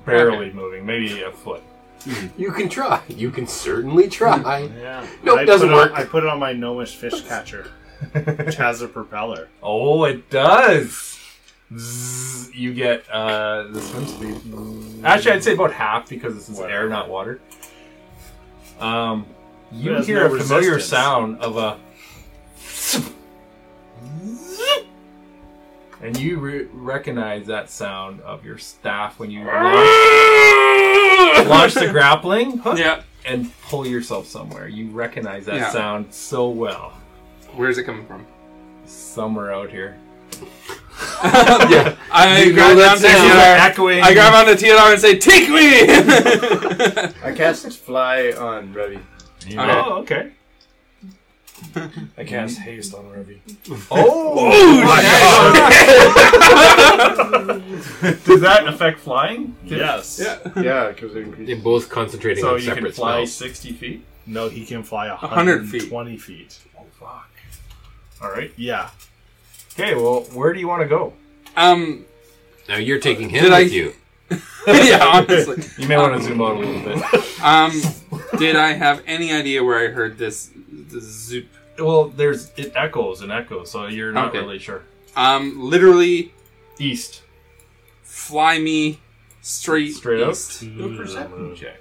barely moving, maybe a foot.
You can try. You can certainly try.
yeah.
Nope,
I
doesn't
put
work.
On, I put it on my gnomish fish catcher, which has a propeller.
Oh, it does. Zzz, You get uh, the swim speed. Actually, I'd say about half because this is air, not water. Um,
It
you
has
hear
no
a familiar
resistance.
sound of a, and you re- recognize that sound of your staff when you launch, launch the grappling hook
Yeah.
and pull yourself somewhere. You recognize that
Yeah.
sound so well.
Where's it coming from?
Somewhere out here,
yeah. I
You know
grab
that
down to
sound.
Teodar.
echoing.
I grab onto Teodar and say, "Take me!"
I cast fly on Revy.
Okay.
Oh, okay.
I cast haste on Revy.
Oh, Does that affect flying?
Yes.
Yeah, because it increases.
They're both concentrating
So
on
you can
separate
fly
spells.
60 feet?
No, he can fly
100 feet.
120 feet.
Oh, fuck. Alright.
Yeah.
Okay, well, where do you want to go?
um.
Now you're taking him
Did
with
I-
you.
Um, Yeah. Honestly.
You may want to zoom out a little bit.
Um. Did I have any idea where I heard this, this zoop?
Well, there's it echoes and echoes, so you're not
Okay.
really sure.
Um. Literally,
East.
fly me straight
Straight up?
east.
Do a perception check.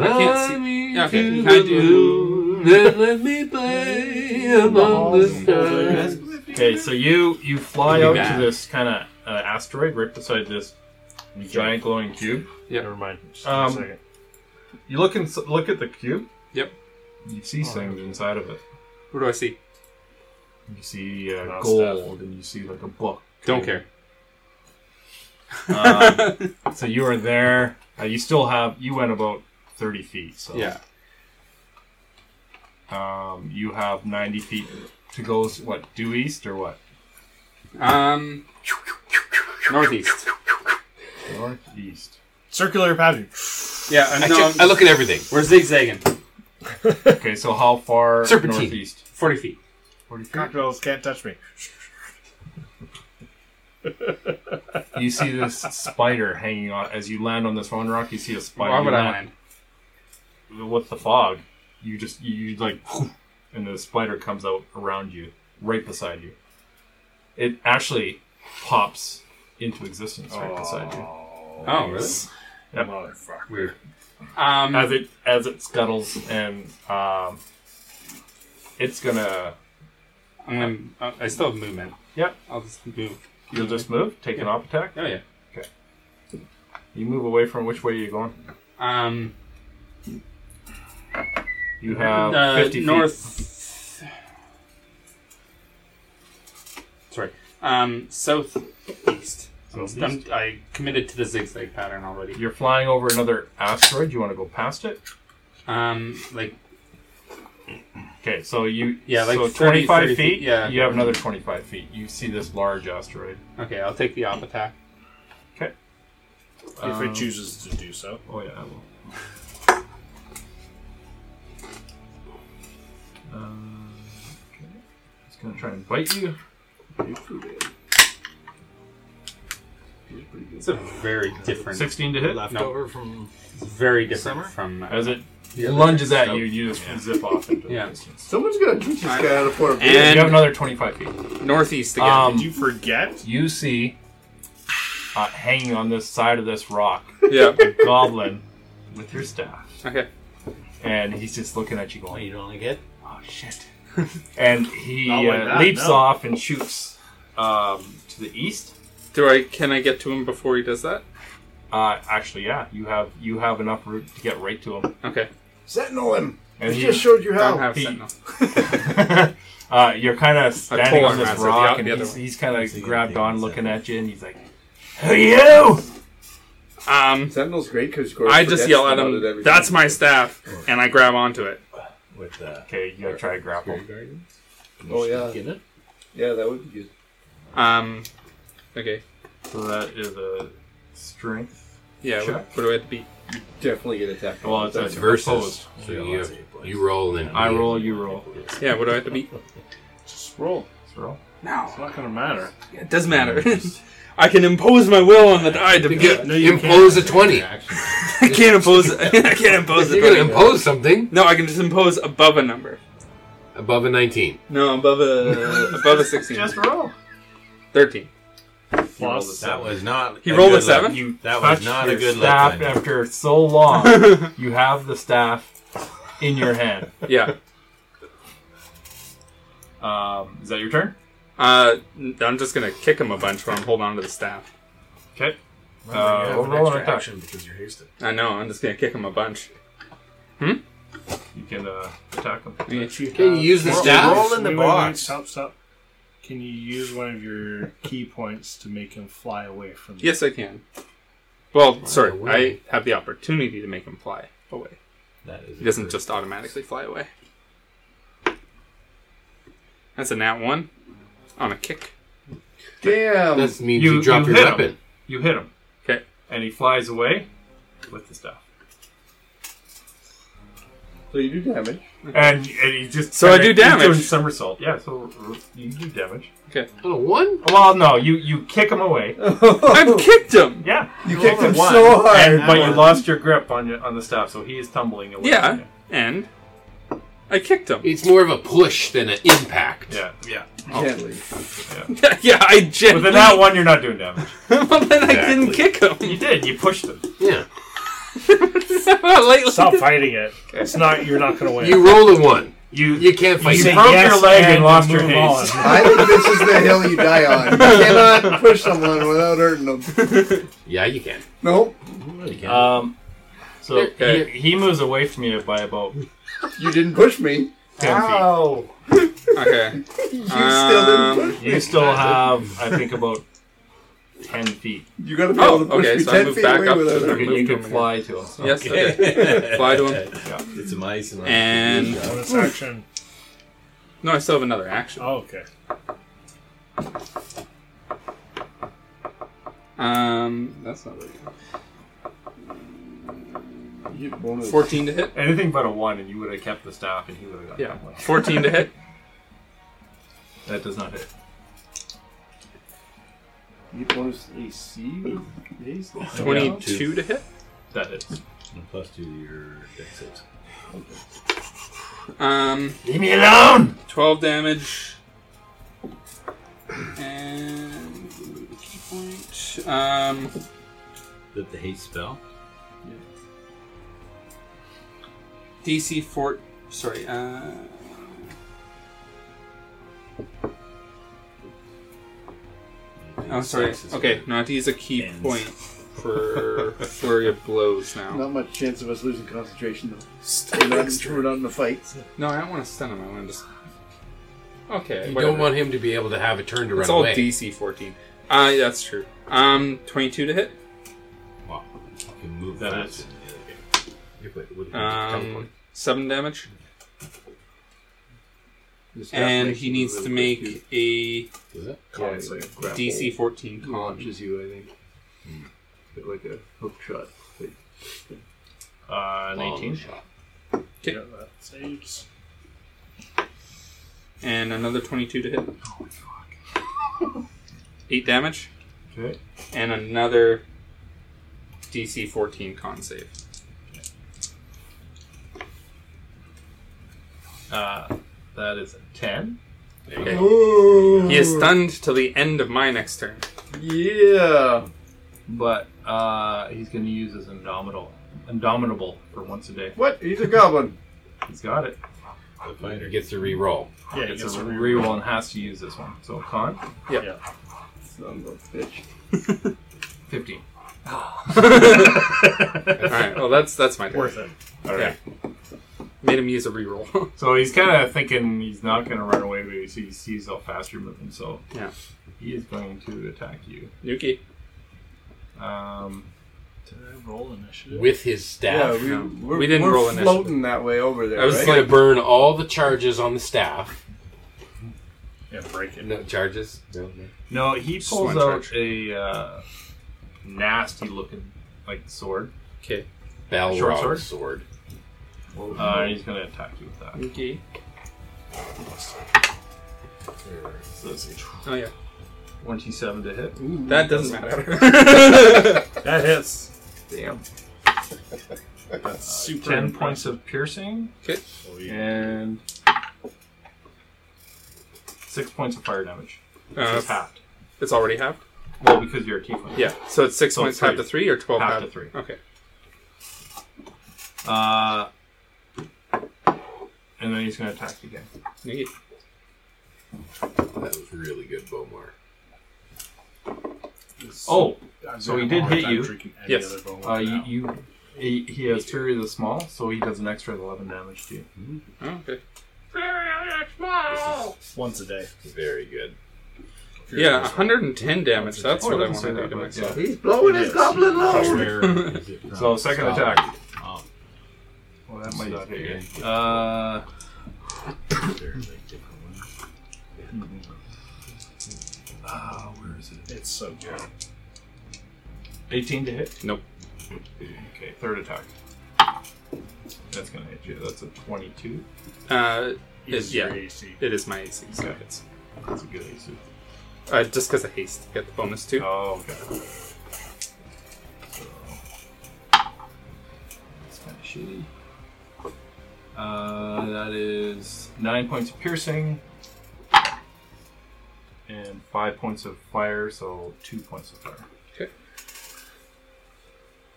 I can't see. Yeah, okay. Can I do?
Let me play among the stars.
Okay, so you you fly
We'll
out
be back.
to this kind of uh, asteroid right beside this giant glowing cube.
Never mind. Just a
Um,
second.
You look ins look at the cube.
Yep.
You see things inside of it.
What do I see?
You see uh,
Not
gold, and you see like a book.
Don't care.
Um, so you are there. Uh, you still have. You went about thirty feet. So
Yeah.
Um, you have ninety feet to go. s- What due east or what
Um. Northeast.
northeast?
Circular pattern.
Yeah. uh, I,
I, check, I look at everything.
We're zigzagging.
Okay, so how far
Serpentine.
northeast?
Forty feet.
Forty feet.
Cocktails can't touch me.
You see this spider hanging on. As you land on this one rock, you see a spider.
Why would
You
I
With the fog, you just you, you like, and the spider comes out around you, right beside you. It actually pops into existence right beside you.
Oh, really?
Yep.
Weird.
Um, as it as it scuttles and um, it's gonna.
I'm gonna. uh, I still have movement.
Yep.
I'll just move.
You'll just move. Take an
Yeah.
op attack.
Oh yeah.
Okay. You move away from which way are you going?
Um.
You have
uh,
50 feet.
north. Sorry. Um, southeast. I'm- I'm-
Southeast.
I committed to the zigzag pattern already.
You're flying over another asteroid. You want to go past it?
Um, like.
Okay, so you
Yeah, like
so
30,
25
30
feet.
feet, yeah.
you have another 25 feet. You see this large asteroid.
Okay, I'll take the op attack.
Okay.
If
Um,
it
chooses to do so.
Oh yeah, I will. Um, okay. It's gonna try and bite you.
It's a very different.
16 to hit?
No,
from
it's very different from. Uh,
As it
the other
lunges
guy.
at you, you just zip off into
Yeah.
the distance.
Someone's gonna teach this
Alright.
guy how to pour a beer.
And-
you have another 25 feet.
Northeast again.
Um,
Did you forget?
You see, uh, hanging on this side of this rock,
Yeah.
a goblin with your staff.
Okay.
And he's just looking at you going,
You don't want to get?
Oh shit! and he
Not like
uh,
that,
leaps
no.
off and shoots um, to the east.
Do I? Can I get to him before he does that?
Uh, actually, yeah, you have you have enough route to get right to him.
Okay.
Sentinel him.
And
I
he-
just showed you how.
Don't have
He-
sentinel.
Uh, you're kind of standing on
polar
this
massive,
rock,
yeah,
and
the other
he's,
way.
he's kind of grabbed on, looking at you, and he's like,
Who you? Um,
Sentinel's great because
I just yell at him. That's my staff, and I grab onto it.
With uh,
"Okay, you gotta try to grapple."
Oh yeah,
get it?
yeah, that would be good.
Um, okay.
So that is a strength.
Yeah. What,
Check.
what do I have to beat?
Definitely get attacked.
Well, it's,
That's
it's
versus.
opposed.
So you, have, you roll and then
I roll, you roll.
Yeah. What do I have to beat?
Just roll.
Let's roll.
No.
It's not gonna matter.
It doesn't matter. I can impose my will on the die to
You
get.
No, you
impose a twenty.
I can't impose. I can't impose.
You're
it.
gonna impose something
No, I can just impose above a number.
above a nineteen.
No, above a above a sixteen.
Just roll.
Thirteen.
Plus,
That was not.
He
a
rolled
good
a seven?
look.
You
That was
touch
not a
your
good look.
staff
Lenny.
after so long. you have the staff in your hand.
Yeah.
Um, is that your turn?
Uh, I'm just gonna kick him a bunch while I'm holding on to the staff.
Okay.
Remember, you
Uh,
have
roll
an
an
extra
attack.
action because you're hasted.
I know. I'm just gonna kick him a bunch.
You can uh, attack him.
Can you use the
Roll-
staff?
roll in the
Wait, wait, wait,
box.
stop, stop. Can you use one of your key points to make him fly away from you?
Yes, I can. Well, sorry, I have the opportunity to make him fly away.
That is
He doesn't just automatically fly away. That's a nat one on a kick.
Damn.
That means
You-
you, drop
you
your
hit him.
weapon.
You hit him.
'Kay.
And he flies away with the staff.
So you do damage.
And, and he just
So I do
he's
damage.
Doing somersault. Yeah. So r- you do damage.
On a one?
Well, no, you you kick him away.
Oh!
I've kicked him.
Yeah.
You kicked him
One.
so hard.
And, but you lost your grip on your, on the staff, so he is tumbling away.
Yeah, and I kicked him.
It's more of a push than an impact.
Yeah.
Yeah.
Gently.
yeah, I
But
gently.
then that one, you're not doing damage.
well, then I didn't
Exactly.
kick him.
You did. You pushed him.
Yeah.
Lately.
Stop fighting it. It's not. You're not gonna win.
You roll a one.
You
You can't fight.
you
say
it.
broke
yes
your leg
and
and lost your
move
haste.
on.
I think this is the hill you die on. You cannot push someone without hurting them.
Yeah, you can.
Nope.
Um, so uh,
Okay.
he, he moves away from you by about
You didn't push me.
ten
Okay.
You still didn't
Um,
push
feet. You
me.
still have, I think, about ten feet.
You gotta be
Oh,
able to push
okay,
me
so I
ten
move
feet
back
away
up to
without
the-
hurting
You,
moved
you can
him.
fly to him.
Yes. Okay. Fly to him.
It's amazing.
And-
Bonus action.
No, I still have another action.
Oh, okay.
Um, that's not really good.
You get bonus.
Fourteen to hit.
Anything but a one, and you would have kept the staff, and he would have got
Yeah,
that one.
fourteen to hit.
That does not hit.
You get bonus AC? Ace?
22 to hit?
That hits.
And plus two to your dex saves.
Um,
Leave me alone!
12 damage. And. Key point. Um,
That the hate spell.
DC 4. Sorry. Uh, oh, sorry. Okay, now I have to use a key point for flurry of blows now.
Not much chance of us losing concentration though. We're not, we're not in a fight.
No, I don't want to stun him. I want to just. Okay.
You
whatever.
don't want him to be able to have a turn to
it's
run
all
away.
DC 14. Uh, yeah, that's true. Um, 22 to hit.
Wow. You can move
That
that
is-
in the other game. Yeah, but what if you teleport?
Um, seven damage.
This guy
And
makes
he
it
needs
really
to
quick,
make
too.
a
Does it?
Yeah, it's like a grapple.
DC 14
He
con.
launches you, I think. But Like a hook shot. Like,
Uh, 19.
Okay. And another 22 to hit. Eight damage.
Okay.
And another DC 14 con save.
Uh, that is a 10.
Okay. He is stunned till the end of my next turn.
Yeah. But uh, he's going to use his indomitable, indomitable for once a day.
What? He's a goblin.
He's got it.
The fighter.
gets to re-roll.
Yeah, it's a reroll and has to use this one. So con
Son of a bitch.
15.
All right. Well, that's that's my turn.
Worth it.
All right.
Made him use a reroll.
So he's kind of thinking he's not going to run away, but he sees, sees how fast you're moving. So
yeah.
he is going to attack you.
Yuki.
Um,
Did I roll initiative?
With his
Yeah,
staff.
we,
No.
we're,
We didn't
we're
roll initiative.
floating that way over there.
I was
right?
He's going to burn all the charges on the staff.
Yeah, break it.
No charges? No. no.
no, he
Just
pulls
one
out a uh, nasty looking like sword.
Okay.
Balrog
Short sword?
sword.
Uh, he's going to attack you with that.
Yuki. Oh yeah.
27 to hit.
That doesn't matter.
That hits.
Damn.
That's super.
10 points of piercing
okay.
Oh, and 6 points of fire damage. Which
Uh,
is halved.
It's already halved.
Well, because you're a tiefling.
Yeah. So it's six
So
points
three.
half to three or twelve
Half to three.
Okay.
Uh, and then he's going to attack you again.
Yuki.
That was really good, Bomar.
Oh,
I'm
so he
having
did
a hard
hit
time
you.
drinking any
Yes.
other bone
uh, you,
now.
you he, he has Fury of the Small, so he does an extra 11 damage to you.
Oh, okay.
Once a day.
Very good.
Yeah, 110 damage. That's
Oh,
what
it
I
doesn't
want
say
to do
that,
to
but
myself.
yeah.
He's blowing his goblin load.
Where is it from?
So, second attack.
Oh,
Well, that might
So
not
you
hit
get-
you. Uh,
they're like different ones.
ah, where is it?
It's so good.
18 to hit?
Nope.
Okay, third attack. That's going to hit you. That's a 22.
Uh,
Is
is,
your
yeah,
AC.
it is my AC. So
Okay.
it's,
That's a good AC.
uh, just because of haste, get the bonus too.
Oh, okay. So, that's kind of shitty. Uh, that is nine points of piercing and five points of fire, so two points of fire.
Okay.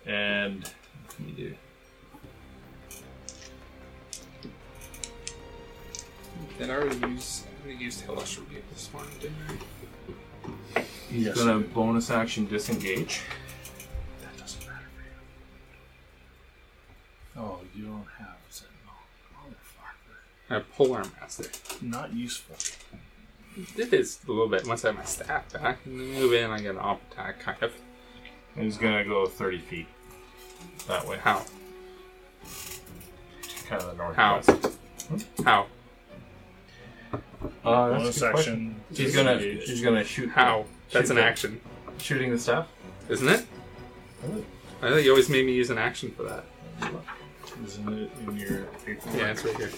And what can you do?
Then I already used, I already used Hellish Rebuke this morning, didn't I?
He's
Yes.
gonna bonus action disengage.
That doesn't matter for you. Oh, you don't have it. Motherfucker.
I have Polar Master.
Not useful.
It is a little bit once I have my staff back. And then move in, I get an op attack, kind of.
And he's gonna go 30 feet that way,
How?
kind of the
How?
northwest.
Uh,
How?
Uh, that's a
Bonus
good question.
action.
He's gonna
disengage.
he's gonna shoot
How? That's
Shoot
an
it.
action,
shooting the staff.
isn't it?
Really?
I thought you always made me use an action for that.
Isn't it in your
Yeah, it's right here.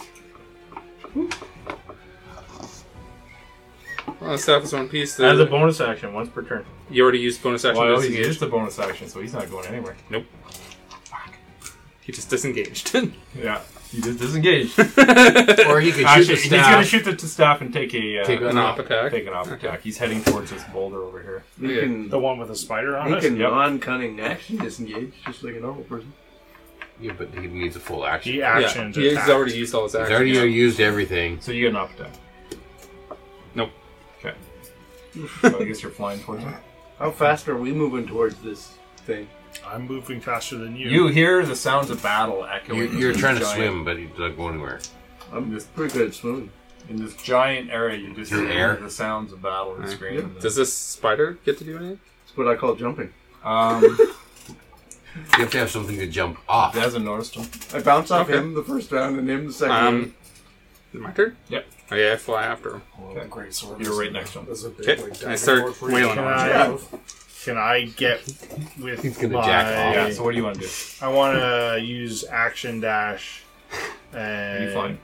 Well, let's set up this one piece.
As a oh, bonus action, once per turn.
You already used bonus action.
Well, he's
disengage.
used the bonus action, so he's not going anywhere.
Nope. He just disengaged.
yeah, he just disengaged.
Or he could shoot
Actually,
the
He's
staff.
gonna shoot the t- staff and take a uh,
Take an op attack.
Take an op attack. He's heading towards this boulder over here.
He can-
The one with the spider on
He
it?
can
Yep.
non-cunning action disengage, just like a normal person.
Yeah, but he needs a full action.
The action.
Yeah, he's already used all his
He's
action.
already
yeah.
used everything.
So you get an op attack.
Nope.
Okay. so I guess you're flying towards him.
How fast are we moving towards this thing?
I'm moving faster than you.
You hear the sounds of battle echoing.
You're,
from
you're
this
trying to
giant-
swim, but he doesn't go anywhere.
I'm just Um, pretty good at swimming.
In this giant area, you just
Through
hear
air?
the sounds of battle and screaming.
Does this spider get to do anything?
That's what I call jumping.
Um,
You have to have something to jump off.
he hasn't noticed him.
I bounce off
Okay.
him the first round and him the second.
Um, is it my turn?
Yep.
Oh, yeah, I fly after him.
Well, great sword.
You're right next to him.
That's a big,
Okay,
like,
I start
dagger
wailing
for you.
on him.
I- Uh, Can I get with
He's gonna
my...
jack off.
Yeah. So what do you want to do?
I want to use action dash. And
You flying?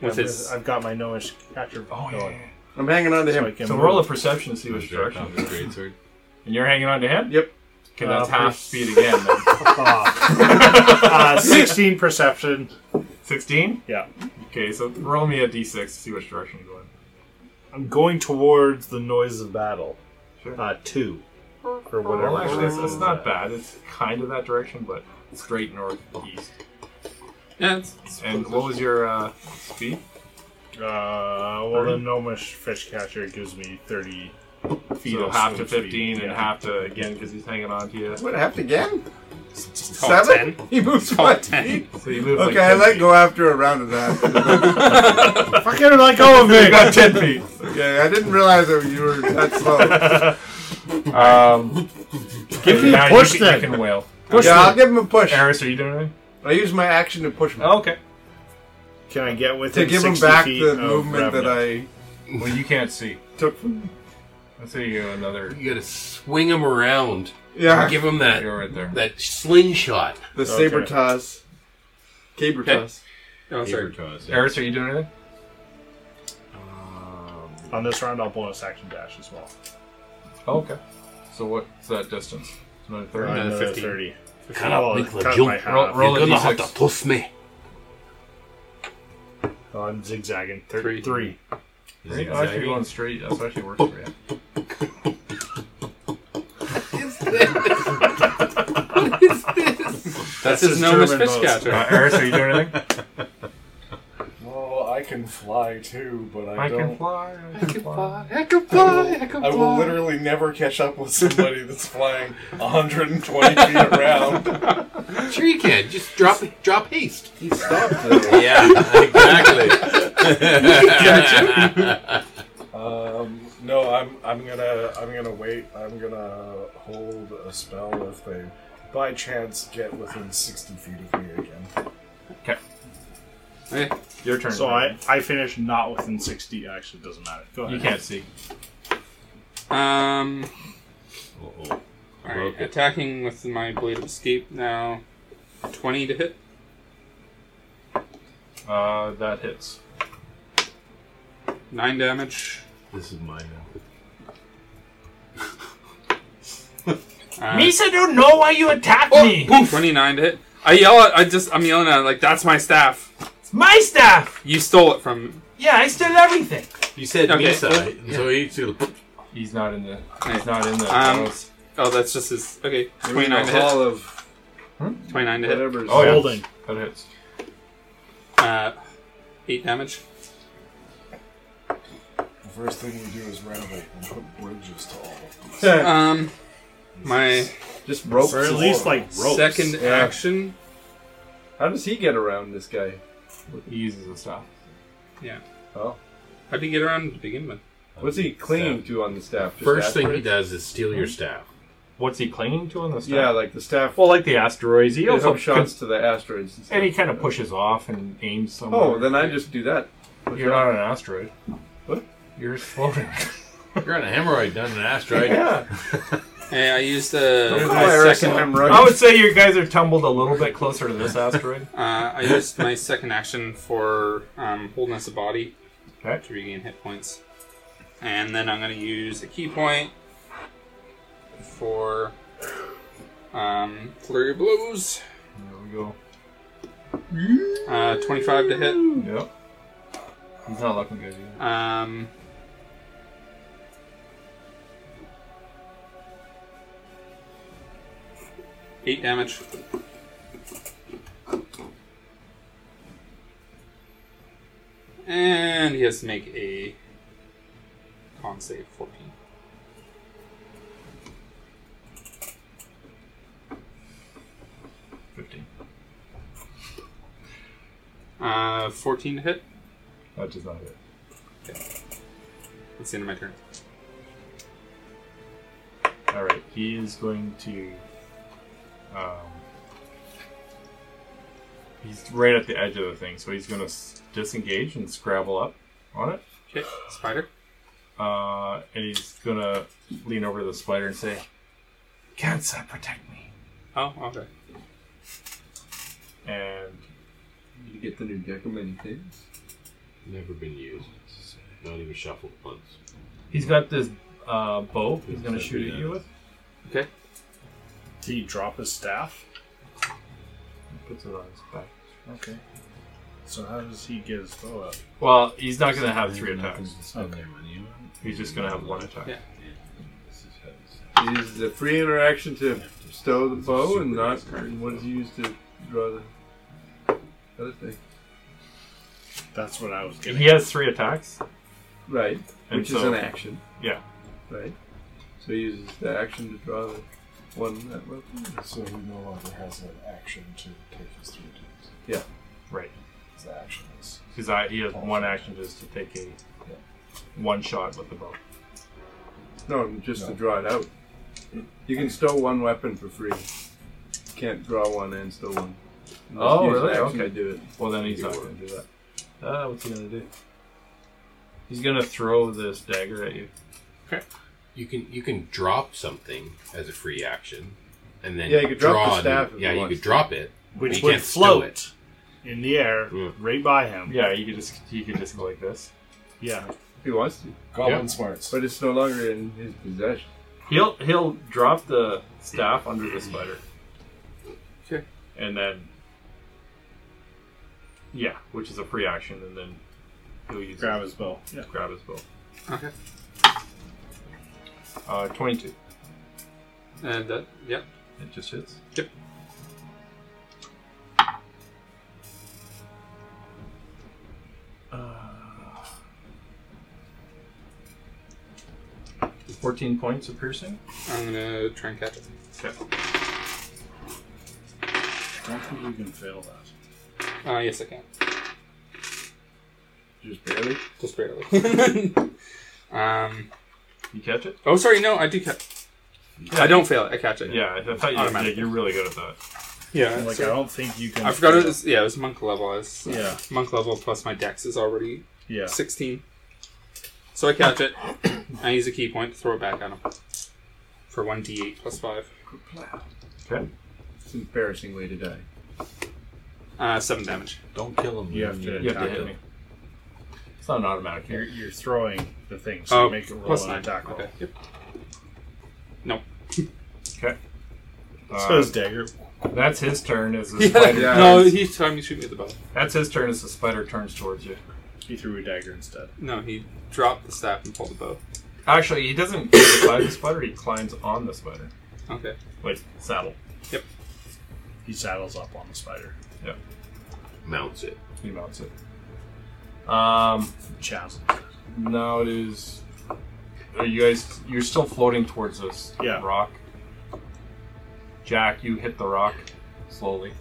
With his-
I've got my gnomish catcher
Oh yeah.
going.
yeah, yeah.
I'm hanging on to
So
him.
I can
So roll a
move.
perception to see which
Jack
direction.
off his greatsword.
And you're hanging on to him.
Yep.
Okay,
Uh,
that's half
pers-
speed again. Then.
uh, 16 perception.
16?
Yeah.
Okay, so roll me a d6 to see which direction you're going.
I'm going towards the noise of battle.
Sure.
Uh, two. Or whatever.
Well, actually, it's, it's not
Uh,
bad. It's kind of that direction, but straight northeast.
Yeah, it's,
And what was your uh, speed?
Uh, well, the gnomish fish catcher gives me 30 feet
so
of
half to
swim
15
speed.
and
Yeah.
half to, again, because he's hanging on to you.
What happened again?
just call it
Seven.
10.
He moves
Call it
one
10.
feet.
So you move like
Okay, I
10
let
feet.
go after a round of that.
Fucking let go of
You
me!
got 10 feet.
okay, I didn't realize that you were that slow.
Um,
Give me a
yeah, you
push
can-
then.
You can wail.
Push
yeah, I'll
them.
give him a push.
Eris, are you doing anything?
I use my action to push him
Oh, okay.
Can I get with
to give him
60
back
feet
the
of
movement that
revenue?
I
Well, you can't see.
took from. him.
Let's say you have another.
You gotta swing him around.
Yeah,
Give him that
You're right there.
that slingshot.
the saber toss, caber
Okay.
toss.
Oh, sorry.
Eris, are you doing anything?
On this round, I'll bonus action dash as well.
Oh, okay. So what's that distance? It's another 30?
Another
15.
30.
Cut up,
Oh,
Nicola,
cut
jump.
my half.
Roll- roll
Uh, You're
a
gonna have
d6.
to toss me.
Oh, I'm zigzagging. Thir-
Three.
three.
Right? Oh, actually, going straight. That's actually works for you.
That's, his gnomish fish catcher.
Uh, Eris, are you doing anything?
Well, I can fly too, but I,
I
don't.
can fly. I can fly.
Heck of fly, heck of
I will
fly.
literally never catch up with somebody that's flying 120 feet around.
Sure you can. Just drop drop haste.
He stopped. though.
Yeah, exactly.
Um, no, I'm I'm gonna I'm gonna wait. I'm gonna hold a spell if they, by chance, get within 60 feet of me again.
Okay.
Your turn.
So I, I finish not within 60. Actually, it doesn't matter. Go ahead.
You can't see.
Um.
Uh-oh.
Alright, attacking with my blade of escape now. 20 to hit.
Uh, that hits.
9 damage.
This is mine now.
Uh,
I don't
Oh,
know why you attacked
Oh!
me.
29 to hit. I yell at, I just, I'm yelling at it, like, that's my staff.
It's my staff.
You stole it from
Yeah, I stole everything.
You said
Okay.
Misa, and so he too.
He's not in the.
Nice.
He's not in the.
Um, Oh, that's just his. Okay,
We're in
29
the
to hit.
hall of
29 to hit.
whatever.
Oh, yeah.
Holding.
that hits.
Uh, 8 damage.
The first thing you do is renovate and put bridges to all of them.
Uh,
Um, my
Just ropes.
Or at least, like, ropes.
second
Yeah.
action.
How does he get around this guy?
He uses the staff.
How'd you get around to begin with?
What's he clinging to on the staff? Just
First thing he
asteroids?
does is steal your staff.
What's he clinging to on the staff?
Yeah, like the staff.
Well, like the asteroids. He
They
also
hook shots
shots.
to the asteroids. And, stuff.
And he kind of pushes off and aims somewhere.
Oh, then I just do that.
You're not an asteroid.
What?
You're just floating.
You're on a hemorrhoid, not an asteroid.
Hey, I used uh,
Oh,
my
Iris,
second.
I'm right.
I would say you guys are tumbled a little bit closer to this asteroid.
Uh, I used my second action for um, holding us a body
Okay.
to regain hit points. and then I'm going to use a key point for um, flurry of blows.
There we go.
Uh, 25 to hit.
Yep. He's not looking good either.
Um, eight damage. And he has to make a con save 14.
Fifteen.
Uh, 14 to hit.
That does not hit.
That's the end of my turn.
All right, he is going to. Um, he's right at the edge of the thing, so he's going to disengage and scrabble up on it.
Okay, spider.
Uh, and he's going to lean over to the spider and say, "Cancer, protect me."
Oh, okay.
And
You get the new deck of many things.
Never been used. Not even shuffled once.
he's got this uh, bow. He's going to shoot at you with.
Okay.
Did he drop his staff?
Puts it on his back.
Okay. So how does he get his bow up?
Well, he's not going to have three attacks.
Okay.
He's just going to have one attack.
Yeah.
Is the free interaction to stow the bow and not and what is used to draw the other thing?
That's what I was getting.
He has three attacks.
Right.
And
Which is
so-
an action.
Yeah.
Right. So he uses the action to draw the one that weapon.
So he no longer has an action to take his three attacks.
Yeah.
Right.
'Cause The action is.
Because I- he has one action just to take a one shot with the bow.
No, just to draw it out. You can stow one weapon for free. Can't draw one and stow one. You
Oh,
use
really?
an action
Okay.
to do it.
Well, then he's not going to do that. Uh, what's he going to do? He's going to throw this dagger at you.
You can you can drop something as a free action, and then
Yeah, you could drop the
a
staff
new-
if
yeah,
you
you
want.
could drop it, but
Which
you
would
can't stow it.
float in the air
Yeah.
right by him.
Yeah, you could just you could just go like this.
Yeah.
If he wants to.
Goblin smarts.
But it's no longer in his possession.
He'll he'll drop the staff under the spider.
Okay.
And then yeah, which is a free action, and then he'll use
Grab his bow.
Yeah. Grab his bow.
Okay.
Uh, twenty-two.
And that, yep.
It just hits.
Yep.
Fourteen points of piercing.
I'm going to try and catch it.
Okay.
I don't think you can fail that.
Uh, yes, I can.
Just barely.
Just barely. um,
You catch it?
oh, sorry, no, I do catch. I don't fail it. I catch it.
Yeah, I thought you yeah,
Automatic.
you're really good at that.
Yeah.
Like, I
so-
don't think you can.
I forgot it was, yeah, it was monk level. It's, uh,
Yeah.
Monk level plus my dex is already
Yeah.
16. So I catch it. I use a key point to throw it back at him. For 1d8 plus 5.
Okay.
It's an embarrassing way to die.
Uh, 7 damage.
Don't kill him.
You have to
You have to
attack
hit
it.
me. It's not an automatic
You're,
hit.
you're throwing the thing, so you make it roll
Oh, plus
an
nine.
attack roll.
Okay, yep. No.
Okay.
So
Uh,
his dagger.
that's his turn as the
Yeah,
spider.
no, he's trying to shoot me at the bow.
That's his turn as the spider turns towards you.
He threw a dagger instead.
No, he dropped the staff and pulled the bow.
Actually, he doesn't go beside the spider. He climbs on the spider.
Okay.
Wait, saddle.
He saddles up on the spider.
Mounts it.
He mounts it. Um,
Chasm.
now it is. Are you guys? You're still floating towards this
Yeah.
rock. Jack, you hit the rock slowly.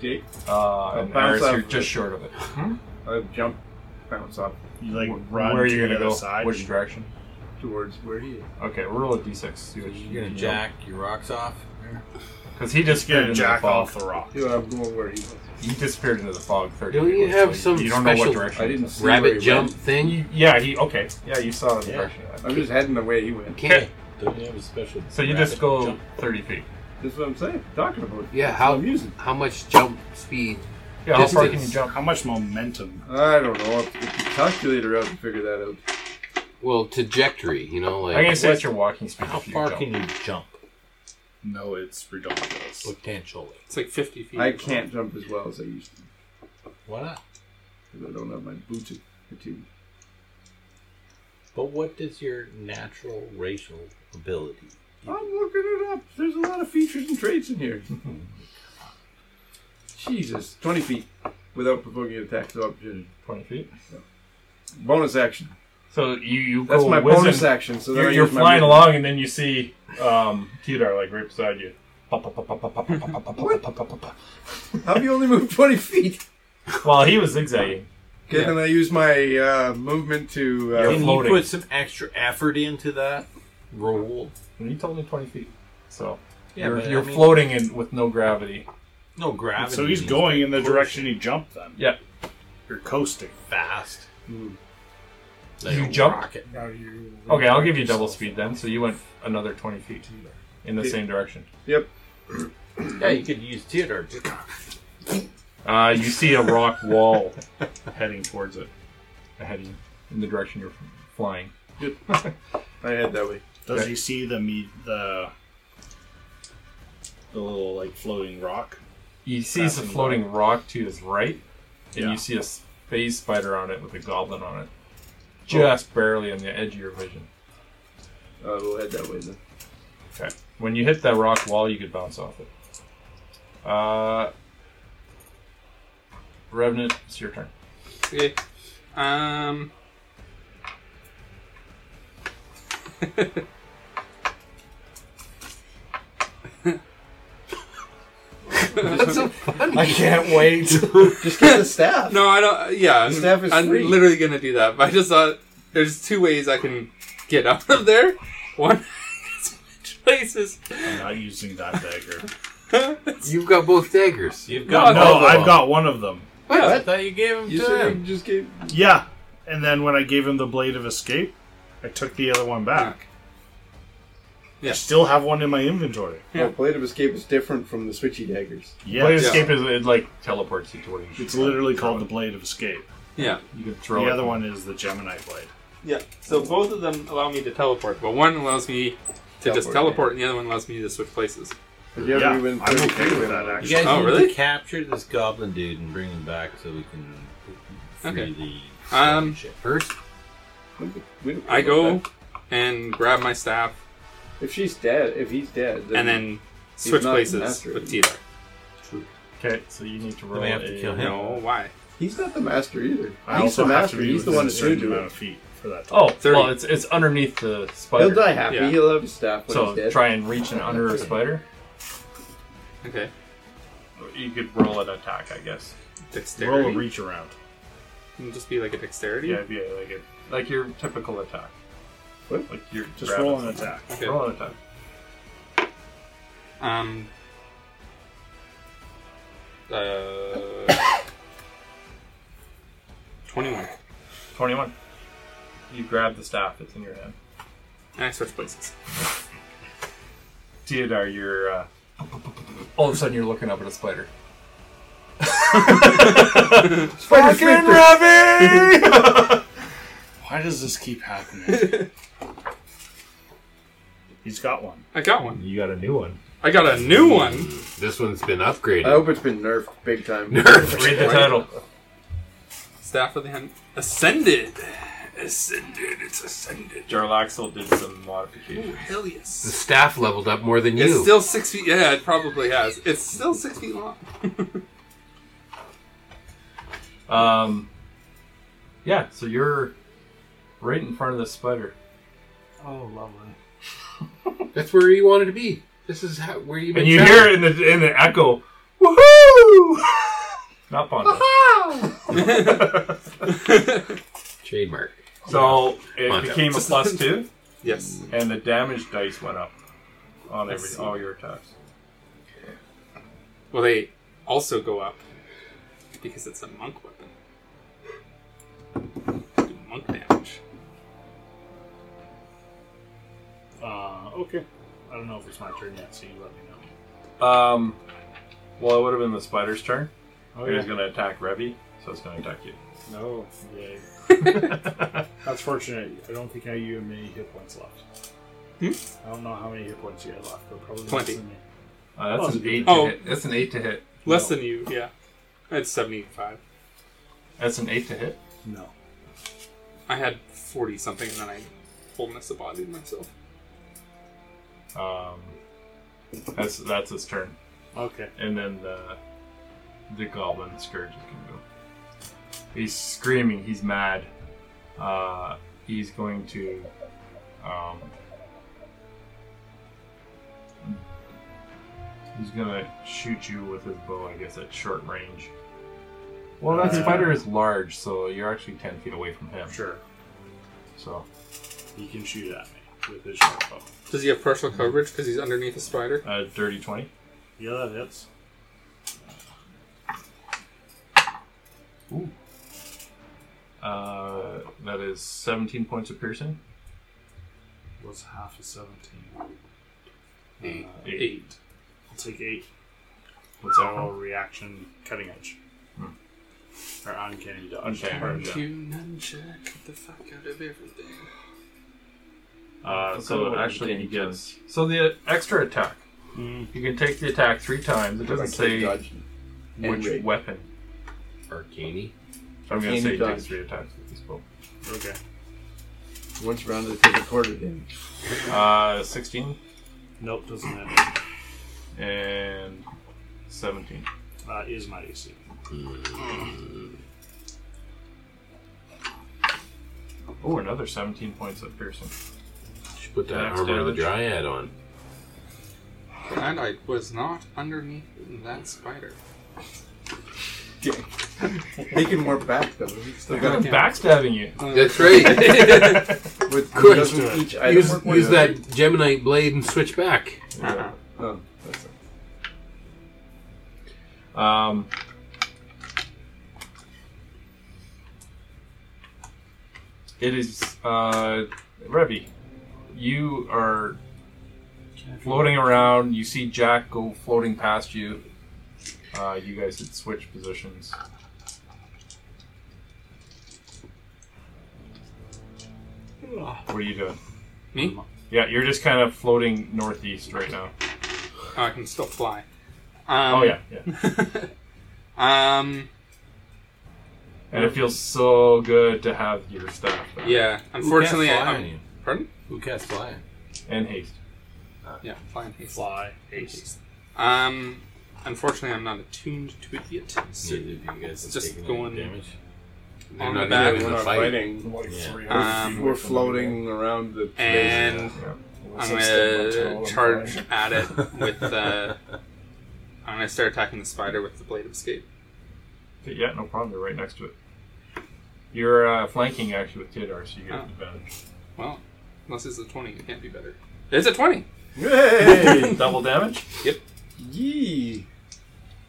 Jake,
Uh,
Oh,
and
bounce
Aris,
off
you're
of
just
it.
short of it.
I jump, bounce off
You like
Wh-
run
Where are
to
you
the
gonna
other
go?
side.
Which direction?
towards where he is.
Okay, we'll roll a d6. See what
You're gonna jack your rocks off.
Because he disappeared
Get
into
a
the
jack
fog.
off the rock.
Yeah, I'm going where he was.
He disappeared into the fog. 30
Don't you
feet,
have some
you don't know what
special-
direction.
I didn't see where he
Rabbit jump
went.
thing. You
Yeah, he. Okay. Yeah, you saw the
Yeah.
direction.
I'm just heading the way he went.
can't.
Don't you have a special?
So you
rapid
just go
jump?
30 feet.
That's what I'm saying. Talking about.
Yeah. How
I'm using.
how much jump speed?
Yeah, how far can you
Distance.
jump?
How much momentum?
I don't know. If the calculator out to figure that out.
Well, trajectory, you know, like
I'm gonna say it's your walking speed.
How
if you
far
jump.
can you jump?
No, it's ridiculous.
Potentially.
It's like 50 feet.
I can't jump as well as I used to
Why not?
because I don't have my boots attuned.
But what does your natural racial ability?
I'm looking it up. There's a lot of features and traits in here. Jesus, twenty feet without provoking an attack of opportunity.
Twenty feet.
Bonus action.
So you you
That's
go
my
whizzing-
bonus action, so then
you're,
I
you're
use my
flying
movement.
along, and then you see um, Tidar like right beside you. Pop, pop, pop, pop, pop, pop, pop, pop, pop, pop, pop, pop, pop, pop.
How have you only moved twenty feet?
Well, he was zigzagging.
Okay, then I use my uh, movement to uh,
Can you put some extra effort into that? Roll.
You told me twenty feet, so
Yeah,
you're,
but I
you're
mean-
floating in with no gravity.
No gravity.
So he's going in the direction he jumped then.
Yeah,
You're coasting.
fast. Like
you
a
jump.
rocket.
Now you.
Okay, I'll give you double speed then. So you went another twenty feet in the same direction.
Yep.
Yeah, you could use Theodore.
Uh, you see a rock wall heading towards it, ahead of you, in the direction you're flying.
I head that way.
Does
Okay.
he see the me the the little like floating rock?
He sees a
Passing
floating rock to his right, and
Yeah.
you see a space spider on it with a goblin on it, just barely on the edge of your vision.
Uh, we'll head that way then.
Okay. When you hit that rock wall, you could bounce off it. Uh, Revenant, it's your turn.
Okay. Um. That's so funny.
I can't wait.
Just get the staff.
No, I don't. Yeah, I'm,
staff is
I'm
free.
literally gonna do that. But I just thought there's two ways I can get out of there. One is places.
I'm not using that dagger.
You've got both daggers.
You've
no,
Oh,
got both of
I've
them.
got one of them.
What?
I thought you gave him
You
to
said
him.
you just gave.
Yeah, and then when I gave him the blade of escape, I took the other one back.
Yeah.
I still have one in my inventory.
Yeah. blade of escape is different from the switchy daggers.
Yes.
Blade escape is it like teleports you to where you should
It's
go.
literally called the blade of escape.
Yeah.
You can throw
The
it.
other one is the Gemini blade.
Yeah. So both of them allow me to teleport, but one allows me to
Teleport,
just teleport, and the other one allows me to switch places.
But you
Yeah,
haven't even
I'm
30
okay
feet
with
away.
that
You
actually.
guys
Oh,
need
really?
to capture this goblin dude and bring him back so we can free
Okay.
the
Um,
ship first.
We don't- we don't care
I
about
go
that.
and grab my staff,
If she's dead, if he's dead, then
and then switch
not the
places
master
with
either.
Tila.
Okay, so you need to roll.
we have to
a-
kill him.
No, why?
he's not the master either.
I
he's the
also have
master.
to be
He's the
within
one
a
who's going
certain
to do
amount
it.
of feet for that.
Oh,
30.
well, it's it's underneath the spider.
He'll die happy.
Yeah.
He'll have his staff when he's
So
dead.
try and reach and under a spider.
Okay.
You could roll an attack, I guess.
Dexterity.
Roll a reach around.
Can it just be like a dexterity.
Yeah, yeah, like it, like your typical attack.
What?
Like your
Just
grab
roll
it.
an attack.
Okay.
Roll an attack.
Um. Uh. Twenty-one.
Twenty-one. You grab the staff that's in your hand.
And I switch places.
Teodar, you're uh, all of a sudden you're looking up at a spider.
Spider Sphincter!
Why does this keep happening? He's got one.
I got one.
You got a new one.
I got a new one.
This one's been upgraded.
I hope it's been nerfed big time.
Read the title.
Staff of the Hand ascended. Ascended. It's ascended.
Jarlaxle did some modification.
Hell
The
yes.
staff leveled up more than
It's
you.
still six feet. Yeah, it probably has. It's still six feet long.
Um, yeah, so you're right in front of the spider.
Oh, lovely.
That's where you wanted to be. This is how, where you've been.
And you
traveling.
hear it in the in the echo, woohoo! Not Ponda.
trademark.
So it
Ponda.
became a plus two,
yes.
and the damage dice went up on
I
every
see.
all your attacks.
Well, they also go up because it's a monk weapon. Do monk damage.
Uh, okay. I don't know if it's my turn yet, so you let me know.
Um, well, it would have been the spider's turn.
Oh,
He was going to attack Revy. so it's going to attack you.
No. Yay. That's fortunate. I don't think I you have many hit points left. I don't know how many hit points you have left, but probably less
Twenty.
than me.
Uh, that's an eight.
Oh.
To hit. That's an eight to hit.
Less than you, yeah. It's 75.
That's an eight to hit.
No.
I had 40 something and then I fullness of body myself.
Um, that's that's his turn,
Okay.
and then the the goblin scourge is gonna go. He's screaming. He's mad. Uh, he's going to um, he's gonna shoot you with his bow. I guess at short range. Well, that
Uh,
spider is large, so you're actually ten feet away from him.
Sure.
So
He can shoot at me with his short bow.
Does he have partial coverage because he's underneath a spider?
uh, dirty twenty.
Yeah, that hits.
Uh, that is seventeen points of piercing.
What's half of 17?
Eight.
Eight.
Eight.
I'll take 8.
What's that
All
one?
reaction cutting edge. Or uncanny dodge.
Hmm. Uncanny
Or-
dodge.
You nunchuck the fuck out of everything.
Uh, so actually, he
Uncanny
gets so the extra attack. You can take the attack three times. It doesn't say
Dodge.
which
rate.
weapon.
Arcane.
So I'm gonna
Uncanny
say he
dodge.
takes three attacks with this bow.
Okay.
Once round they take a quarter damage.
Uh, sixteen
Nope, doesn't hit.
and seventeen.
Uh, is my AC.
Oh, another seventeen points of piercing.
Should put that
Max
armor of the
damage.
dryad on.
And I was not underneath that spider.
He can warp back though. He's still got
I'm backstabbing you.
That's
Uh,
right.
with
Quick.
doesn't each item
use
work one
use
time?
that Geminite blade and switch back.
Oh,
No, that's it.
Um, it is uh, Revy. You are floating around. You see Jack go floating past you. Uh, you guys had switched positions. What are you doing?
Me?
Yeah, you're just kind of floating northeast right now.
Oh, I can still fly.
Oh
Um,
yeah, yeah.
Um,
And it feels so good to have your staff back.
yeah. Unfortunately,
Who can't
I,
fly on
I'm-
you?
pardon?
Who casts fly?
And haste.
Yeah, flying haste.
Fly, haste.
Um, unfortunately, I'm not attuned to it yet. So
Neither of you guys have
Just
taken
going-
any damage. not
on the
even
back.
in
We're
the
not
fight.
fighting.
Like
Yeah.
three
Um,
feet
We're
from
floating around the.
and
Yeah.
I'm
Unless I stub my toe
gonna
and
charge
fly.
at it with. Uh, I'm gonna start attacking the spider with the blade of escape.
Okay, Yeah, no problem. You're right next to it. You're uh, flanking actually with Tidar, so you get
Oh.
advantage.
Well, unless it's a twenty, it can't be better. It's a twenty.
Hey!
Double damage.
Yee!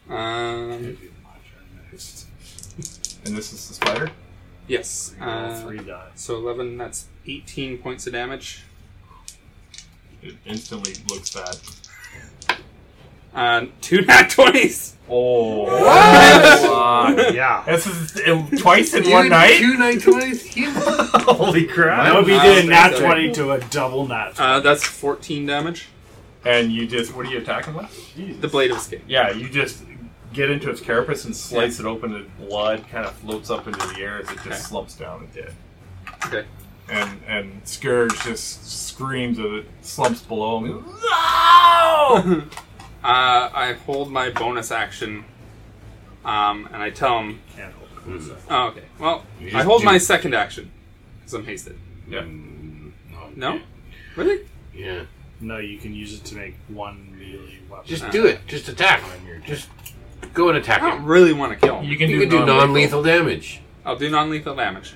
Um,
And this is the spider.
yes.
Roll
Uh,
three die.
so eleven. That's eighteen points of damage.
It instantly looks bad.
Uh, two nat twenties.
Oh,
yeah.
this is it, twice in one night.
Two night twenties.
Holy crap!
That would be
Wow.
doing nat
Sorry.
20 to a double nat.
Uh, that's fourteen damage.
And you just what are you attacking with?
The blade of escape.
Yeah, you just get into its carapace and slice it open. The blood kind of floats up into the air as it just
Okay.
slumps down and dead.
Okay.
And and Scourge just screams as it slumps below him. No!
Uh, I hold my bonus action, um, and I tell him.
Can't hold it.
Oh, okay. Well,
You
I
just
hold
do-
my second action because I'm hasted.
yeah.
No, really?
Yeah.
No, you can use it to make one melee weapon.
Just
Uh,
do it. Just attack. Just go and
I
attack
don't
it.
really want to kill him.
Oh, You can
You
do
can do
non-lethal.
non-lethal damage.
I'll do non-lethal damage.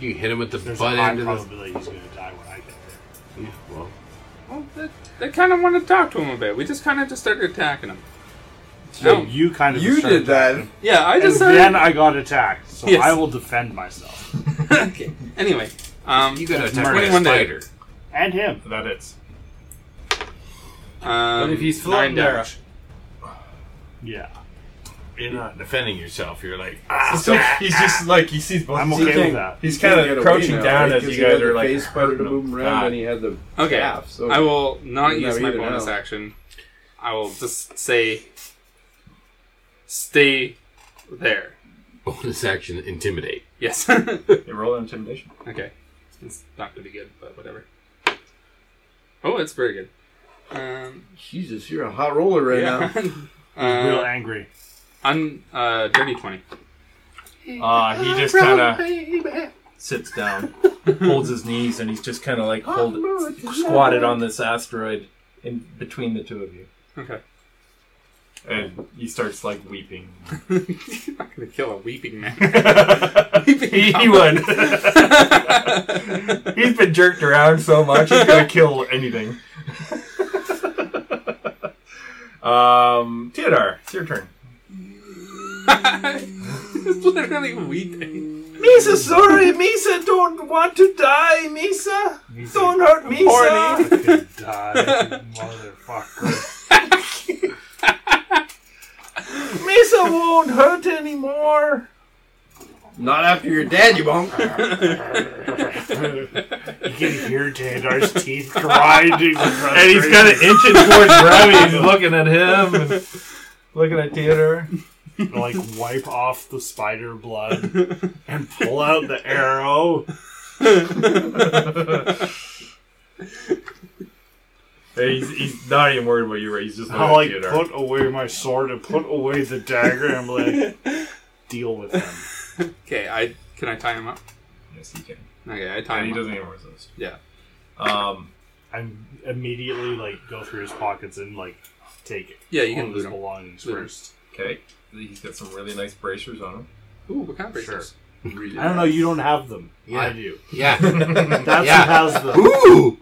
You hit him with the
There's
butt
a high
end of the.
probability he's going to die when I get there.
Yeah, well,
Well, they, they kind of want to talk to him a bit. We just kind of just started attacking him.
So
No.
you kind of
You
started
did that.
attacking.
Yeah, I
And
just
then I got attacked, so
Yes.
I will defend myself
okay. Anyway, um,
you got to attack by a
21 to hit.
spider.
and him.
That is.
Um,
But if he's
nine
floating there-
damage.
Yeah.
You're not defending yourself. You're like, ah,
So he's just like he sees both.
I'm
he's
okay
kinda-
with that.
He's
He
kind
can't
of
get
crouching
away now,
down
right?
as you
'Cause he
guys
had the
are like.
face
powder to
hurting
move
him.
around,
God.
and he had the
Okay.
calf, so
I will not
he's
use my
either
bonus
now.
action. I will just say, stay there.
Bonus action intimidate.
Yes.
They roll an intimidation.
Okay. It's not going to be good, but whatever. Oh, it's very good. Um,
Jesus, you're a hot roller right now.
Uh, Un, uh, dirty 20.
Uh, he just kind of sits down, holds his knees, and he's just kind of like hold, squatted on this asteroid in between the two of you.
Okay.
And he starts like weeping.
You're not going to kill a weeping man.
he, he would. he's been jerked around so much, he's gonna kill anything. um, Theodore, it's your turn.
it's literally weeping.
Misa, sorry, Misa, don't want to die, Misa. Don't hurt Misa.
Die, motherfucker.
Misa won't hurt anymore.
Not after you're dead, you won't.
You can hear Tandar's teeth grinding.
And he's kind of inching towards Remy. He's looking at him, and looking at Theodore.
like wipe off the spider blood and pull out the arrow.
Hey, Uh, He's, he's not even worried about you, right? He's just looking
I
at
like
Theodore.
put away my sword and put away the dagger and I'm like deal with him.
Okay, I can I tie him up?
Yes, you can.
Okay, I tie
And he
him up.
doesn't even resist.
Yeah.
Um,
I immediately like go through his pockets and like take
Yeah, you
all
can
of
loot
his
him.
belongings
Loot him.
first.
okay. He's got some really nice bracers on him.
Ooh, what kind of
Sure.
braces?
I don't know. You don't have them. I
Yeah.
do.
Yeah.
That's
Yeah.
who has them.
Ooh!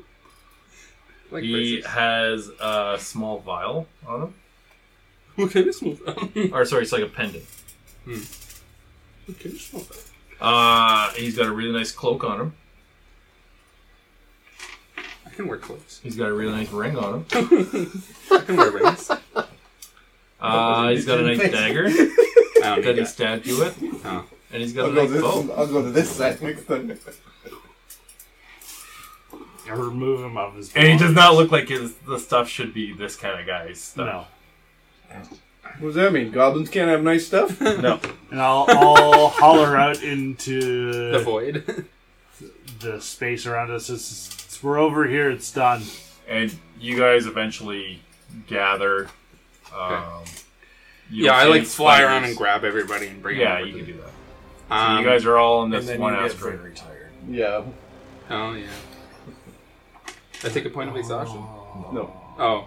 Like
he has a Uh, small vial on him.
What kind of small Okay, um,
Or sorry, it's like a pendant.
Hmm. What kind of small
Uh, he's got a really nice cloak on him.
I can wear clothes.
He's got a really nice ring on him.
I can wear rings. I
Uh, he's got a nice dagger
don't
that
need
he
that.
stabbed you with,
Oh.
and he's got
I'll
a
go
nice
this.
bow.
I'll go to this side next time.
I remove him off his.
And he does
belongings.
not look like his, the stuff should be this kind of guy's stuff.
No.
What does that mean? Goblins can't have nice stuff?
No.
And I'll, I'll holler out into
uh,
The void.
the space around us. It's, it's- we're over here. It's done.
And you guys eventually gather. Um, you
yeah,
don't
I
see
like
any
fly
spiders.
around and grab everybody and bring
Yeah,
them.
you can do that.
that.
So
Um,
you guys are all in
And
this
then
one
you get
asteroid.
very tired.
Yeah.
Oh yeah. I take a point of exhaustion.
No.
Oh.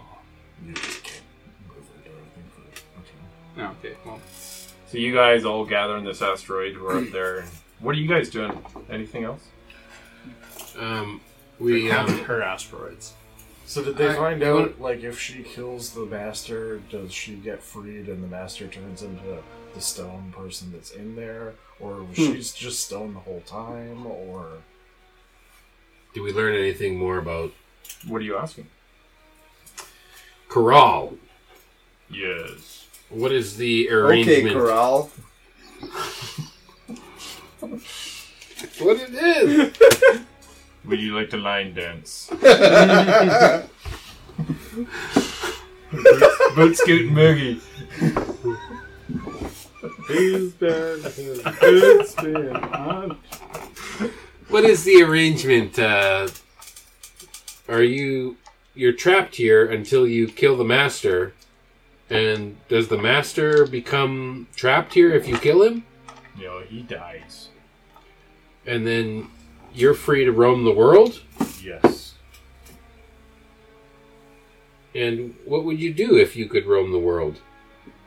You just can't move or do anything for it. Okay.
Oh, okay. Well,
So you guys all gather in this asteroid. We're up there. And what are you guys doing? Anything else?
Um, we, um,
Her asteroids.
So did they
I-
find
I
out
want-
like if she kills the master, does she get freed and the master turns into the stone person that's in there, or
Hmm.
was she's just stone the whole time, or
do we learn anything more about
What are you asking?
Corral?
Yes.
What is the
Okay,
arrangement?
Corral.
What it is?
Would you like to line dance? Boot- Boot scoot and Moogie.
What is the arrangement? Uh, are you you're trapped here until you kill the master? And does the master become trapped here if you kill him?
You know, he dies.
And then you're free to roam the world?
yes.
And what would you do if you could roam the world?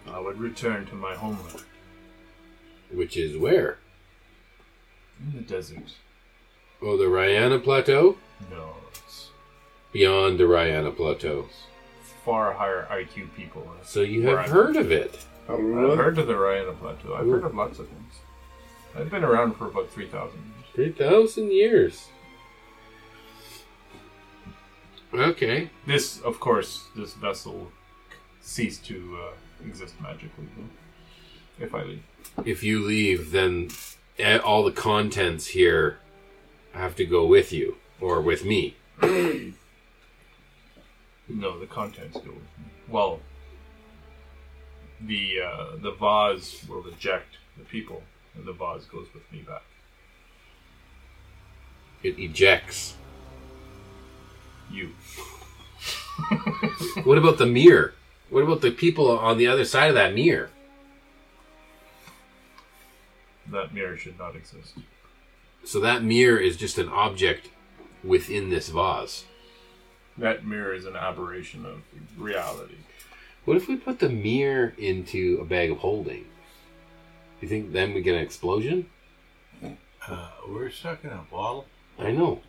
I would return to my homeland
Which is where?
in the desert.
Oh, the Rayana Plateau?
No, it's
Beyond the Rayana Plateau.
far higher IQ people.
So you
Right.
have heard of it.
I've heard of the Rayana Plateau. I've heard of lots of things. I've been around for about 3,000 years.
3,000 years. Okay.
This, of course, this vessel ceased to uh, exist magically if I leave.
If you leave, then eh, all the contents here have to go with you or with me.
No, the contents go with me. Well, the uh, the vase will eject the people, and the vase goes with me back.
It ejects.
You.
What about the mirror? What about the people on the other side of that mirror?
That mirror should not exist.
So that mirror is just an object within this vase.
That mirror is an aberration of reality.
What if we put the mirror into a bag of holding? You think then we get an explosion?
Uh, we're stuck in a bottle.
I know.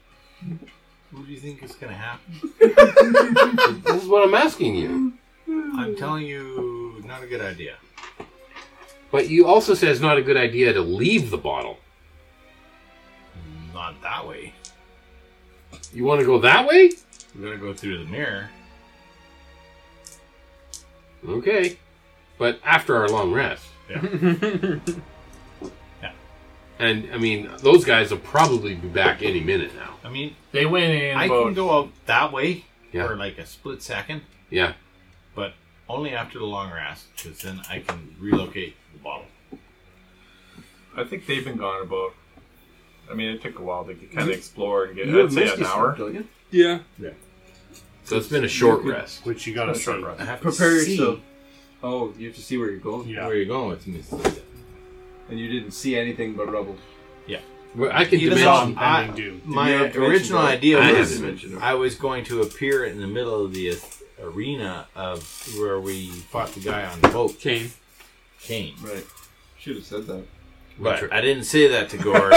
What do you think is going to happen?
This is what I'm asking you.
I'm telling you, not a good idea.
But you also said it's not a good idea to leave the bottle.
Not that way.
You want to go that way?
We're going to go through the mirror.
Okay. But after our long rest.
Yeah.
And I mean, those guys will probably be back any minute now.
I mean,
They went in.
I
about-
can go out that way
Yeah.
for like a split second,
Yeah.
but only after the long rest, because then I can relocate the bottle.
I think they've been gone about. I mean, it took a while to kind of explore and get.
You
I'd say
missed
an
this
hour.
one, don't you?
Yeah.
So it's been a short rest.
Which you gotta start.
I have
Prepare
see
yourself. Oh, you have to see where you're going.
Yeah.
Where you going with this?
And you didn't see anything but rubble.
Well, I can
Even
dimension.
though I-
impending doom.
my
Yeah, dimension
original
door.
idea
I
was
have
dimension door.
I was going to appear in the middle of the a- arena of where we fought the guy on the boat,
Kane.
Kane.
Right. Should have said that.
But I didn't say that to Gord,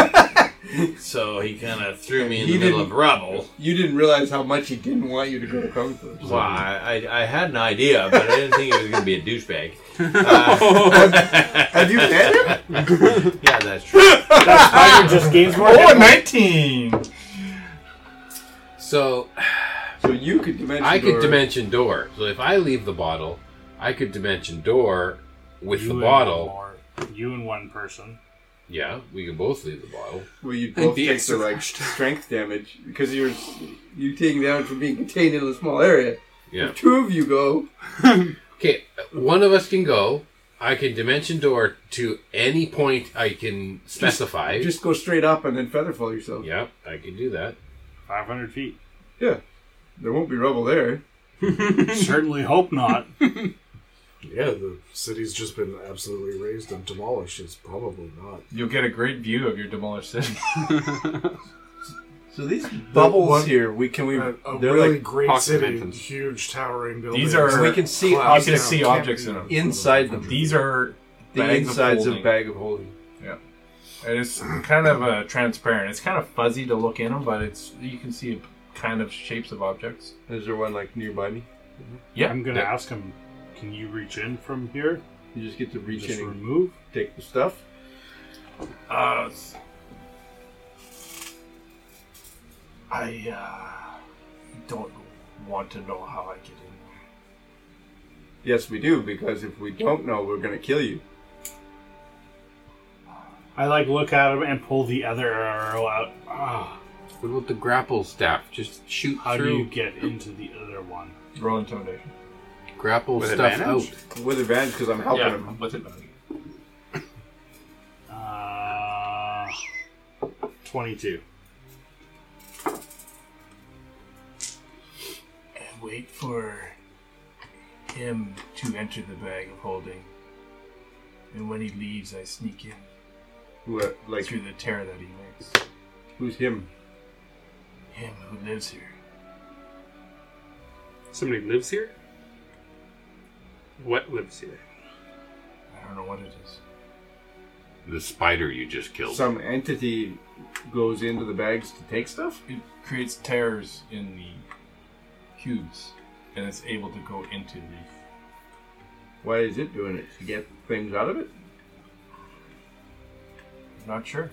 so he kind of threw me in
He
the middle
didn't-
of rubble.
You didn't realize how much he didn't want you to go to Comatose.
Well,
Mm-hmm.
I, I, I had an idea, but I didn't think he was going to be a douchebag. Uh,
Have you met him?
yeah, that's true.
Tiger just gains more.
Oh, 19!
So
So you could dimension.
I could
door.
dimension door. So if I leave the bottle, I could dimension door with
You
the
and
bottle.
more- you and one person.
Yeah, we can both leave the bottle.
Well, you
I'd
both
be
take the like strength damage because you're you taking down from being contained in a small area.
Yeah.
If two of you go.
Okay, one of us can go. I can dimension door to any point I can specify.
Just go straight up and then featherfall yourself.
yeah, I can do that.
500 feet.
There won't be rubble there.
Certainly hope not.
Yeah, the city's just been absolutely razed and demolished. It's probably not.
You'll get a great view of your demolished city.
So these bubbles
one-
here, we can we
A, a
they're
really
like
great
pocket
city,
dimensions.
huge towering buildings.
These are
we can see
Wow.
you
objects,
can see
Can't
objects
be.
in them.
inside them.
These are
the
bags
insides of,
holding.
bag of holding.
And it's kind of uh, transparent. It's kind of fuzzy to look in them, but it's you can see kind of shapes of objects.
Is there one like nearby me?
Yeah.
I'm gonna ask him, can you reach in from here?
You just get to reach
Just
in and
remove?
take the stuff.
Uh, I uh, don't want to know how I get in.
Yes, we do because if we don't know, we're gonna kill you.
I like look at him and pull the other arrow out. Ah,
What about the grapple staff? Just shoot
how
through.
do you get into the other one?
Roll intimidation.
grapple
With
stuff
advantage?
out.
With advantage because I'm helping him.
with advantage.
Uh, 22.
And wait for him to enter the bag of holding. And when he leaves, I sneak in
Who, uh, like
through the tear that he makes.
who's him?
Him who lives here.
Somebody lives here? What lives here?
I don't know what it is.
The spider you just killed.
Some entity goes into the bags to take stuff.
It creates tears in the cubes, and it's able to go into the.
Why is it doing it to get things out of it?
I'm not sure.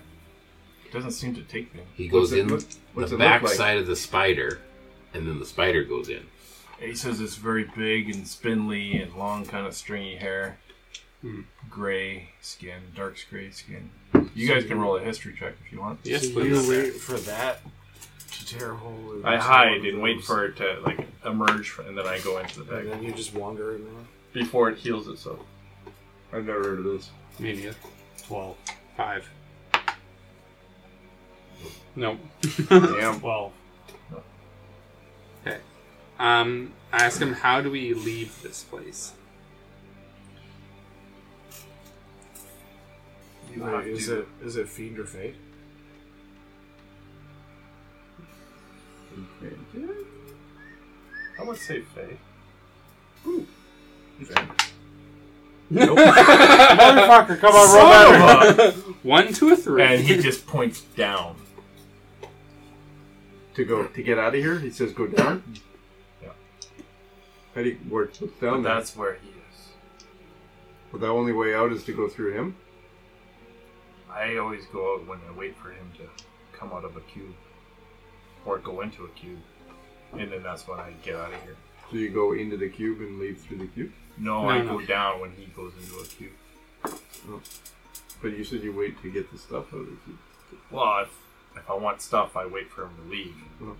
It doesn't seem to take them.
he goes
What's it
in
look- what's
the
it look
back
like?
side of the spider, and then the spider goes in.
Ace has this very big and spindly and long, kind of stringy hair,
Hmm.
gray skin, dark gray skin. You guys can roll a history check if you want.
Yes,
So
please.
you wait-
for that to tear a hole. in
I
some
hide
of
and wait
those.
for it to like emerge, from, and then I go into the bag.
And then you just wander around.
before it heals itself. I've never heard of this.
Me neither.
Twelve.
Five. Nope.
Damn.
Twelve.
Okay. Um, I ask him, how do we leave this place?
Either is it is it fiend or fate? I would say fate.
Motherfucker, come on, roll
Son
of One, two, or three.
And he just points down.
To go to get out of here, he says, "Go down."
Yeah.
How do you work
But
down there?
that's where he is.
But the only way out is to go through him.
I always go out when I wait for him to come out of a cube. Or go into a cube. And then that's when I get out of here.
So you go into the cube and leave through the cube.
No,
No,
I
no.
go down when he goes into a cube.
But you said you wait to get the stuff out of the cube.
Well, if, if I want stuff, I wait for him to leave.
Mhm.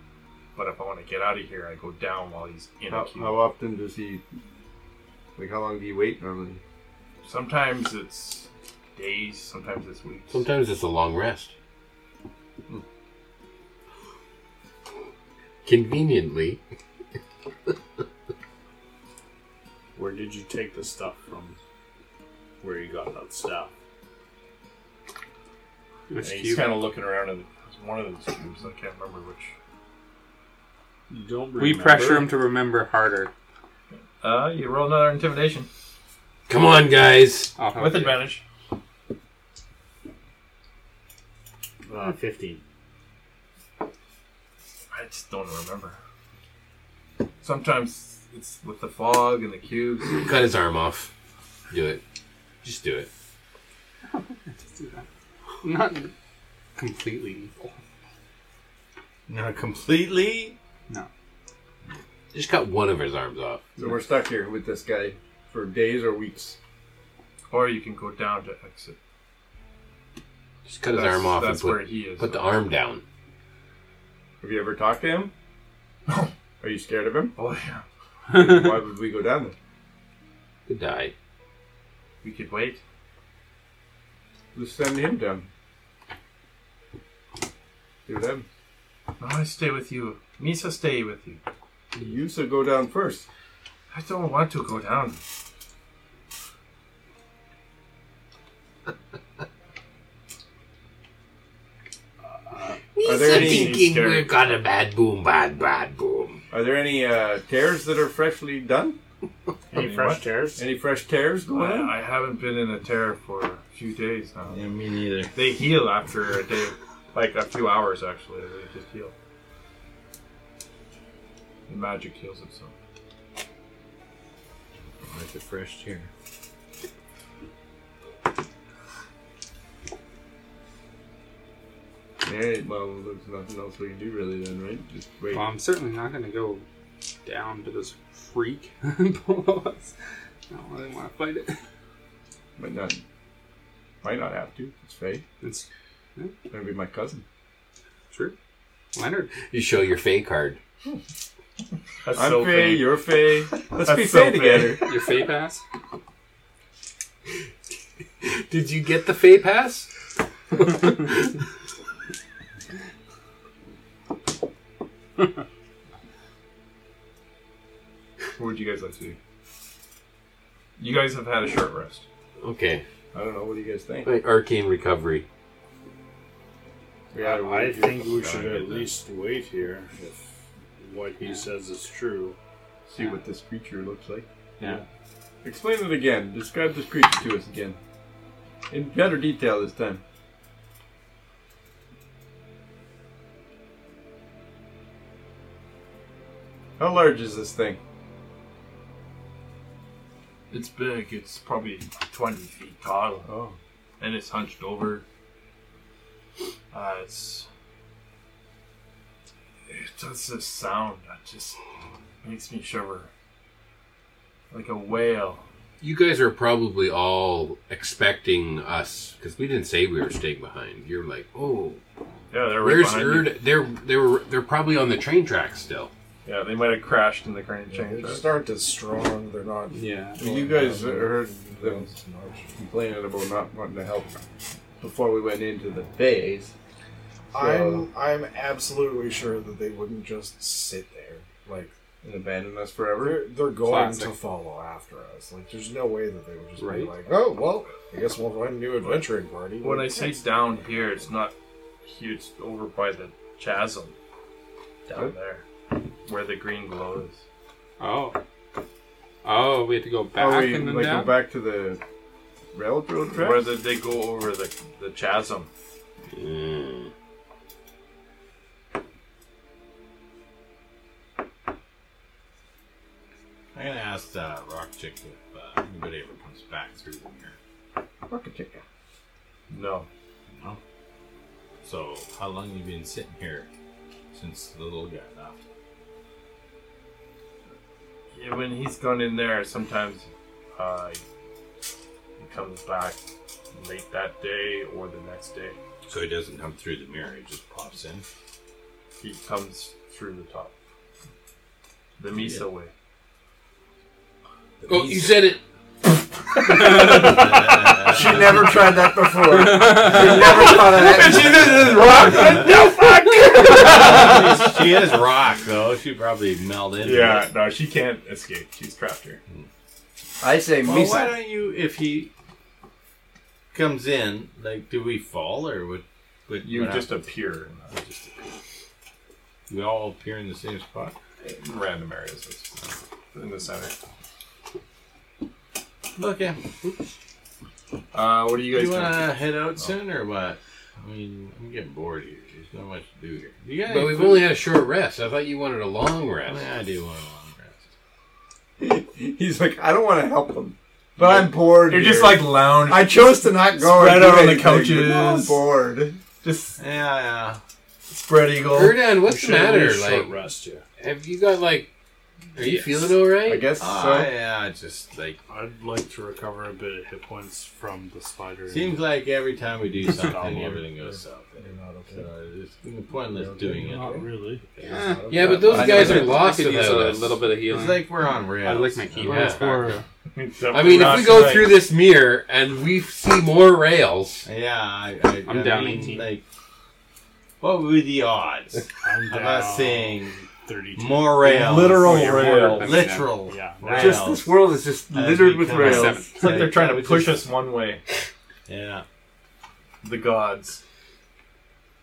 But if I want to get out of here, I go down while he's in
How,
a cube.
how often does he? Like how long do you wait normally?
Sometimes it's days, sometimes it's weeks.
Sometimes it's a long rest. Conveniently,
Where did you take the stuff from? Where you got that stuff?
Which
And he's
cube?
kind of looking around at one of those cubes. I can't remember which.
You don't. Remember.
We pressure him to remember harder.
Uh, you roll another intimidation
come on, guys.
I'll help
with
you.
advantage. Hmm.
Uh, Fifteen.
I just don't remember. Sometimes it's with the fog and the cubes.
Cut his arm off. Do it. Just do it.
Just do that. Not completely evil.
Not completely.
No.
Just cut one of his arms off.
So we're stuck here with this guy for days or weeks.
Or you can go down to exit.
Just cut his
That's-
arm off.
that's
and put,
where he is.
Put the arm down.
Have you ever talked to him? Are you scared of him?
Oh yeah.
Why would we go down there?
Could die.
We could wait.
Just send him down. See what happens.
No, I stay with you. Misa, stay with you.
You should go down first.
I don't want to go down.
Are there any
Thinking we've got a bad boom, bad, bad boom.
Are there any uh, tears that are freshly done?
Any
Any
fresh
what?
tears?
Any fresh tears going on?
I, I haven't been in a tear for a few days now.
Yeah, me neither.
They heal after a day, like a few hours actually. They just heal. The magic heals itself.
Like a fresh tear.
Yeah, well, there's nothing else we can do really then, right? Just wait.
Well, I'm certainly not going to go down to this freak below us. I don't really want to fight it.
Might not. Might not have to. It's Faye.
It's
It's gonna be my cousin.
true. Leonard.
You show your Fey card.
That's
I'm
so
Faye.
fake.
You're Faye. Let's
That's
be
so
Faye together.
Your fey pass?
Did you get the Fey pass?
What would you guys like to do? You guys have had a short rest.
Okay.
I don't know. What do you guys think?
Like arcane recovery.
We
I,
gotta wait here.
think we should at least wait here if what he says is true.
see what this creature looks like.
Yeah.
Explain it again. Describe this creature to us again, in better detail this time. How large is this thing?
It's big. It's probably 20 feet tall,
Oh,
and it's hunched over. Uh, it's it does this sound that just Makes me shiver. Like a whale.
You guys are probably all expecting us because we didn't say we were staying behind. You're like, oh,
Yeah, they're right
where's
behind
Erd?
you.
They're they were they're probably on the train tracks still.
Yeah, they might have crashed in the current
Yeah,
change.
they just aren't as strong. They're not.
Yeah.
Well,
you guys
yeah,
heard them
it's an option.
complaining about not wanting to help before we went into the phase. So,
I'm I'm absolutely sure that they wouldn't just sit there like
and abandon us forever.
they're, they're going
Classic.
to follow after us. Like there's no way that they would just
Right.
be like, oh well, I guess we'll find a new adventuring party.
When I say down here, it's not huge over by the chasm. Down there. Where the green glow is.
Oh. Oh, we had to go back
Are we
and then
like go
down?
back to the railroad tracks?
Where did they go over the, the chasm?
I'm gonna ask uh, Rock Chick if uh, anybody ever comes back through the mirror.
Rocket chicken.
No.
No. So, how long you been sitting here since the little guy left?
Yeah, when he's gone in there, sometimes uh, he comes back late that day or the next day.
So he doesn't come through the mirror; he just pops in.
He comes through the top. The Misa
Yeah.
way.
Oh, you said it.
She never tried that before. she never thought of that.
she is rock, though. She probably meld in.
Yeah, no, she can't escape. She's trapped here.
I say
Well, why
Misa.
don't you, if he comes in, like, do we fall or would? would
You
what
just
happens?
appear
I just appear. We all appear in the same spot.
in random areas it's in the center.
Okay.
Uh, what do you
Do
guys think?
you want to head out soon or what? I mean, I'm getting bored here. There's not much to do here. Do You got
But
any
we've
food?
only had a short rest. I thought you wanted a long
I, mean,
rest.
I do want a long rest.
He's like, I don't want to help them, but I'm bored.
You're
here.
just like lounge.
I chose to not go
Spread
and do
out on the
anything, but now I'm
couches.
bored.
just
Yeah, yeah.
spread eagle.
Erdan, what's the
Should have
matter?
a short
Like,
rest, yeah.
have you got like? Are you
Yes.
feeling all right?
I guess
Oh,
Ah, yeah, just like
I'd like to recover a bit of hit points from the spider.
seems like every time we do something,
Downward.
everything goes south.
They're not okay.
So it's pointless doing it.
Not really.
Yeah.
Yeah, but those
I
guys
know,
are
but
lost
I could use
without
a
us.
little bit of healing.
It's like we're on rails.
I like my key.
Yeah.
back.
I mean, if
Not
we go
tonight.
through this mirror and we see more rails,
Yeah, I, I,
I'm
I
down
mean,
18.
Like, what were the odds
I'm
of
down
us seeing
32.
more rails?
Literal
More
rails.
Literal.
Yeah.
rails.
Just this world is just
as
littered
we
with
come-
rails.
Seven.
It's like they're trying
we
to push
just-
us one way.
Yeah.
The gods.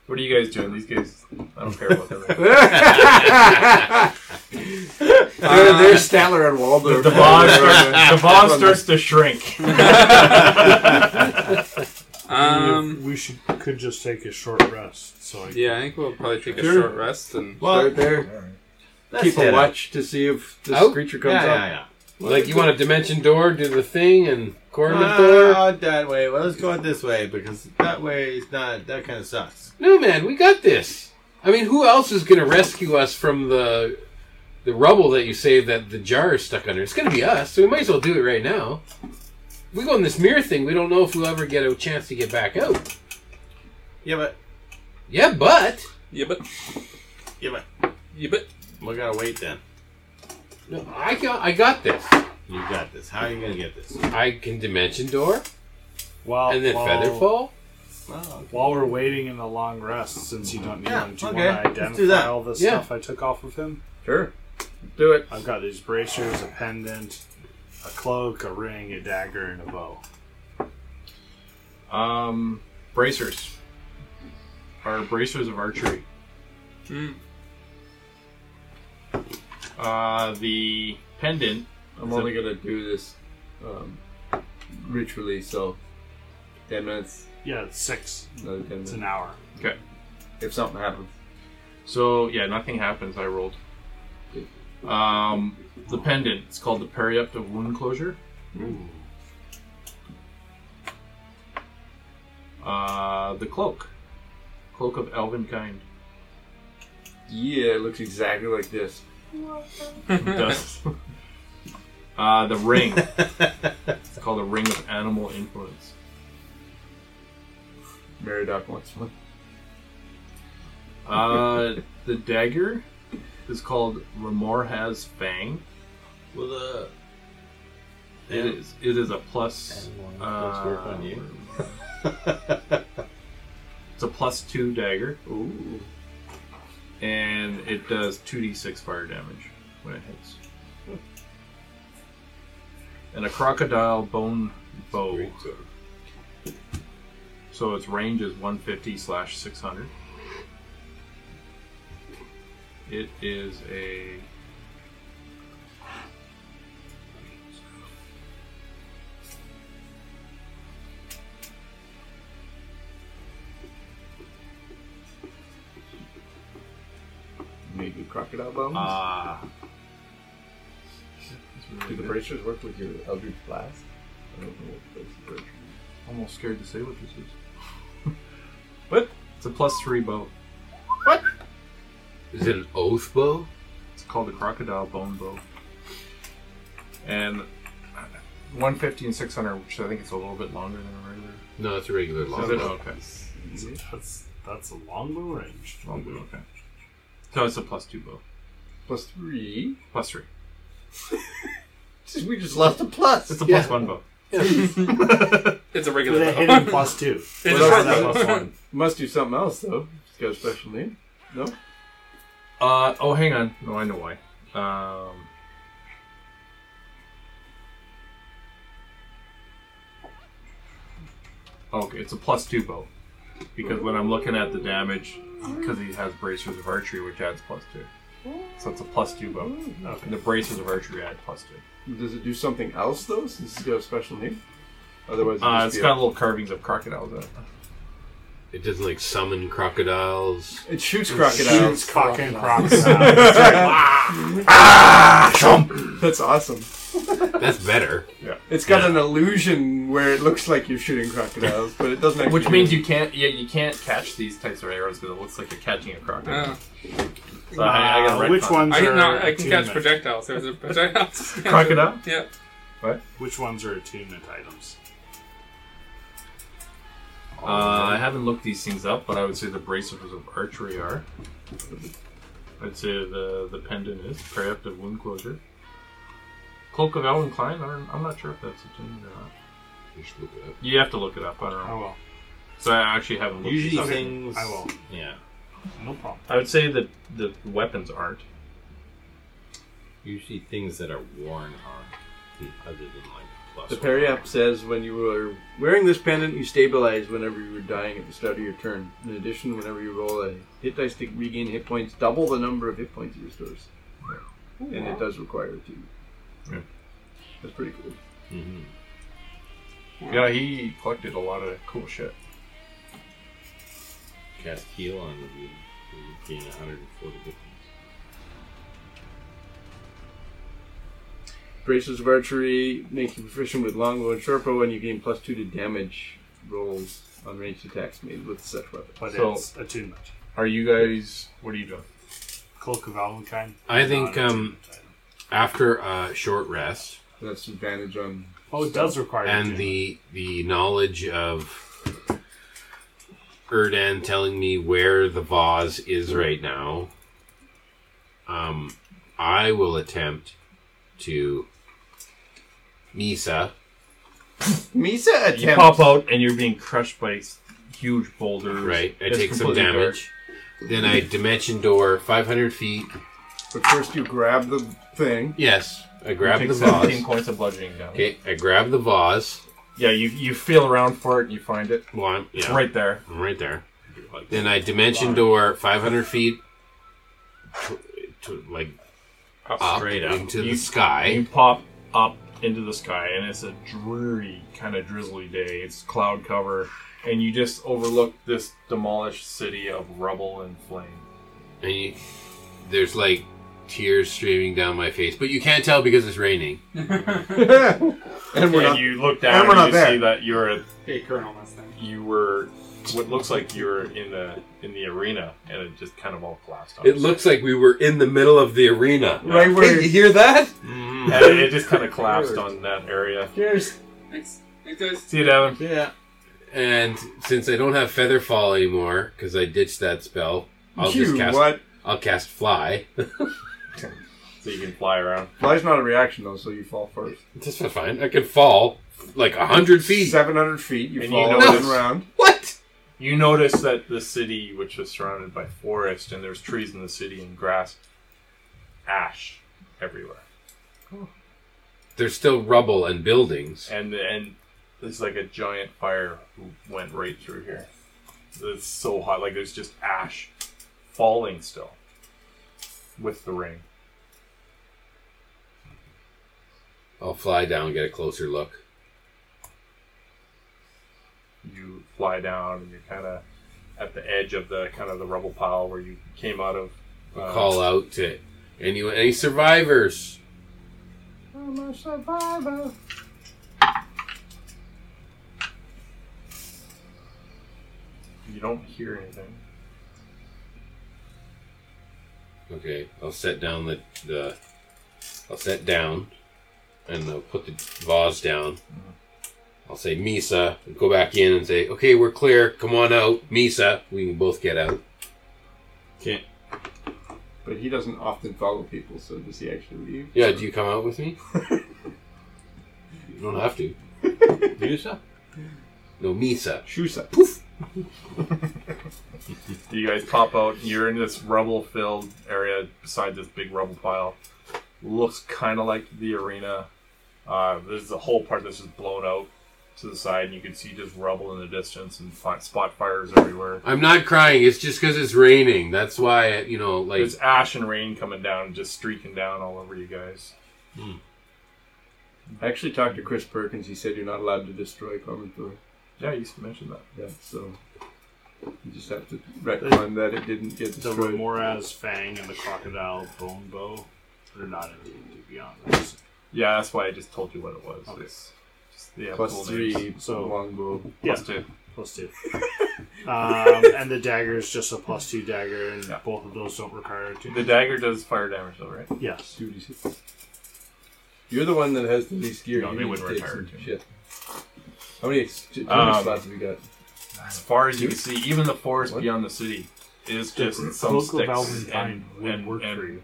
What are you guys doing? These guys, I don't care about them.
They're, they're Statler and Waldorf.
uh, the bond, starts, the bond starts to shrink.
Um.
we should could just take a short rest. So I
Yeah, I think we'll probably take a
Sure.
short rest and.
Well,
Right there.
let's
Keep a
head out.
watch to see if this
Out?
creature comes
Yeah,
up.
yeah, yeah.
like you want a dimension door, do the thing, and Corman
Ah,
Thor.
out that way. Well, let's go out this way because that way is not. That kind of sucks.
No, man, we got this. I mean, who else is going to rescue us from the the rubble that you say that the jar is stuck under? It's going to be us, so we might as well do it right now. We go in this mirror thing. We don't know if we'll ever get a chance to get back out.
Yeah, but
Yeah, but
Yeah, but.
yeah, but
Yeah, but.
we gotta wait then.
no, I got I got this.
You got this. How are you gonna get this?
I can dimension door
while,
and then
while,
feather fall.
Oh,
While we're waiting in the long rest, since you don't need
Yeah,
him, do you
okay.
want to
Let's
identify
do that.
all the
Yeah.
stuff I took off of him?
Sure. Do it.
I've got these bracers, a pendant, a cloak, a ring, a dagger, and a bow.
Um, bracers. Are bracers of archery.
Hmm.
Uh, the pendant.
I'm only going to do this um, ritually, so 10 minutes,
Yeah, it's six.
another 10
It's
minutes.
an hour.
If something happens.
So yeah, nothing happens. I rolled. Um, the pendant. It's called the periapta wound closure. Uh, the cloak. Cloak of elven kind.
Yeah, it looks exactly like this.
Dust. Uh, the ring. it's called the Ring of Animal Influence. Maradoc wants one. Uh, the dagger is called Remor Has Fang. With
uh,
a. It is. It is a plus. Uh,
work on you.
it's a plus two dagger. Ooh. And it does two d six fire damage when it hits. And a crocodile bone bow. So its range is 150 slash 600. It is a.
Maybe crocodile bones?
Ah.
Do the bracers work with your Eldritch Blast? I don't know what those are.
Almost scared to say what this is. what? It's a plus three bow. What? Is it an oath bow? It's called a crocodile bone bow. And 150 and 600, which I think it's a little bit longer than a regular.
No, it's a regular
Is it?
longbow.
Okay.
That's that's a longbow range.
Longbow, okay. So it's a plus two bow.
Plus three.
Plus three.
We just lost a plus.
It's a plus one bow.
It's a regular bow. It's
Well,
a
that's-
plus one.
Must do something else though. It's got a special name. No.
Uh, oh, hang on. No, I know why. Um, okay, it's a plus two bow. Because when I'm looking at the damage, because he has bracers of archery, which adds plus two. So it's a plus two bow.
Okay.
And the bracers of archery add plus two.
Does it do something else though? Since it's got a special name. Otherwise, it'd
Uh,
just
it's
be
got little carvings of crocodiles in it.
It doesn't like summon crocodiles.
It shoots
It
crocodiles.
shoots fucking crocodiles.
Sorry. ah, chomp. That's awesome.
That's better.
Yeah. It's got an illusion where it looks like you're shooting crocodiles, but it doesn't. Actually
Which means you can't. Yeah, you can't catch these types of arrows because it looks like you're catching a crocodile. So I, I gotta
Which
retcon.
ones
I
are
can, not, I can catch
attunement?
projectiles. There's a projectile.
Crocodile?
Yeah.
What?
Which ones are attunement items?
Oh.
Uh, I haven't looked these things up, Oh, but I would say the bracers of archery are. I'd say the the pendant is preemptive wound closure. Cloak of Ellen Klein. I don't, I'm not sure if that's a thing or not.
You should look it up.
You have to look it up. I don't know.
Oh well.
So I actually haven't looked.
Usually
these up.
things.
I will.
Yeah.
No problem.
I would say that the weapons aren't.
Usually things that are worn on, other than like plus.
The
one.
parry up says when you were wearing this pendant, you stabilize whenever you were dying at the start of your turn. In addition, whenever you roll a hit dice to regain hit points, double the number of hit points it restores. And it does require two.
Yeah.
That's pretty cool.
Yeah, he collected a lot of cool shit.
Cast heal on the wound. You gain 140 hit points.
Braces of archery make you proficient with longbow and shortbow, and you gain plus two to damage rolls on ranged attacks made with such weapons.
But
So-
it's attunement.
Are you guys? What are you doing?
Cloak of Valentine.
I think um, after a short rest
That's advantage on.
Oh, it does require
and the the knowledge of Erdan telling me where the vase is right now, um, I will attempt to Misa.
Misa attempt.
You pop out and you're being crushed by huge boulders.
Right, I
It's
take some
completely dark.
damage. Then I dimension door 500 feet.
But first, you grab the thing.
Yes, I
You
grab
take
the
17
vase.
points of bludgeoning damage.
Okay, I grab the vase.
Yeah, you you feel around for it and you find it.
Well, I'm,
It's
yeah,
right there.
I'm right there. Then I dimension door 500 feet, to, to, like up,
straight up.
into
You-
the sky.
You pop up into the sky and it's a dreary kind of drizzly day. It's cloud cover and you just overlook this demolished city of rubble and flame.
And you, there's like tears streaming down my face, but you can't tell because it's raining.
and
And,
we're not.
you look down
and
and,
we're not
you
there.
see that you're at,
Hey, Colonel, last thing.
you were what looks like you were in the in the arena, and it just kind of all collapsed. on
It
us.
looks like we were in the middle of the arena.
Right where-
Hey, you hear that? Mm-hmm.
and it, it just kind of collapsed on that area.
Cheers.
Thanks. Thanks, guys.
See you, Devin.
Yeah. And since I don't have feather fall anymore because I ditched that spell, I'll just
You
cast.
what?
I'll cast fly.
So you can fly around.
Fly's not a reaction though, so you fall first.
That's not fine. I can fall like a hundred feet.
Seven hundred feet. You
And you
fall
notice-
one round.
What?
You notice that the city, which was surrounded by forest, and there's trees in the city and grass, ash everywhere,
There's still rubble and buildings.
and and there's like a giant fire went right through here. It's so hot, like there's just ash falling still with the rain.
I'll fly down, get a closer look.
you fly down and you're kind of at the edge of the kind of the rubble pile where you came out of. uh,
I'll call out to any any survivors.
I'm a survivor.
You don't hear anything.
Okay, I'll set down the the. I'll set down, and I'll put the vase down. I'll say Misa, and go back in and say, "Okay, we're clear. Come on out, Misa. We can both get out."
Okay.
But he doesn't often follow people, so does he actually leave?
Yeah, do you come out with me? you don't have to.
Musa?
No, Misa.
Shusa.
Poof.
You guys pop out. You're in this rubble-filled area beside this big rubble pile. Looks kind of like the arena. Uh, there's the whole part that's just blown out to the side, and you can see just rubble in the distance and fi- spot fires everywhere.
I'm not crying. It's just because it's raining. That's why you know, like
There's ash and rain coming down, just streaking down all over you guys.
I actually talked to Chris Perkins. He said you're not allowed to destroy common Thor.
Yeah, you mentioned that.
Yeah, so you just have to retcon that it didn't get
The
destroyed.
Remora's Fang and the Crocodile Bone Bow, they're not in D&D Beyond. Those.
Yeah, that's why I just told you what it was.
Okay.
It's just the
Plus
actual
three
names.
So-
longbow.
Yeah,
Plus two.
plus two. um, and the dagger is just a plus two dagger, and
Yeah.
both of those don't require two.
The dagger does fire damage though, right?
yes.
Dude, you see- You're the one that has the least gear.
No,
you
they
need
wouldn't
to take
retire
some
it.
Shit. How many, st- how many
Um,
slots have we got?
As far as you can see, even the forest
What?
beyond the city is
The
just some
Cloak of
sticks and,
Alvin Vine would
and,
work for
and
you.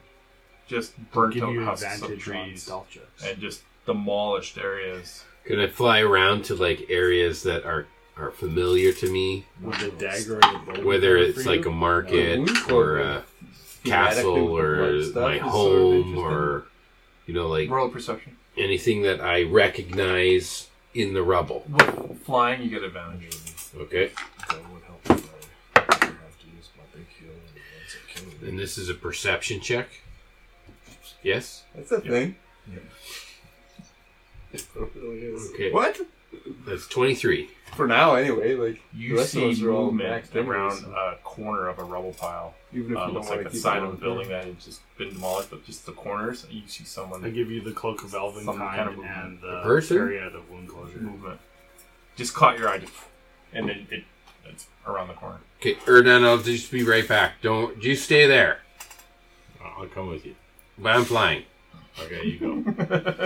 just burnt
Give
out
you
husks of
advantage on
trees
stealth checks.
and just demolished areas.
Can I fly around to like areas that are are familiar to me?
With the dagger and the bow.
Whether
work
it's
for
like a
you?
Uh,
market
wound club
or
and
a
thematic
castle or
and stuff
my
is sort of
home
interesting.
or you know like
Roll a perception.
anything that I recognize in the rubble.
With flying, you get advantage.
Okay,
That would help. I have to use my big heal
and this is a perception check. Yes.
That's a thing.
It really is.
Okay.
What?
That's twenty three.
For now, anyway. Like the
You
rest of
see
us are all
movement
maxed anyways,
around
so
a corner of a rubble pile.
even if
Uh,
you
looks
don't
like
wanna
the
keep
side
going.
of a building that had just been demolished, but just the corners. You see someone
I give you the Cloak of Elven
Some kind of
and
A
the
person?
area of wound closure.
movement. Just caught your eye, just, and then it, it's around the corner.
Okay, Erdan, I'll just be right back. Don't you stay there.
I'll come with you.
But I'm flying.
Okay, you go.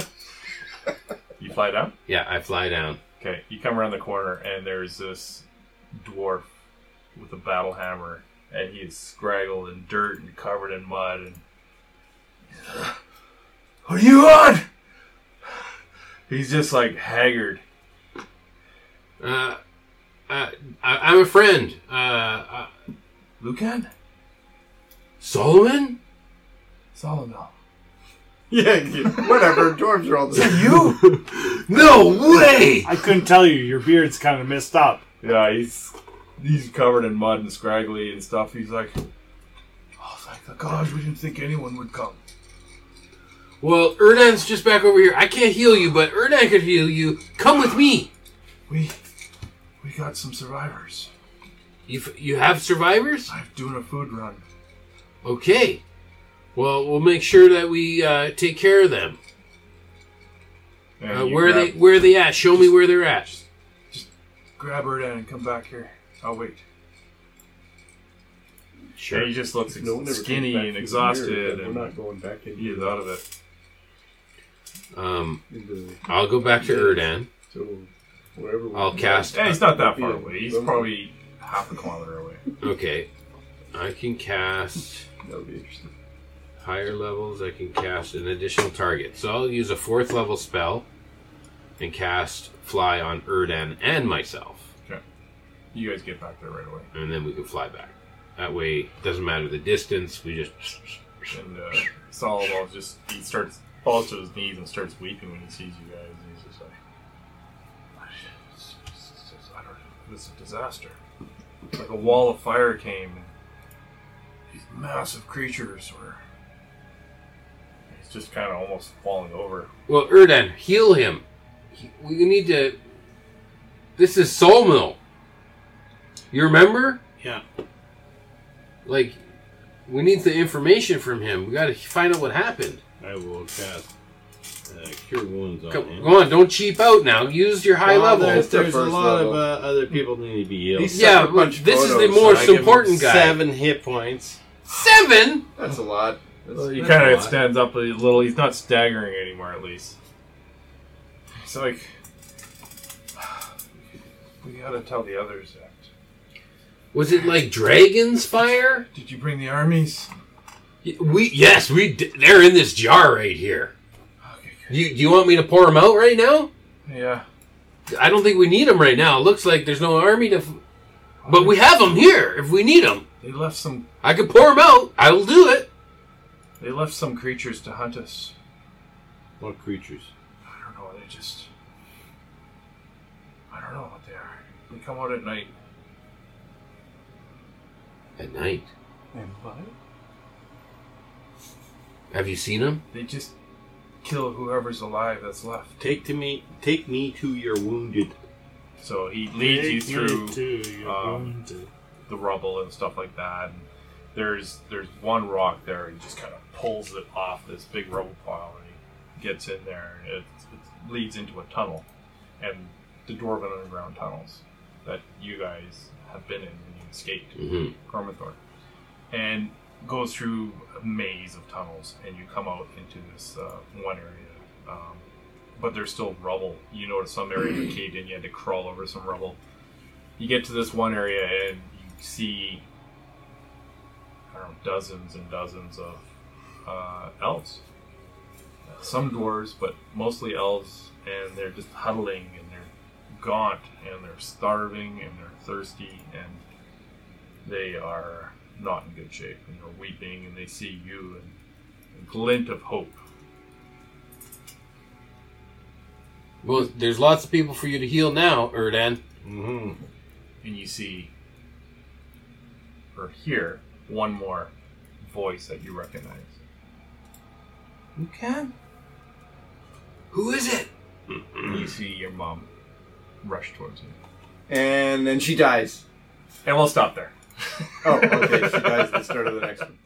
You fly down.
Yeah, I fly down.
Okay, you come around the corner, and there's this dwarf with a battle hammer, and he is scraggled and dirt and covered in mud. And what are you on? He's just like haggard.
Uh, uh, I, I'm a friend. Uh, uh,
Lucan,
Solomon?
Solomon.
Yeah, you- whatever. Dwarves are all the same.
You? no way!
I couldn't tell you. Your beard's kind of messed up.
Yeah, he's he's covered in mud and scraggly and stuff. He's like, oh, thank the gods, we didn't think anyone would come.
Well, Erdan's just back over here. I can't heal you, but Erdan could heal you. Come with me.
We we got some survivors.
You, f- you have survivors?
I'm doing a food run.
Okay. Well, we'll make sure that we uh, take care of them.
And
Uh,
you
where are
grab-
Uh,
they? Where are they at? Show me where they're at.
Grab her down and come back here. Oh wait.
Sure.
he just looks ex-
No one ever comes
skinny
back
and
to the
exhausted.
mirror, then
and
we're not going back in
He's
here.
out of it.
Um,
Into-
I'll go back to Erdan.
So wherever we
I'll cast.
Yeah, he's not that far away. He's probably half a kilometer away.
Okay, I can cast.
That would be interesting.
Higher levels, I can cast an additional target. So I'll use a fourth level spell and cast Fly on Erdan and myself,
You guys get back there right away.
and then we can fly back. That way, doesn't matter the distance. We just
And uh, Solomon just he starts falls to his knees and starts weeping when he sees you guys. And he's just like, "Oh, I don't know, this is a disaster. Like a wall of fire came. And these massive creatures were. He's just kind of almost falling over.
well, Erdan, heal him. He- We need to. This is Solmo. You remember?
Yeah.
Like, we need the information from him. We got to find out what happened.
I will cast uh, cure wounds on
Go,
him.
go on, don't cheap out now. Use your high
Well,
level.
There's,
the
there's a
first
lot
level.
of uh, other people that need to be healed.
He's
Yeah,
sucker
but
punch
this is the
photos,
most
so I give him
important guy.
Seven hit points.
Seven.
That's a lot. That's,
Well, he
that's
kind
a
of
lot.
stands up a little. He's not staggering anymore, at least. He's like, we gotta tell the others that.
Was it like dragons fire?
Did you bring the armies?
Y- We yes, we d- they're in this jar right here. You do you want me to pour them out right now?
Yeah.
I don't think we need them right now. It looks like there's no army to, f- but we have them here if we need them.
They left some.
I could pour them out. I will do it.
They left some creatures to hunt us.
What creatures?
I don't know. They just. I don't know what they are. They come out at night.
At night,
And what?
have you seen them?
They just kill whoever's alive that's left.
Take to me. Take me to your wounded.
So he leads you through. um,
wounded.
the rubble and stuff like that. And there's there's one rock there. He just kind of pulls it off this big rubble pile, and he gets in there. And it, it leads into a tunnel, and the dwarven underground tunnels that you guys have been in and you escaped
Mhm.
Cormanthor, and goes through a maze of tunnels, and you come out into this uh, one area. Um, but there's still rubble. You notice some areas were caved in. You had to crawl over some rubble you get to this one area and you see I don't know, dozens and dozens of uh, elves. Some dwarves, but mostly elves, and they're just huddling and they're gaunt and they're starving and they're thirsty and they are not in good shape and they're weeping and they see you and a glint of hope.
Well, there's lots of people for you to heal now, Erdan.
Mm-hmm.
and you see or hear one more voice that you recognize.
You can. Who is it?
And you see your mom rush towards you.
And then she dies.
And we'll stop there.
Oh, okay. she dies at the start of the next one.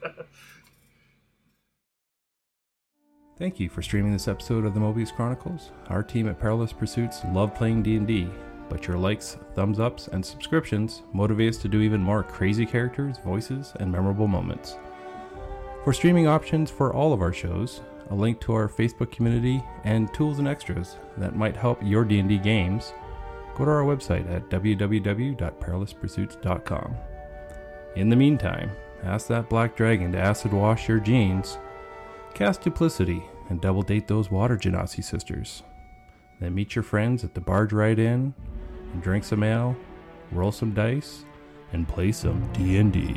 Thank you for streaming this episode of the Mobius Chronicles. Our team at Perilous Pursuits love playing D&D, but your likes, thumbs ups, and subscriptions motivate us to do even more crazy characters, voices, and memorable moments. For streaming options for all of our shows, a link to our Facebook community, and tools and extras that might help your D&D games, go to our website at www.perilouspursuits.com. In the meantime, ask that black dragon to acid wash your jeans Cast duplicity and double date those water genasi sisters. Then meet your friends at the barge ride inn and drink some ale, roll some dice, and play some D&D.